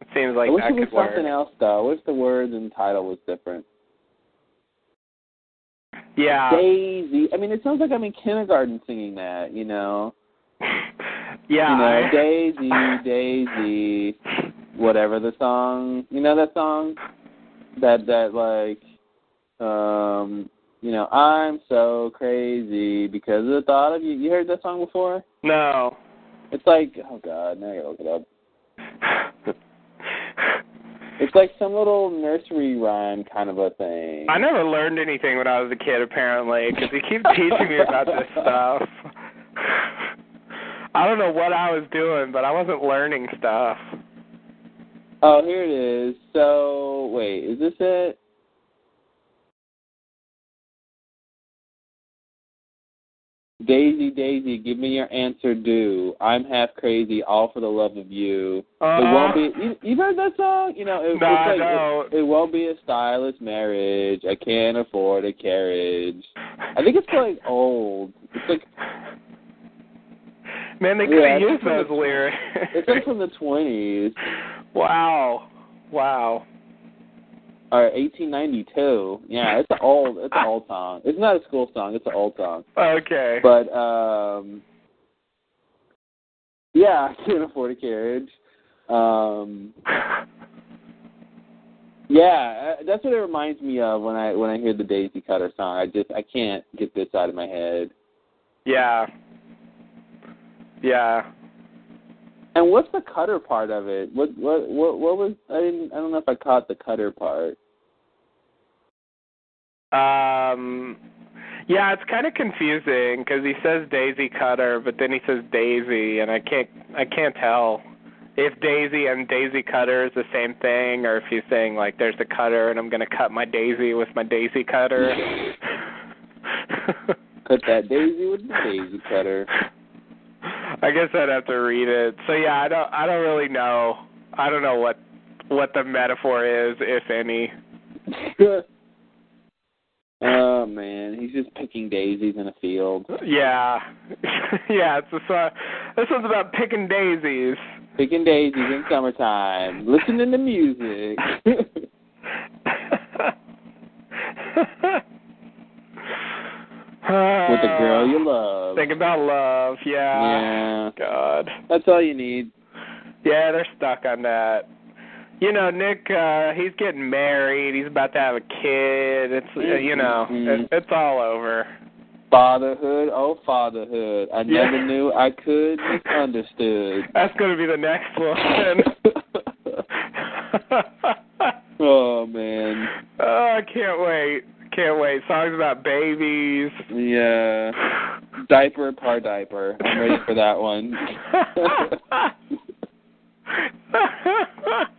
[SPEAKER 3] It seems like
[SPEAKER 1] I wish
[SPEAKER 3] that
[SPEAKER 1] it was
[SPEAKER 3] could work.
[SPEAKER 1] something else though. I wish the words and title was different.
[SPEAKER 3] Yeah.
[SPEAKER 1] Daisy. I mean, it sounds like I'm in kindergarten singing that. You know.
[SPEAKER 3] yeah.
[SPEAKER 1] you know,
[SPEAKER 3] I-
[SPEAKER 1] Daisy, Daisy, whatever the song. You know that song? That that like, um, you know, I'm so crazy because of the thought of you. You heard that song before?
[SPEAKER 3] No.
[SPEAKER 1] It's like oh god, now I gotta look it up. It's like some little nursery rhyme kind of a thing.
[SPEAKER 3] I never learned anything when I was a kid, apparently, because you keep teaching me about this stuff. I don't know what I was doing, but I wasn't learning stuff.
[SPEAKER 1] Oh, here it is. So wait, is this it? Daisy, Daisy, give me your answer, do. I'm half crazy, all for the love of you.
[SPEAKER 3] Uh,
[SPEAKER 1] It won't be. You, you've heard that song, you know. It,
[SPEAKER 3] No, I
[SPEAKER 1] it's like,
[SPEAKER 3] don't.
[SPEAKER 1] It, it won't be a stylish marriage. I can't afford a carriage. I think it's like old. It's like
[SPEAKER 3] Man, they
[SPEAKER 1] Yeah,
[SPEAKER 3] could
[SPEAKER 1] I
[SPEAKER 3] have
[SPEAKER 1] think
[SPEAKER 3] used
[SPEAKER 1] from
[SPEAKER 3] those
[SPEAKER 1] the-
[SPEAKER 3] lyrics.
[SPEAKER 1] it's like from the twenties
[SPEAKER 3] wow. Wow.
[SPEAKER 1] or 1892. Yeah, it's an old. It's an old song. It's not a school song. It's an old song.
[SPEAKER 3] Okay.
[SPEAKER 1] But um, yeah, I can't afford a carriage. Um, Yeah, uh, that's what it reminds me of when I when I hear the Daisy Cutter song. I just I can't get this out of my head.
[SPEAKER 3] yeah. Yeah.
[SPEAKER 1] And what's the cutter part of it? What what what what was I didn't I don't know if I caught the cutter part.
[SPEAKER 3] Um yeah, it's kind of confusing because he says Daisy Cutter, but then he says Daisy, and I can't I can't tell if Daisy and Daisy Cutter is the same thing, or if he's saying like there's a cutter and I'm gonna cut my Daisy with my Daisy Cutter.
[SPEAKER 1] Cut that daisy with the daisy cutter.
[SPEAKER 3] I guess I'd have to read it. So yeah, I don't I don't really know. I don't know what what the metaphor is, if any.
[SPEAKER 1] oh man, he's just picking daisies in a field.
[SPEAKER 3] Yeah, yeah. It's this one. This one's about picking daisies.
[SPEAKER 1] Picking daisies in summertime, listening to music. With the girl you love.
[SPEAKER 3] Think about love.
[SPEAKER 1] Yeah.
[SPEAKER 3] Yeah. God.
[SPEAKER 1] That's all you need.
[SPEAKER 3] Yeah, they're stuck on that. You know, Nick, uh, he's getting married. He's about to have a kid. It's uh, you know,
[SPEAKER 1] Mhm.
[SPEAKER 3] it, it's all over.
[SPEAKER 1] Fatherhood, oh fatherhood. I
[SPEAKER 3] Yeah.
[SPEAKER 1] never knew I could misunderstood.
[SPEAKER 3] That's gonna be the next one.
[SPEAKER 1] oh man.
[SPEAKER 3] oh, I can't wait. Can't wait. Songs about babies.
[SPEAKER 1] Yeah. Diaper par diaper. I'm ready for that one.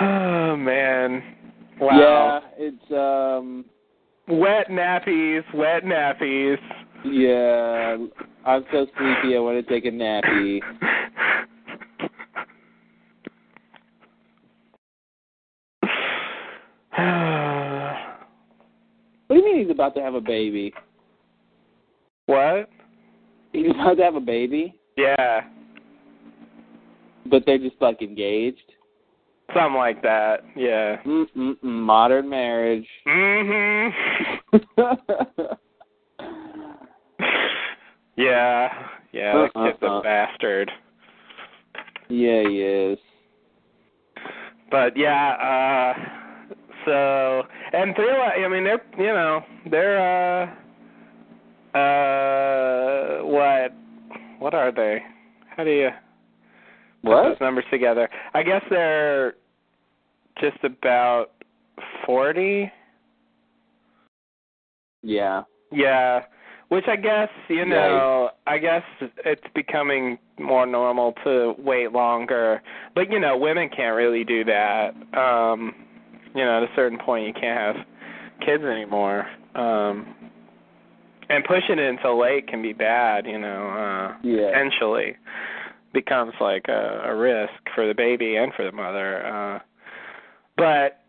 [SPEAKER 3] oh man.
[SPEAKER 1] Yeah,
[SPEAKER 3] Wow.
[SPEAKER 1] it's um
[SPEAKER 3] Wet nappies, wet nappies.
[SPEAKER 1] yeah. I'm so sleepy I wanna take a nappy. What do you mean he's about to have a baby?
[SPEAKER 3] what?
[SPEAKER 1] He's about to have a baby?
[SPEAKER 3] Yeah.
[SPEAKER 1] But they're just like engaged.
[SPEAKER 3] Something like that. Yeah.
[SPEAKER 1] Mm mm mm. Modern marriage.
[SPEAKER 3] Mhm. yeah. Yeah, that
[SPEAKER 1] Uh, uh,
[SPEAKER 3] kid's a
[SPEAKER 1] uh.
[SPEAKER 3] bastard.
[SPEAKER 1] yeah, he is.
[SPEAKER 3] But yeah, uh so and Thrilla, I mean they're you know, they're uh uh what what are they? How do you put
[SPEAKER 1] What?
[SPEAKER 3] those numbers together? I guess they're just about 40.
[SPEAKER 1] Yeah.
[SPEAKER 3] Yeah, which I guess you know, I guess it's becoming more normal to wait longer. But you know, women can't really do that. Um, you know, at a certain point, you can't have kids anymore. Um, and pushing it until late can be bad. You know, uh,
[SPEAKER 1] Yeah.
[SPEAKER 3] potentially becomes like a, a risk for the baby and for the mother. Uh, but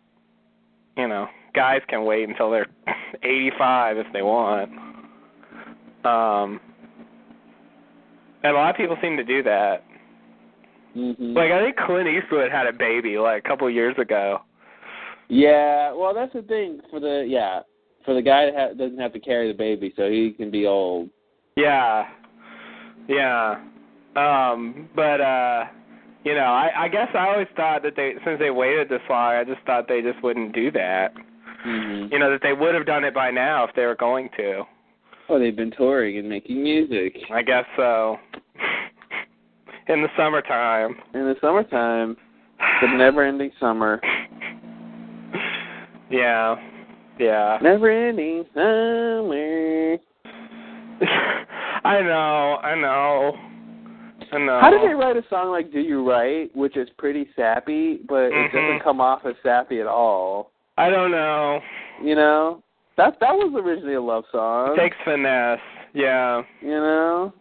[SPEAKER 3] you know, guys can wait until they're 85 if they want. Um, and a lot of people seem to do that.
[SPEAKER 1] hmm
[SPEAKER 3] Like I think Clint Eastwood had a baby like a couple years ago.
[SPEAKER 1] yeah. Well, that's the thing for the yeah for the guy that ha- doesn't have to carry the baby, so he can be old.
[SPEAKER 3] Yeah. Yeah. Um, but uh you know, I I guess I always thought that they since they waited this long, I just thought they just wouldn't do that.
[SPEAKER 1] Mm-hmm.
[SPEAKER 5] Mhm.
[SPEAKER 3] you know that they would have done it by now if they were going to.
[SPEAKER 5] Oh, they've been touring and making music
[SPEAKER 3] I guess so. In the summertime.
[SPEAKER 1] in the summertime, the never-ending summer,
[SPEAKER 3] Yeah. Yeah.
[SPEAKER 1] never-ending summer.
[SPEAKER 3] I know. I know. I know.
[SPEAKER 1] How did they write a song like "Do You Right," which is pretty sappy, but it
[SPEAKER 3] Mhm.
[SPEAKER 1] doesn't come off as sappy at all?
[SPEAKER 3] I don't know.
[SPEAKER 1] You know, that that was originally a love song.
[SPEAKER 3] It takes finesse. Yeah.
[SPEAKER 1] you know,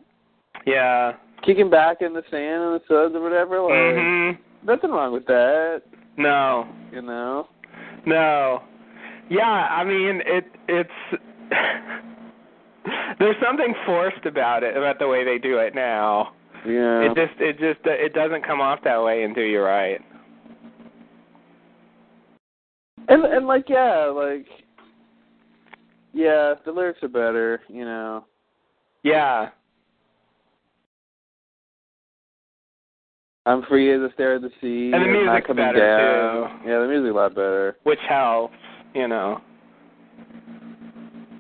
[SPEAKER 3] Yeah.
[SPEAKER 1] kicking back in the sand and the suds or whatever. Like
[SPEAKER 3] Mhm.
[SPEAKER 1] nothing wrong with that.
[SPEAKER 3] No.
[SPEAKER 1] You know.
[SPEAKER 3] No. Yeah, I mean it it's there's something forced about it about the way they do it now.
[SPEAKER 1] Yeah.
[SPEAKER 3] It just it just it doesn't come off that way and do you right.
[SPEAKER 1] And and like yeah, like yeah, the lyrics are better, you know.
[SPEAKER 3] Yeah.
[SPEAKER 1] I'm free as a stare at the sea.
[SPEAKER 3] And the
[SPEAKER 1] I'm not
[SPEAKER 3] music's
[SPEAKER 1] coming
[SPEAKER 3] better,
[SPEAKER 1] down. Yeah, the music's a lot better.
[SPEAKER 3] Which helps, you know.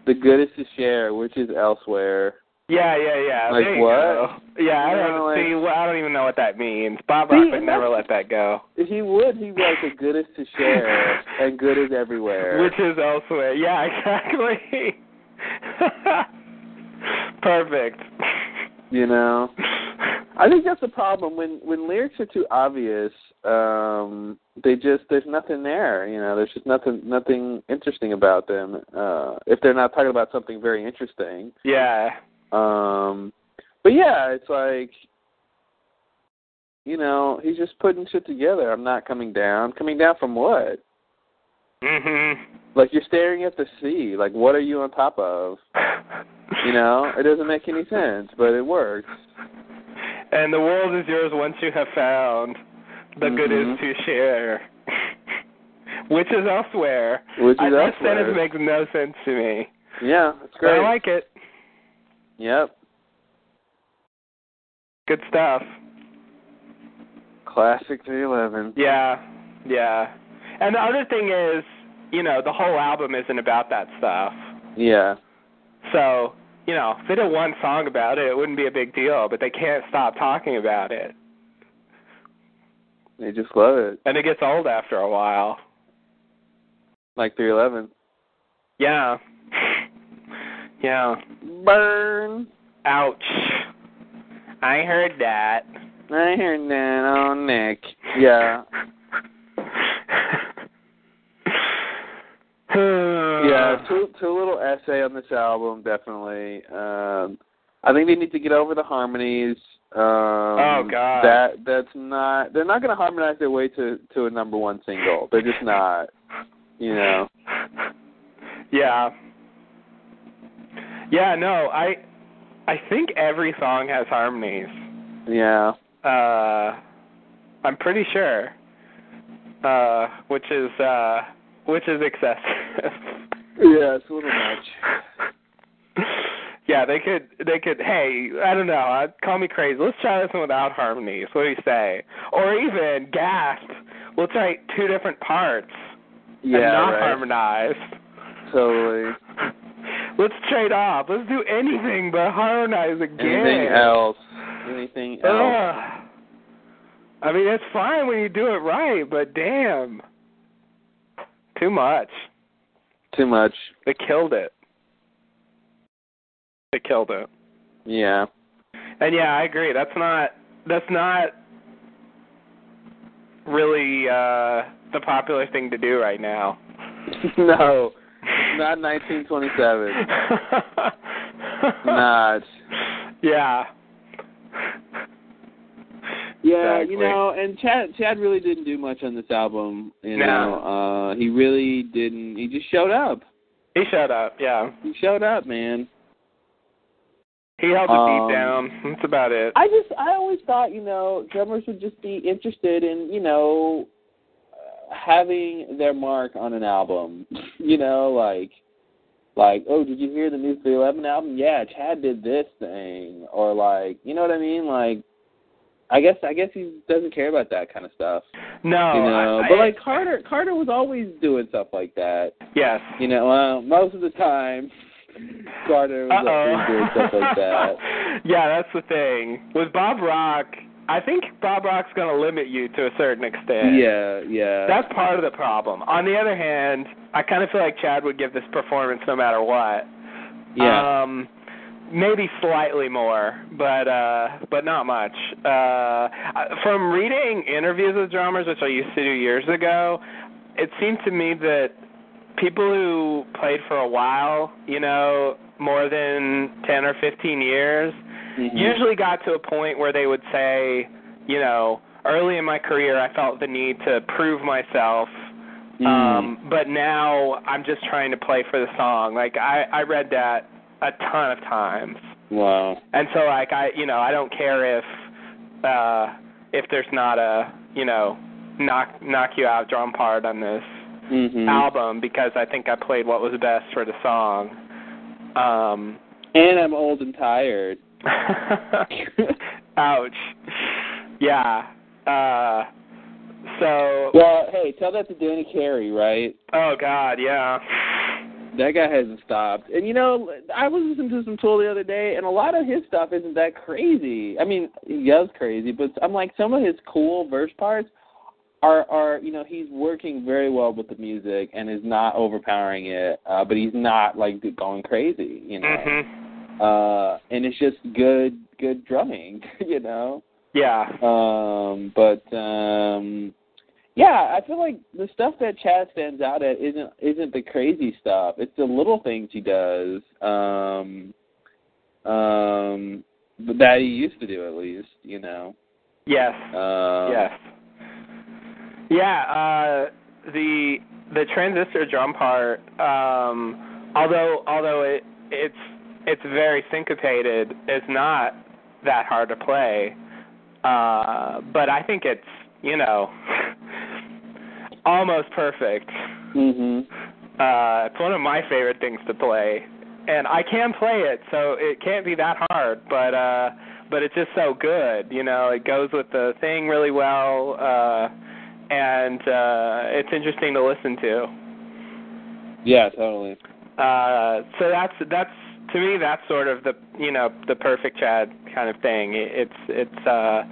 [SPEAKER 1] The good is to share, which is elsewhere.
[SPEAKER 3] Yeah, yeah, yeah.
[SPEAKER 1] Like
[SPEAKER 3] there you
[SPEAKER 1] what?
[SPEAKER 3] go. Yeah, I
[SPEAKER 1] You
[SPEAKER 3] don't
[SPEAKER 1] know, like-
[SPEAKER 3] see. Well, I don't even know what that means. Bob
[SPEAKER 1] See,
[SPEAKER 3] Rock would
[SPEAKER 1] and
[SPEAKER 3] never
[SPEAKER 1] that's-
[SPEAKER 3] let that go.
[SPEAKER 1] If he would, he write the good is to share and good is everywhere.
[SPEAKER 3] Which is elsewhere. Yeah, exactly. Perfect.
[SPEAKER 1] you know. I think that's the problem when when lyrics are too obvious. Um, they just there's nothing there. You know, there's just nothing nothing interesting about them. Uh, if they're not talking about something very interesting.
[SPEAKER 3] yeah.
[SPEAKER 1] Um, but yeah, it's like you know he's just putting shit together. I'm not coming down. Coming down from what?
[SPEAKER 3] Mhm.
[SPEAKER 1] Like you're staring at the sea. Like what are you on top of? You know, it doesn't make any sense, but it works.
[SPEAKER 3] And the world is yours once you have found the good
[SPEAKER 1] Mhm.
[SPEAKER 3] is to share, which is elsewhere.
[SPEAKER 1] Which is
[SPEAKER 3] I, that
[SPEAKER 1] elsewhere.
[SPEAKER 3] sentence makes no sense to me.
[SPEAKER 1] Yeah, it's
[SPEAKER 3] But
[SPEAKER 1] great.
[SPEAKER 3] I like it.
[SPEAKER 1] yep.
[SPEAKER 3] Good stuff.
[SPEAKER 1] Classic 311.
[SPEAKER 3] Yeah, yeah. And the other thing is, you know, the whole album isn't about that stuff.
[SPEAKER 1] Yeah.
[SPEAKER 3] So, you know, if they did one song about it, it wouldn't be a big deal. But they can't stop talking about it,
[SPEAKER 1] They just love it.
[SPEAKER 3] and it gets old after a while.
[SPEAKER 1] Like 311.
[SPEAKER 3] Yeah, yeah.
[SPEAKER 1] Burn.
[SPEAKER 3] Ouch. I heard that.
[SPEAKER 1] I hear that on Nick. Yeah.
[SPEAKER 3] Uh,
[SPEAKER 1] Yeah, too too little essay on this album definitely. Um I think they need to get over the harmonies. Um
[SPEAKER 3] Oh, God.
[SPEAKER 1] That that's not they're not going to harmonize their way to to a number 1 single. They're just not, you know.
[SPEAKER 3] Yeah. Yeah, no, I I think every song has harmonies.
[SPEAKER 1] Yeah.
[SPEAKER 3] Uh I'm pretty sure. Uh which is uh which is excessive.
[SPEAKER 1] Yeah, it's a little much.
[SPEAKER 3] yeah, they could they could hey, I don't know, uh, call me crazy. Let's try this one without harmonies. What do you say? Or even gasp. Let's write two different parts
[SPEAKER 1] Yeah,
[SPEAKER 3] and not
[SPEAKER 1] right.
[SPEAKER 3] harmonized.
[SPEAKER 1] Totally.
[SPEAKER 3] Let's trade off. Let's do anything but harmonize again.
[SPEAKER 1] Anything else? Anything
[SPEAKER 3] Ugh.
[SPEAKER 1] else?
[SPEAKER 3] I mean, it's fine when you do it right, but damn. Too much.
[SPEAKER 1] Too much.
[SPEAKER 3] They killed it. They killed it.
[SPEAKER 1] Yeah.
[SPEAKER 3] And yeah, I agree. That's not that's not really uh the popular thing to do right now.
[SPEAKER 1] no. Not 1927. Not.
[SPEAKER 3] Yeah.
[SPEAKER 1] Yeah,
[SPEAKER 3] Exactly.
[SPEAKER 1] you know, and Chad Chad really didn't do much on this album. You
[SPEAKER 3] No.
[SPEAKER 1] know, uh, he really didn't. He just showed up.
[SPEAKER 3] He showed up, yeah.
[SPEAKER 1] He showed up, man.
[SPEAKER 3] He held the
[SPEAKER 1] Um,
[SPEAKER 3] beat down. That's about it.
[SPEAKER 1] I just I always thought you know drummers would just be interested in you know uh, having their mark on an album. you know, like like oh did you hear the new 311 album? Yeah, Chad did this thing or like you know what I mean like. I guess I guess he doesn't care about that kind of stuff.
[SPEAKER 3] No,
[SPEAKER 1] you know,
[SPEAKER 3] Oh, I-
[SPEAKER 1] but
[SPEAKER 3] I-
[SPEAKER 1] like Carter, Carter was always doing stuff like that.
[SPEAKER 3] yes,
[SPEAKER 1] You know, uh, most of the time, Carter was always doing
[SPEAKER 3] Uh-oh.
[SPEAKER 1] stuff like that.
[SPEAKER 3] yeah, that's the thing. With Bob Rock, I think Bob Rock's going to limit you to a certain extent.
[SPEAKER 1] Yeah, yeah.
[SPEAKER 3] That's part of the problem. On the other hand, I kind of feel like Chad would give this performance no matter what.
[SPEAKER 1] yeah.
[SPEAKER 3] Um maybe slightly more, but uh but not much. Uh I- from reading interviews with drummers which I used to do years ago, it seemed to me that people who played for a while, you know, more than 10 or 15 years,
[SPEAKER 1] Mhm.
[SPEAKER 3] usually got to a point where they would say, you know, early in my career I felt the need to prove myself.
[SPEAKER 1] Mm.
[SPEAKER 3] Um, but now I'm just trying to play for the song. Like I I read that a ton of times.
[SPEAKER 1] wow.
[SPEAKER 3] And so like I you know, I don't care if uh if there's not a, you know, knock knock you out drum part on this
[SPEAKER 1] Mhm.
[SPEAKER 3] album because I think I played what was best for the song. Um
[SPEAKER 1] And I'm old and tired.
[SPEAKER 3] Ouch. Yeah. Uh so
[SPEAKER 1] Well, hey, tell that to Danny Carey, right?
[SPEAKER 3] oh god, yeah.
[SPEAKER 1] That guy hasn't stopped. And you know, I was listening to some Tool the other day, and a lot of his stuff isn't that crazy. I mean, he goes crazy, but I'm like, some of his cool verse parts are are you know he's working very well with the music and is not overpowering it, uh, but he's not like going crazy, you know.
[SPEAKER 3] Mhm.
[SPEAKER 1] Uh, and it's just good good drumming, you know.
[SPEAKER 3] Yeah.
[SPEAKER 1] Um, but um, yeah, I feel like the stuff that Chad stands out at isn't isn't the crazy stuff. It's the little things he does. Um, um, but that he used to do at least, you know.
[SPEAKER 3] Yes.
[SPEAKER 1] Um,
[SPEAKER 3] yes. Yeah, uh the the transistor drum part um although although it it's it's very syncopated, it's not that hard to play. Uh but I think it's, you know, almost perfect.
[SPEAKER 1] Mhm.
[SPEAKER 3] Uh, it's one of my favorite things to play, and I can play it, so it can't be that hard. But uh, but it's just so good, you know. It goes with the thing really well, uh, and uh, it's interesting to listen to.
[SPEAKER 1] Yeah, totally.
[SPEAKER 3] Uh, so that's that's to me that's sort of the you know the perfect Chad kind of thing. It, it's it's uh,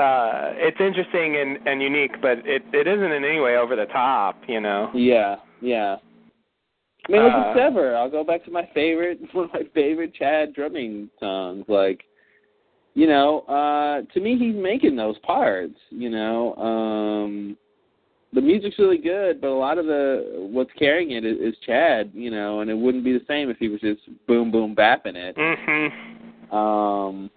[SPEAKER 3] uh, it's interesting and, and unique, but it it isn't in any way over the top, you know.
[SPEAKER 1] Yeah, yeah. I mean, look
[SPEAKER 3] Uh,
[SPEAKER 1] at Sever. I'll go back to my favorite, one of my favorite Chad drumming songs. Like, you know, uh to me, he's making those parts. You know, um the music's really good, but a lot of the what's carrying it is, is Chad. You know, and it wouldn't be the same if he was just boom, boom, bapping it.
[SPEAKER 3] Mhm.
[SPEAKER 1] Um,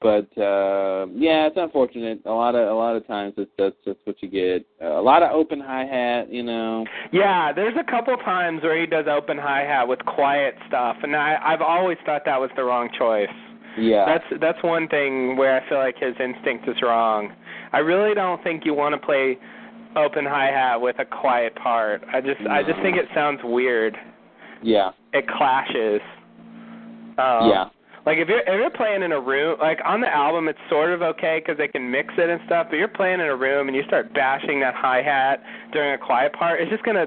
[SPEAKER 1] but uh, yeah, it's unfortunate. A lot of a lot of times, that's that's just what you get. Uh, a lot of open hi hat. You know.
[SPEAKER 3] Yeah, there's a couple times where he does open hi hat with quiet stuff, and I I've always thought that was the wrong choice.
[SPEAKER 1] Yeah.
[SPEAKER 3] That's that's one thing where I feel like his instinct is wrong. I really don't think you want to play open hi hat with a quiet part. I just I just
[SPEAKER 1] No.
[SPEAKER 3] think it sounds weird.
[SPEAKER 1] yeah.
[SPEAKER 3] It clashes. Um,
[SPEAKER 1] yeah.
[SPEAKER 3] Like if you're if you're playing in a room, like on the album, it's sort of okay because they can mix it and stuff. But you're playing in a room and you start bashing that hi hat during a quiet part, it's just gonna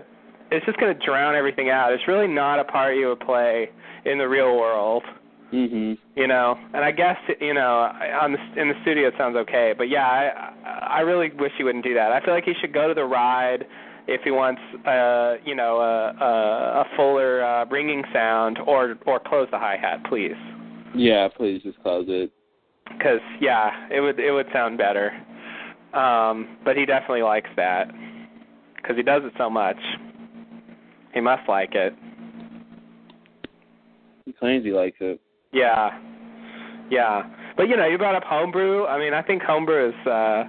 [SPEAKER 3] it's just gonna drown everything out. It's really not a part you would play in the real world,
[SPEAKER 1] Mhm.
[SPEAKER 3] you know. And I guess you know I- on the s- in the studio it sounds okay, but yeah, I I really wish he wouldn't do that. I feel like he should go to the ride if he wants uh you know a a, a fuller uh, ringing sound or or close the hi hat, please
[SPEAKER 1] Yeah, please just close it.
[SPEAKER 3] because yeah, it would it would sound better. Um, but he definitely likes that because he does it so much. He must like it.
[SPEAKER 1] He claims he likes it.
[SPEAKER 3] Yeah, yeah. But you know, you brought up homebrew. I mean, I think homebrew is uh,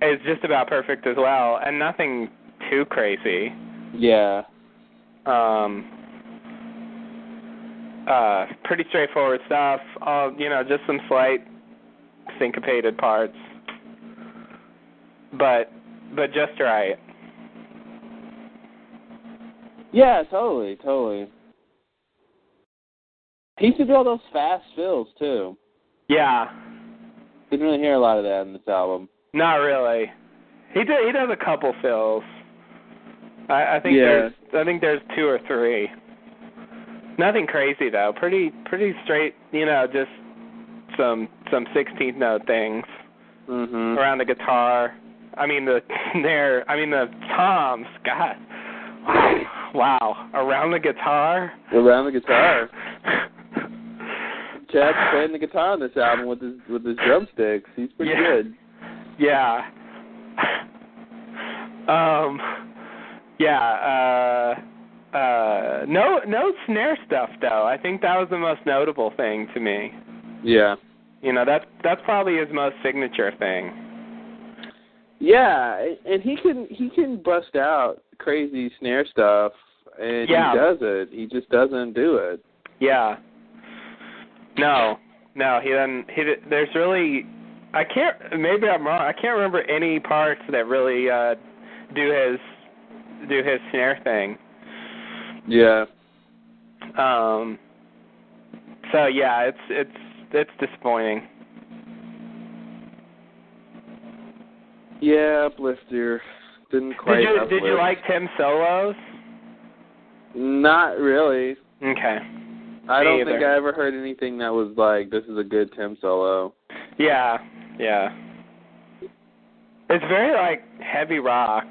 [SPEAKER 3] is just about perfect as well, and nothing too crazy.
[SPEAKER 1] Yeah.
[SPEAKER 3] um, uh, pretty straightforward stuff. Uh, you know, just some slight syncopated parts, but but just right.
[SPEAKER 1] Yeah, totally, totally. He used to do all those fast fills too.
[SPEAKER 3] Yeah,
[SPEAKER 1] Didn't really hear a lot of that in this album.
[SPEAKER 3] Not really. He did. He does a couple fills. I, I think
[SPEAKER 1] Yeah.
[SPEAKER 3] there's. I think there's two or three. Nothing crazy though. Pretty pretty straight. You know, just some some 16th note things
[SPEAKER 1] Mm-hmm.
[SPEAKER 3] around the guitar. I mean the there. I mean the toms. God. Wow. Around the guitar.
[SPEAKER 1] Around the guitar. Chad's playing the guitar on this album with his with his drumsticks. He's pretty
[SPEAKER 3] Yeah.
[SPEAKER 1] good.
[SPEAKER 3] Yeah. Um yeah, uh uh no no snare stuff though. I think that was the most notable thing to me.
[SPEAKER 1] Yeah.
[SPEAKER 3] You know, that that's probably his most signature thing.
[SPEAKER 1] Yeah, and he can he can bust out crazy snare stuff, and
[SPEAKER 3] Yeah.
[SPEAKER 1] he does it. He just doesn't do it.
[SPEAKER 3] Yeah. No. No, he doesn't he di- there's really I can't maybe I'm wrong. I can't remember any parts that really uh do his do his snare thing.
[SPEAKER 1] Yeah.
[SPEAKER 3] Um. So yeah, it's it's it's disappointing.
[SPEAKER 1] Yeah, uplifter. Didn't quite.
[SPEAKER 3] did you did
[SPEAKER 1] uplift.
[SPEAKER 3] you like Tim solos?
[SPEAKER 1] Not really.
[SPEAKER 3] Okay.
[SPEAKER 1] I
[SPEAKER 3] Me
[SPEAKER 1] don't
[SPEAKER 3] either.
[SPEAKER 1] think I ever heard anything that was like this is a good Tim solo.
[SPEAKER 3] Yeah, yeah. It's very like heavy rock.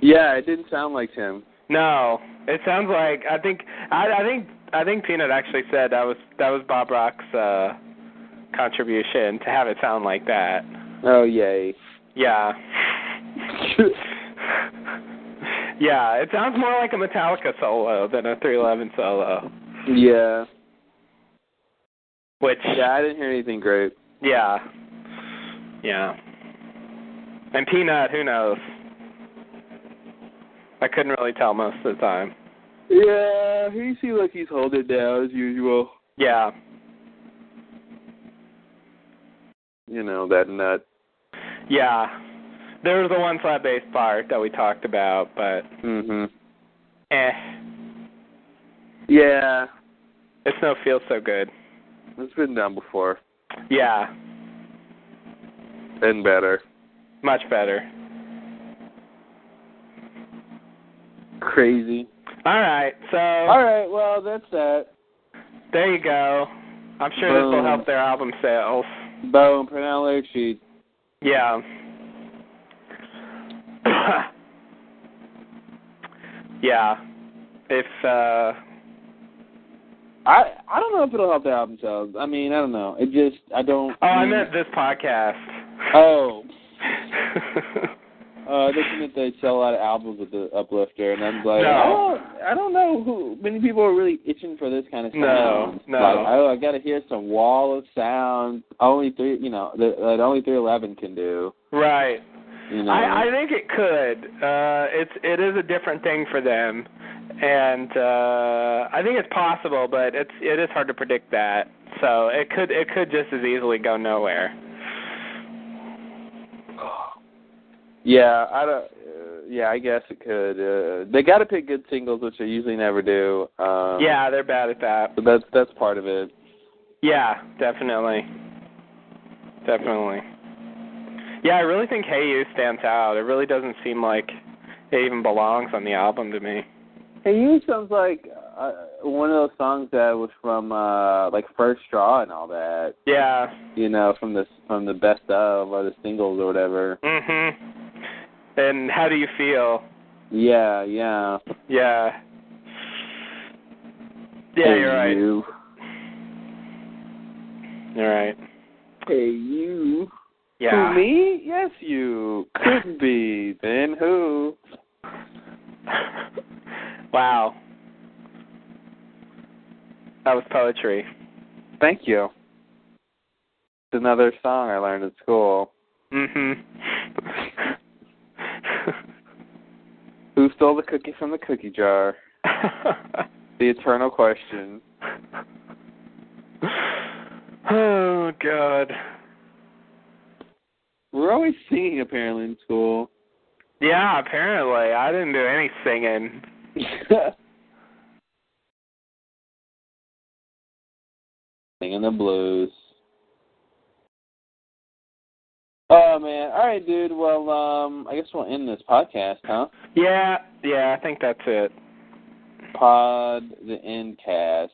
[SPEAKER 1] Yeah, it didn't sound like Tim.
[SPEAKER 3] No, it sounds like I think I I think I think Peanut actually said that was that was Bob Rock's uh contribution to have it sound like that.
[SPEAKER 1] Oh yay.
[SPEAKER 3] Yeah. yeah, it sounds more like a Metallica solo than a 311 solo.
[SPEAKER 1] yeah.
[SPEAKER 3] Which
[SPEAKER 1] Yeah, I didn't hear anything great.
[SPEAKER 3] yeah. Yeah. And Peanut, who knows? I couldn't really tell most of the time.
[SPEAKER 1] Yeah, he seems like he's holding it down as usual.
[SPEAKER 3] Yeah.
[SPEAKER 1] You know that nut.
[SPEAKER 3] Yeah. There was the one flat bass part that we talked about, but
[SPEAKER 1] Mhm.
[SPEAKER 3] eh,
[SPEAKER 1] Yeah,
[SPEAKER 3] it's no feel so good.
[SPEAKER 1] it's been done before
[SPEAKER 3] Yeah,
[SPEAKER 1] and better.
[SPEAKER 3] much better.
[SPEAKER 1] Crazy.
[SPEAKER 3] All right. So
[SPEAKER 1] All right, well that's that.
[SPEAKER 3] There you go. I'm sure this will
[SPEAKER 1] Boom.
[SPEAKER 3] help their album sales.
[SPEAKER 1] Boom, Pernell Lurchie.
[SPEAKER 3] Yeah. yeah. If uh
[SPEAKER 1] I I don't know if it'll help the album sales. I mean, I don't know. It just I don't.
[SPEAKER 3] Oh, I meant this podcast.
[SPEAKER 1] Oh, uh, they think that they sell a lot of albums with the uplifter, and I'm like,
[SPEAKER 3] No.
[SPEAKER 1] I don't, I don't know who. Many people are really itching for this kind of
[SPEAKER 3] No,
[SPEAKER 1] sound.
[SPEAKER 3] no.
[SPEAKER 1] Like, oh, I got to hear some wall of sound. Only three, you know, that, that only three eleven can do.
[SPEAKER 3] right.
[SPEAKER 1] You know.
[SPEAKER 3] I, I think it could. Uh it's it is a different thing for them. And uh I think it's possible, but it's it is hard to predict that. So it could it could just as easily go nowhere.
[SPEAKER 1] yeah, I don't. Uh, yeah, I guess it could. Uh, they got to pick good singles, which they usually never do. Um,
[SPEAKER 3] Yeah, they're bad at that.
[SPEAKER 1] but that's that's part of it.
[SPEAKER 3] Yeah, definitely. Definitely. Yeah, I really think Hey You stands out. It really doesn't seem like it even belongs on the album to me.
[SPEAKER 1] Hey, you sounds like uh, one of those songs that was from uh like First Straw and all that.
[SPEAKER 3] Yeah.
[SPEAKER 1] You know, from the from the best of or the singles or whatever.
[SPEAKER 3] Mhm. And how do you feel?
[SPEAKER 1] Yeah, yeah.
[SPEAKER 3] Yeah. Yeah,
[SPEAKER 1] hey,
[SPEAKER 3] you're right.
[SPEAKER 1] You.
[SPEAKER 3] You're right.
[SPEAKER 1] Hey, you. Who,
[SPEAKER 3] Yeah.
[SPEAKER 1] me? Yes, you. Could be. Then who?
[SPEAKER 3] Wow. That was poetry.
[SPEAKER 1] Thank you. It's another song I learned at school.
[SPEAKER 3] Mm-hmm. Mhm.
[SPEAKER 1] Who stole the cookie from the cookie jar? The eternal question.
[SPEAKER 3] oh God.
[SPEAKER 1] We're always singing apparently in school.
[SPEAKER 3] Yeah, apparently I didn't do any singing.
[SPEAKER 1] Singing the blues. Oh man. All right, dude. Well, um, I guess we'll end this podcast, huh?
[SPEAKER 3] Yeah, yeah, I think that's it.
[SPEAKER 1] Pod the end cast.